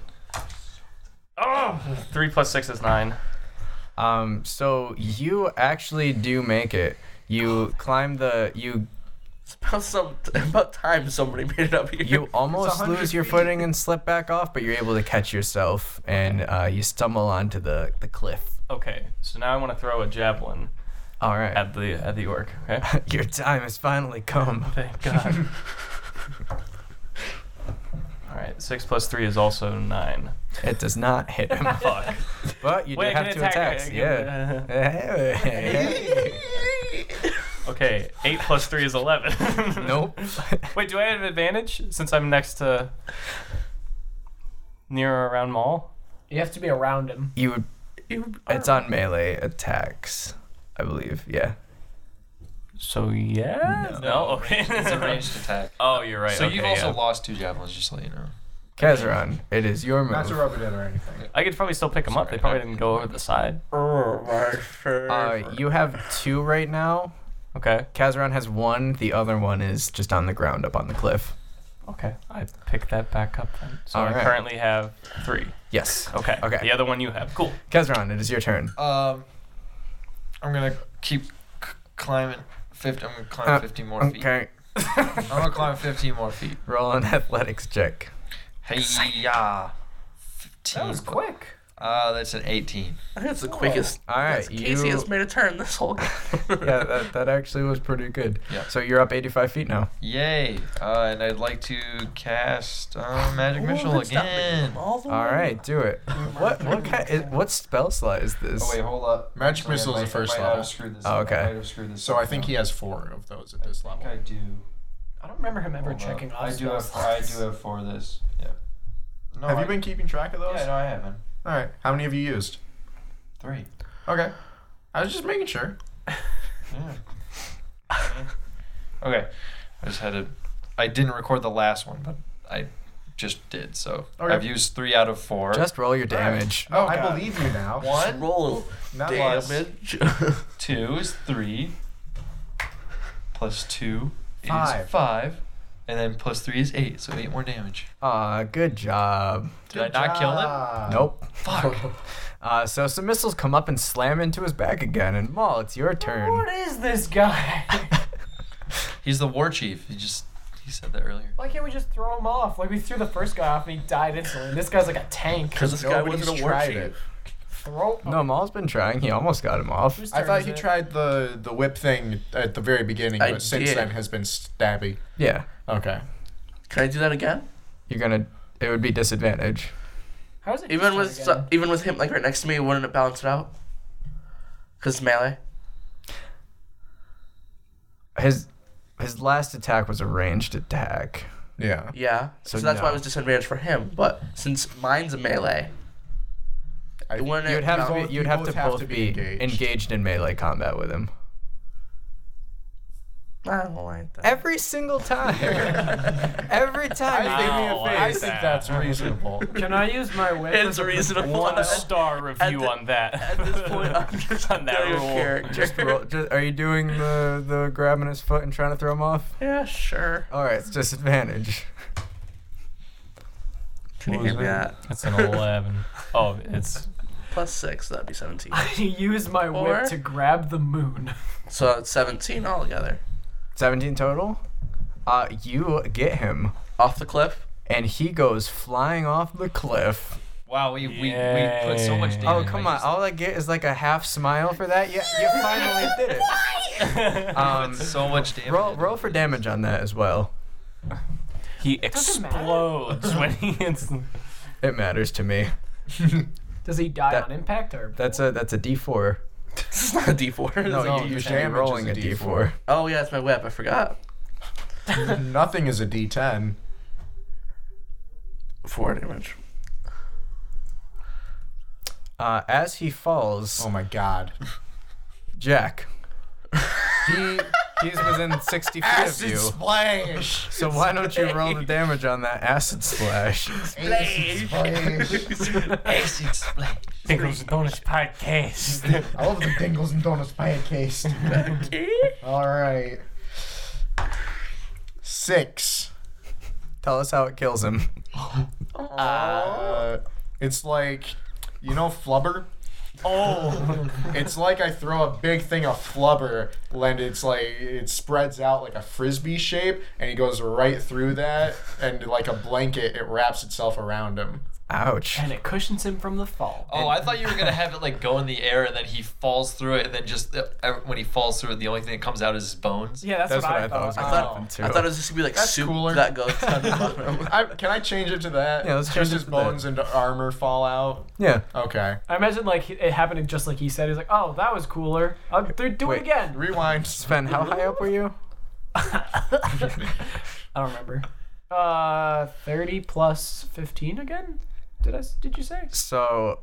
[SPEAKER 7] Oh, three plus six is nine.
[SPEAKER 5] Um, so you actually do make it. You climb the. You
[SPEAKER 2] It's about some about time somebody made it up here.
[SPEAKER 5] you almost
[SPEAKER 4] 100
[SPEAKER 5] lose your
[SPEAKER 4] feet.
[SPEAKER 5] footing and slip back off, but you're able to catch yourself, and uh, you stumble onto the the cliff.
[SPEAKER 7] Okay, so now I want to throw a javelin
[SPEAKER 5] All right.
[SPEAKER 7] at the at the orc. Okay.
[SPEAKER 5] Your time has finally come.
[SPEAKER 7] Thank God. All right, six plus three is also nine.
[SPEAKER 5] It does not hit him,
[SPEAKER 7] Fuck.
[SPEAKER 5] but you do
[SPEAKER 7] Wait, I
[SPEAKER 5] have
[SPEAKER 7] can
[SPEAKER 5] two
[SPEAKER 7] attack,
[SPEAKER 5] attacks.
[SPEAKER 7] I uh, can-
[SPEAKER 5] Yeah. Hey.
[SPEAKER 7] Okay, eight plus three is eleven.
[SPEAKER 5] nope.
[SPEAKER 7] Wait, do I have an advantage since I'm next to near or around Maul?
[SPEAKER 6] You have to be around him.
[SPEAKER 5] You would.
[SPEAKER 2] You are-
[SPEAKER 5] It's on melee attacks, I believe. Yeah.
[SPEAKER 7] So yeah. No. Okay.
[SPEAKER 3] It's a ranged attack.
[SPEAKER 7] oh, you're right.
[SPEAKER 3] so you've
[SPEAKER 7] okay,
[SPEAKER 3] also
[SPEAKER 7] yeah.
[SPEAKER 3] lost two javelins, just to let you know.
[SPEAKER 5] Kazaron, it is your
[SPEAKER 4] Not to
[SPEAKER 5] move.
[SPEAKER 4] rub it in or anything.
[SPEAKER 7] I could probably still pick them up. They
[SPEAKER 3] Sorry,
[SPEAKER 7] probably
[SPEAKER 3] I-
[SPEAKER 7] didn't go over the side.
[SPEAKER 2] Oh, my favorite.
[SPEAKER 5] Uh, you have two right now.
[SPEAKER 7] Okay.
[SPEAKER 5] Kazaron has one. The other one is just on the ground, up on the cliff.
[SPEAKER 7] Okay, I pick that back up then. So
[SPEAKER 5] All
[SPEAKER 7] I
[SPEAKER 5] right.
[SPEAKER 7] currently have three.
[SPEAKER 5] Yes.
[SPEAKER 7] Okay.
[SPEAKER 5] Okay.
[SPEAKER 7] The other one you have. Cool.
[SPEAKER 5] Kezron, it is your turn.
[SPEAKER 3] Um, I'm gonna keep c- climbing. 50, I'm gonna climb
[SPEAKER 5] Uh,
[SPEAKER 3] 50 more feet.
[SPEAKER 5] Okay.
[SPEAKER 3] I'm gonna climb 15 more feet.
[SPEAKER 5] Roll an athletics check.
[SPEAKER 3] Hey yeah, 15. but-
[SPEAKER 7] quick.
[SPEAKER 3] Uh, that's an 18.
[SPEAKER 2] I think it's the quickest.
[SPEAKER 5] All right,
[SPEAKER 2] that's- Casey
[SPEAKER 5] you-
[SPEAKER 2] has made a turn this whole game.
[SPEAKER 5] yeah, that, that actually was pretty good.
[SPEAKER 3] Yeah.
[SPEAKER 5] So you're up 85 feet now.
[SPEAKER 3] Yay! Uh, and I'd like to cast uh, Magic Missile again.
[SPEAKER 2] All the
[SPEAKER 5] All
[SPEAKER 2] way.
[SPEAKER 5] right, do it. What what kind? Is, what spell slot is this?
[SPEAKER 3] Oh wait, hold up.
[SPEAKER 4] Magic
[SPEAKER 3] Wait, I
[SPEAKER 4] Missile is
[SPEAKER 3] might-
[SPEAKER 4] the first
[SPEAKER 3] I might
[SPEAKER 4] level.
[SPEAKER 3] Have screwed this
[SPEAKER 5] Oh,
[SPEAKER 3] up.
[SPEAKER 5] okay.
[SPEAKER 3] I might have screwed this
[SPEAKER 4] So
[SPEAKER 3] up
[SPEAKER 4] I think
[SPEAKER 3] now.
[SPEAKER 4] he has four of those at this
[SPEAKER 3] I
[SPEAKER 4] level.
[SPEAKER 3] think I do.
[SPEAKER 6] I don't remember him ever
[SPEAKER 3] Hold up.
[SPEAKER 6] checking off.
[SPEAKER 3] I do
[SPEAKER 6] spell
[SPEAKER 3] have. I
[SPEAKER 6] slots.
[SPEAKER 3] do have four of this. Yeah. No,
[SPEAKER 4] Have
[SPEAKER 3] I,
[SPEAKER 4] you been keeping track of those?
[SPEAKER 3] Yeah, no, I haven't.
[SPEAKER 4] All right. How many have you used?
[SPEAKER 3] Three.
[SPEAKER 4] Okay. I was just making sure.
[SPEAKER 3] Yeah. okay. I just had to. I didn't record the last one, but I just did. So
[SPEAKER 4] Okay.
[SPEAKER 3] I've used three out of four.
[SPEAKER 5] Just roll your damage.
[SPEAKER 4] Oh,
[SPEAKER 3] God.
[SPEAKER 4] I believe you now.
[SPEAKER 3] one,
[SPEAKER 2] Roll
[SPEAKER 4] Not lost.
[SPEAKER 2] damage.
[SPEAKER 3] two is three, plus two
[SPEAKER 4] Five.
[SPEAKER 3] is five, and then plus three is eight. So eight more damage.
[SPEAKER 5] Ah, good job.
[SPEAKER 3] Did I not kill him?
[SPEAKER 5] Nope.
[SPEAKER 3] Fuck.
[SPEAKER 5] Uh, so some missiles come up and slam into his back again. And Maul, it's your
[SPEAKER 6] What
[SPEAKER 5] turn.
[SPEAKER 6] is this guy?
[SPEAKER 3] He's the war chief. He just he said that earlier.
[SPEAKER 6] Why can't we just throw him off? Like we threw the first guy off and he died instantly. This guy's like a tank.
[SPEAKER 2] Because this guy
[SPEAKER 4] Nobody's
[SPEAKER 2] wasn't a war
[SPEAKER 4] tried
[SPEAKER 2] chief.
[SPEAKER 4] it.
[SPEAKER 6] Throw.
[SPEAKER 5] No, Maul's been trying. He almost got him off.
[SPEAKER 6] Whose
[SPEAKER 4] I
[SPEAKER 6] turn
[SPEAKER 4] thought
[SPEAKER 6] is
[SPEAKER 4] you
[SPEAKER 6] it?
[SPEAKER 4] tried the the whip thing at the very beginning,
[SPEAKER 2] I
[SPEAKER 4] but since
[SPEAKER 2] did.
[SPEAKER 4] then has been stabby.
[SPEAKER 5] Yeah,
[SPEAKER 4] Okay.
[SPEAKER 2] Can I do that again?
[SPEAKER 5] you're gonna. It would be disadvantage.
[SPEAKER 6] How is it? his
[SPEAKER 2] Even
[SPEAKER 6] turn
[SPEAKER 2] with
[SPEAKER 6] again?
[SPEAKER 2] even with him like right next to me, wouldn't it balance it out? Because melee.
[SPEAKER 5] His his last attack was a ranged attack.
[SPEAKER 4] Yeah.
[SPEAKER 2] Yeah.
[SPEAKER 5] So
[SPEAKER 2] So, that's why
[SPEAKER 5] no.
[SPEAKER 2] it was disadvantage for him. But since mine's a melee,
[SPEAKER 4] I-
[SPEAKER 2] it wouldn't.
[SPEAKER 5] You'd have to
[SPEAKER 4] both-
[SPEAKER 5] be,
[SPEAKER 4] you
[SPEAKER 5] you'd have
[SPEAKER 4] both
[SPEAKER 5] to
[SPEAKER 4] have
[SPEAKER 5] both
[SPEAKER 4] to
[SPEAKER 5] be
[SPEAKER 4] be
[SPEAKER 5] engaged.
[SPEAKER 4] engaged.
[SPEAKER 5] in melee combat with him
[SPEAKER 2] I don't like that.
[SPEAKER 5] every single time. every
[SPEAKER 4] I
[SPEAKER 5] time.
[SPEAKER 4] think,
[SPEAKER 7] Wow,
[SPEAKER 4] I
[SPEAKER 7] like
[SPEAKER 4] think
[SPEAKER 7] that.
[SPEAKER 4] that's reasonable.
[SPEAKER 6] Can I use my whip?
[SPEAKER 2] It's
[SPEAKER 6] as a-
[SPEAKER 2] reasonable.
[SPEAKER 7] One
[SPEAKER 2] At-
[SPEAKER 7] star review
[SPEAKER 2] the-
[SPEAKER 7] on that.
[SPEAKER 2] At this point, I'm just
[SPEAKER 7] on that
[SPEAKER 2] your
[SPEAKER 7] rule.
[SPEAKER 2] character.
[SPEAKER 5] Just roll- just- are you doing the the grabbing his foot and trying to throw him off?
[SPEAKER 2] yeah, sure.
[SPEAKER 5] All right, it's disadvantage.
[SPEAKER 2] Can you
[SPEAKER 7] What was
[SPEAKER 2] give me
[SPEAKER 7] that?
[SPEAKER 2] that?
[SPEAKER 7] It's an eleven. Oh, it's
[SPEAKER 2] Plus six, that'd be seventeen.
[SPEAKER 6] I use my
[SPEAKER 2] Or-
[SPEAKER 6] whip to grab the moon.
[SPEAKER 2] So it's seventeen altogether.
[SPEAKER 5] Seventeen total. Uh, you get him,
[SPEAKER 2] Off the cliff.
[SPEAKER 5] and he goes flying off the cliff.
[SPEAKER 3] Wow, we, we, we put so much
[SPEAKER 7] Yay.
[SPEAKER 3] damage.
[SPEAKER 5] Oh come on! All I get is like a half smile for that. Yeah, you finally did it. Um,
[SPEAKER 3] so much damage.
[SPEAKER 5] roll roll for damage on that as well.
[SPEAKER 7] he
[SPEAKER 6] Doesn't matter.
[SPEAKER 7] explodes when he hits. them.
[SPEAKER 5] It matters to me.
[SPEAKER 6] Does he die
[SPEAKER 5] That-
[SPEAKER 6] on impact or?
[SPEAKER 5] That's a that's a D4.
[SPEAKER 2] This is not a D four.
[SPEAKER 5] No,
[SPEAKER 4] No,
[SPEAKER 5] you, you should be
[SPEAKER 4] damage is
[SPEAKER 5] rolling a
[SPEAKER 4] a
[SPEAKER 5] D4.
[SPEAKER 4] D4.
[SPEAKER 2] Oh yeah, it's my whip. I forgot.
[SPEAKER 4] Nothing is a D10.
[SPEAKER 2] Four damage.
[SPEAKER 5] Uh, as he falls,
[SPEAKER 4] Oh my god.
[SPEAKER 5] Jack,
[SPEAKER 4] He
[SPEAKER 5] he's within 60 feet of
[SPEAKER 4] acid
[SPEAKER 5] you.
[SPEAKER 4] splash.
[SPEAKER 5] So why don't you roll the damage on that acid slash?
[SPEAKER 4] Acid splash.
[SPEAKER 3] Acid splash.
[SPEAKER 7] Pickles Donuts podcast.
[SPEAKER 4] I love the dingles and donuts pancakes. All right. Six.
[SPEAKER 5] Tell us how it kills him.
[SPEAKER 4] Uh, it's like, you know, flubber.
[SPEAKER 7] oh,
[SPEAKER 4] It's like I throw a big thing of flubber, and it's like it spreads out like a frisbee shape, and he goes right through that, and like a blanket, it wraps itself around him.
[SPEAKER 5] Ouch.
[SPEAKER 6] and it cushions him from the fall.
[SPEAKER 3] Oh, I thought you were gonna have it like go in the air and then he falls through it and then just uh, ev- when he falls through it, the only thing that comes out is his bones.
[SPEAKER 6] Yeah, that's,
[SPEAKER 5] That's
[SPEAKER 6] what, I, thought.
[SPEAKER 5] was going
[SPEAKER 2] I
[SPEAKER 5] to
[SPEAKER 2] thought-
[SPEAKER 5] happen too.
[SPEAKER 2] I thought it was just gonna be like
[SPEAKER 4] That's
[SPEAKER 2] soup
[SPEAKER 4] cooler.
[SPEAKER 2] that goes down the bottom.
[SPEAKER 4] I, can I change it to that?
[SPEAKER 5] Yeah, let's
[SPEAKER 4] Just
[SPEAKER 5] change it
[SPEAKER 4] his
[SPEAKER 5] to that.
[SPEAKER 4] bones and armor fall out.
[SPEAKER 5] yeah.
[SPEAKER 4] Okay.
[SPEAKER 6] I imagine like he- it happened just like he said. He's like, "Oh, that was cooler. I'll th- do
[SPEAKER 5] Wait.
[SPEAKER 6] it again."
[SPEAKER 4] Rewind.
[SPEAKER 5] Ben, how high up were you?
[SPEAKER 6] I don't remember. Uh, thirty plus fifteen again. Did I? s- Did you say?
[SPEAKER 5] So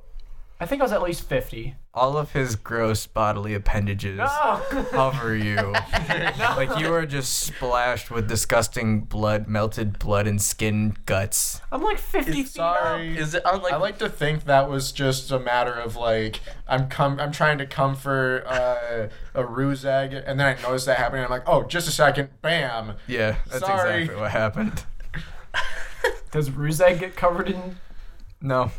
[SPEAKER 6] I think I was at least fifty.
[SPEAKER 5] all of his gross bodily appendages
[SPEAKER 6] Oh,
[SPEAKER 5] cover you. Like you are just splashed with disgusting blood, melted blood and skin guts.
[SPEAKER 6] I'm like fifty feet up.
[SPEAKER 4] Sorry.
[SPEAKER 2] Is it on like?
[SPEAKER 4] I like to think that was just a matter of like I'm com- I'm trying to comfort uh, a Ruzag, and then I noticed that happening. I'm like, oh, just a second, bam.
[SPEAKER 5] Yeah, that's
[SPEAKER 4] Sorry.
[SPEAKER 5] exactly what happened.
[SPEAKER 6] Does Ruzag get covered in?
[SPEAKER 5] No.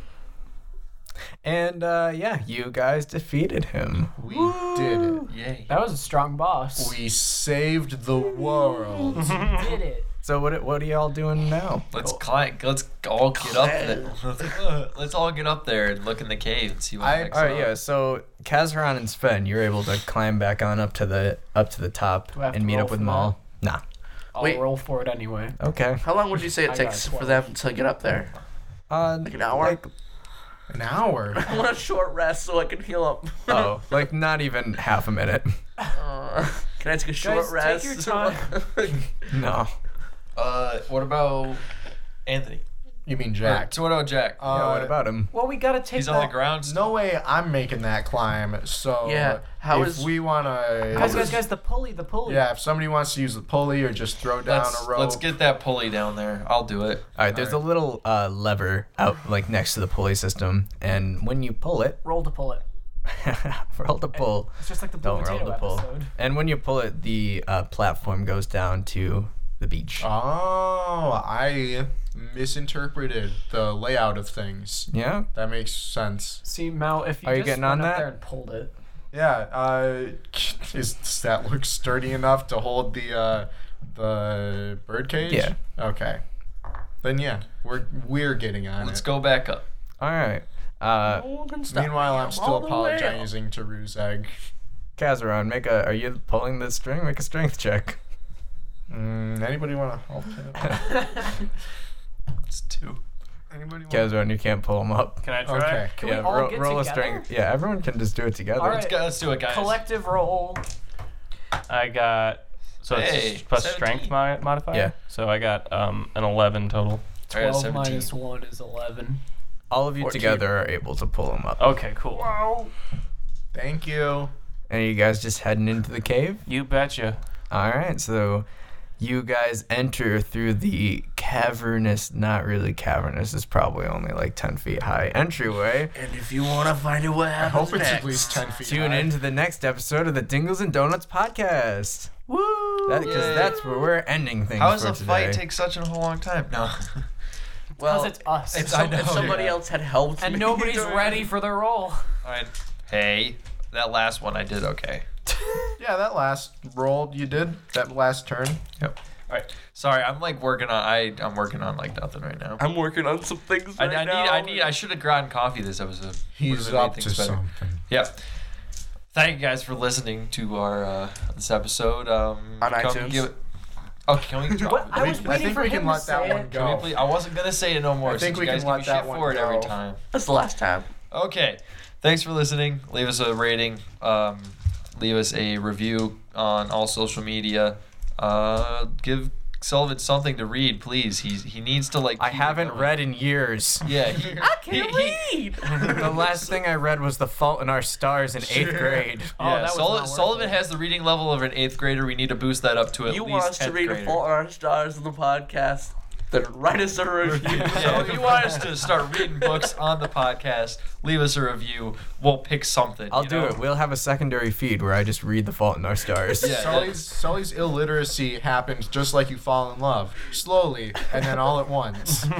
[SPEAKER 5] And uh, yeah, you guys defeated him.
[SPEAKER 4] We did it.
[SPEAKER 3] Yay.
[SPEAKER 6] That was a strong boss.
[SPEAKER 4] We saved the world.
[SPEAKER 6] did it.
[SPEAKER 5] So what what are y'all doing now?
[SPEAKER 3] Let's climb. Let's all get up there. Let's all get up there and look in the cave and see what.
[SPEAKER 4] I-
[SPEAKER 3] the heck's
[SPEAKER 5] All right,
[SPEAKER 3] up.
[SPEAKER 5] yeah. So Kazran and Sven, you're able to climb back on up to the up to the top
[SPEAKER 6] I have
[SPEAKER 5] and
[SPEAKER 6] to
[SPEAKER 5] meet
[SPEAKER 6] roll
[SPEAKER 5] up with
[SPEAKER 6] for that?
[SPEAKER 5] Maul. Nah.
[SPEAKER 6] I'll
[SPEAKER 2] Wait.
[SPEAKER 6] roll for it anyway.
[SPEAKER 5] Okay.
[SPEAKER 2] How long would you say
[SPEAKER 6] I
[SPEAKER 2] it
[SPEAKER 6] got
[SPEAKER 2] takes
[SPEAKER 6] a
[SPEAKER 2] for
[SPEAKER 6] 12.
[SPEAKER 2] them to get up there?
[SPEAKER 5] Uh,
[SPEAKER 2] Like an hour?
[SPEAKER 5] Like,
[SPEAKER 4] An hour.
[SPEAKER 2] I want a short rest so I can heal up.
[SPEAKER 6] Uh-huh.
[SPEAKER 5] oh, like not even half a minute.
[SPEAKER 2] Uh, can I take a short
[SPEAKER 6] Guys,
[SPEAKER 2] rest?
[SPEAKER 6] take your time.
[SPEAKER 5] No.
[SPEAKER 3] Uh, what about Anthony?
[SPEAKER 4] You mean Jack?
[SPEAKER 3] So what about Jack?
[SPEAKER 5] Yeah,
[SPEAKER 4] Uh,
[SPEAKER 5] what about him?
[SPEAKER 6] Well, we gotta take
[SPEAKER 3] He's
[SPEAKER 6] that.
[SPEAKER 3] on the ground. still.
[SPEAKER 4] No way I'm making that climb. So
[SPEAKER 2] Yeah, how
[SPEAKER 4] if
[SPEAKER 2] is-
[SPEAKER 4] we wanna
[SPEAKER 6] Guys, guys, guys, the pulley, the pulley.
[SPEAKER 4] Yeah, if somebody wants to use the pulley or just throw down
[SPEAKER 3] Let's,
[SPEAKER 4] a rope.
[SPEAKER 3] let's get that pulley down there. I'll do it.
[SPEAKER 5] All right. There's a little uh, lever out like next to the pulley system, and when you pull it,
[SPEAKER 6] Roll to pull it.
[SPEAKER 5] roll the pull.
[SPEAKER 6] It's just like the blue
[SPEAKER 5] Don't roll
[SPEAKER 6] potato
[SPEAKER 5] the pull.
[SPEAKER 6] episode.
[SPEAKER 5] And when you pull it, the uh, platform goes down to the beach.
[SPEAKER 4] Oh, I misinterpreted the layout of things.
[SPEAKER 5] Yeah.
[SPEAKER 4] That makes sense.
[SPEAKER 6] See, Mal, if you
[SPEAKER 5] Are you
[SPEAKER 6] just
[SPEAKER 5] getting on
[SPEAKER 6] went up
[SPEAKER 5] that?
[SPEAKER 6] there and pulled it,
[SPEAKER 4] Yeah, uh is does that look sturdy enough to hold the uh the bird cage?
[SPEAKER 5] Yeah.
[SPEAKER 4] Okay. Then yeah, we're we're getting on
[SPEAKER 3] Let's
[SPEAKER 4] it.
[SPEAKER 3] go back up.
[SPEAKER 5] All right. Uh,
[SPEAKER 4] Meanwhile, I'm still
[SPEAKER 2] all the way up.
[SPEAKER 4] apologizing to Ruzeg.
[SPEAKER 5] Kazaron, make a. Are you pulling the string? Make a strength check.
[SPEAKER 4] Mm, anybody want to help? him?
[SPEAKER 3] It's two.
[SPEAKER 4] anybody want?
[SPEAKER 5] Kazaron, you can't pull him up.
[SPEAKER 7] Can I try?
[SPEAKER 4] Okay.
[SPEAKER 6] can
[SPEAKER 5] yeah.
[SPEAKER 6] we all
[SPEAKER 5] ro-
[SPEAKER 6] get
[SPEAKER 5] roll
[SPEAKER 6] together?
[SPEAKER 5] a strength. Yeah. Everyone can just do it together.
[SPEAKER 6] All
[SPEAKER 3] Let's
[SPEAKER 6] right.
[SPEAKER 3] go. Let's do it, guys.
[SPEAKER 6] Collective roll.
[SPEAKER 7] I got so
[SPEAKER 3] Hey,
[SPEAKER 7] it's plus
[SPEAKER 3] 17.
[SPEAKER 7] strength mod- modifier.
[SPEAKER 5] Yeah.
[SPEAKER 7] So I got um an 11 total.
[SPEAKER 3] All right,
[SPEAKER 6] 12 minus
[SPEAKER 3] 17.
[SPEAKER 6] 1 is 11.
[SPEAKER 5] All of you
[SPEAKER 2] 14.
[SPEAKER 5] together are able to pull him up.
[SPEAKER 7] Okay, cool.
[SPEAKER 4] Thank you.
[SPEAKER 5] And you guys just heading into the cave?
[SPEAKER 7] You betcha.
[SPEAKER 5] All right, so you guys enter through the cavernous, not really cavernous, it's probably only like 10 feet high entryway.
[SPEAKER 2] And if you want to find out what
[SPEAKER 4] I hope
[SPEAKER 2] happens
[SPEAKER 4] it's
[SPEAKER 2] next,
[SPEAKER 4] at least ten feet.
[SPEAKER 5] Tune
[SPEAKER 4] high.
[SPEAKER 5] in to the next episode of the Dingles and Donuts podcast.
[SPEAKER 2] woo!
[SPEAKER 5] Because
[SPEAKER 3] Yay.
[SPEAKER 5] that's where we're ending things.
[SPEAKER 3] How does
[SPEAKER 5] for
[SPEAKER 3] a fight
[SPEAKER 5] today.
[SPEAKER 3] take such a whole long time? No.
[SPEAKER 2] Well,
[SPEAKER 6] it's us.
[SPEAKER 3] it's-
[SPEAKER 2] some-
[SPEAKER 3] I know,
[SPEAKER 2] if somebody
[SPEAKER 3] yeah.
[SPEAKER 2] else had helped
[SPEAKER 6] and
[SPEAKER 2] me
[SPEAKER 6] nobody's
[SPEAKER 2] during-
[SPEAKER 6] ready for their roll.
[SPEAKER 3] All right. Hey, that last one I did okay.
[SPEAKER 4] Yeah, that last roll you did, that last turn.
[SPEAKER 3] Yep. All right. Sorry, I'm like working on. I I'm working on like nothing right now.
[SPEAKER 2] I'm working on some things
[SPEAKER 3] I,
[SPEAKER 2] right
[SPEAKER 3] I need.
[SPEAKER 2] now.
[SPEAKER 3] I need. I should have gotten coffee this episode.
[SPEAKER 4] He's
[SPEAKER 3] Would've made
[SPEAKER 4] up to
[SPEAKER 3] things better.
[SPEAKER 4] something.
[SPEAKER 3] Yep. Thank you guys for listening to our uh, this episode. Um,
[SPEAKER 2] On
[SPEAKER 3] come
[SPEAKER 2] iTunes.
[SPEAKER 3] Give it, oh, can we?
[SPEAKER 6] What? I
[SPEAKER 4] We-
[SPEAKER 6] was
[SPEAKER 4] I
[SPEAKER 6] waiting
[SPEAKER 4] think
[SPEAKER 6] for
[SPEAKER 4] we
[SPEAKER 6] him
[SPEAKER 4] can
[SPEAKER 6] to
[SPEAKER 4] let that
[SPEAKER 6] say
[SPEAKER 4] one
[SPEAKER 6] it.
[SPEAKER 4] go.
[SPEAKER 3] Please- I wasn't gonna say it no more.
[SPEAKER 4] I think
[SPEAKER 3] since
[SPEAKER 4] we
[SPEAKER 3] you guys
[SPEAKER 4] can let
[SPEAKER 3] give me
[SPEAKER 4] that
[SPEAKER 3] shit
[SPEAKER 4] one
[SPEAKER 3] for it every
[SPEAKER 4] go.
[SPEAKER 3] time.
[SPEAKER 2] That's the last time.
[SPEAKER 3] Okay. Thanks for listening. Leave us a rating. Um, leave us a review on all social media. Uh, give Sullivan something to read, please. He he needs to like.
[SPEAKER 5] I
[SPEAKER 3] keep it
[SPEAKER 5] haven't
[SPEAKER 3] going.
[SPEAKER 5] read in years.
[SPEAKER 3] Yeah. He, I
[SPEAKER 2] Can't read.
[SPEAKER 5] the last thing I read was The Fault in Our Stars in eighth grade.
[SPEAKER 6] Oh, that was not
[SPEAKER 3] Sullivan,
[SPEAKER 6] worth
[SPEAKER 3] Sullivan
[SPEAKER 6] it.
[SPEAKER 3] has the reading level of an eighth grader. We need to boost that up to at
[SPEAKER 2] you
[SPEAKER 3] least
[SPEAKER 2] want us to
[SPEAKER 3] 10th
[SPEAKER 2] read
[SPEAKER 3] grader.
[SPEAKER 2] four our stars in the podcast? Then write us a review.
[SPEAKER 3] yeah, if Oh, you want us to start reading books on the podcast, leave us a review. We'll pick something.
[SPEAKER 5] I'll
[SPEAKER 3] you
[SPEAKER 5] do
[SPEAKER 3] know?
[SPEAKER 5] it. We'll have a secondary feed where I just read The Fault in Our Stars.
[SPEAKER 3] Yeah,
[SPEAKER 4] Sully's, Sully's illiteracy happens just like you fall in love, slowly and then all at once.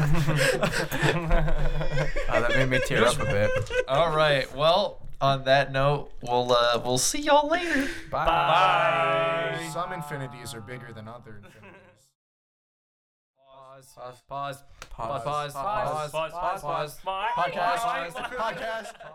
[SPEAKER 5] Oh, that made me tear up a bit.
[SPEAKER 3] All right. Well, on that note, we'll uh, we'll see y'all later.
[SPEAKER 5] Bye.
[SPEAKER 4] Some infinities are bigger than other infinities.
[SPEAKER 5] Pause. Pause. Pause.
[SPEAKER 2] Pause.
[SPEAKER 5] Pause. Pause. Pause. Pause.
[SPEAKER 7] Bye.
[SPEAKER 5] Podcast.
[SPEAKER 4] Podcast.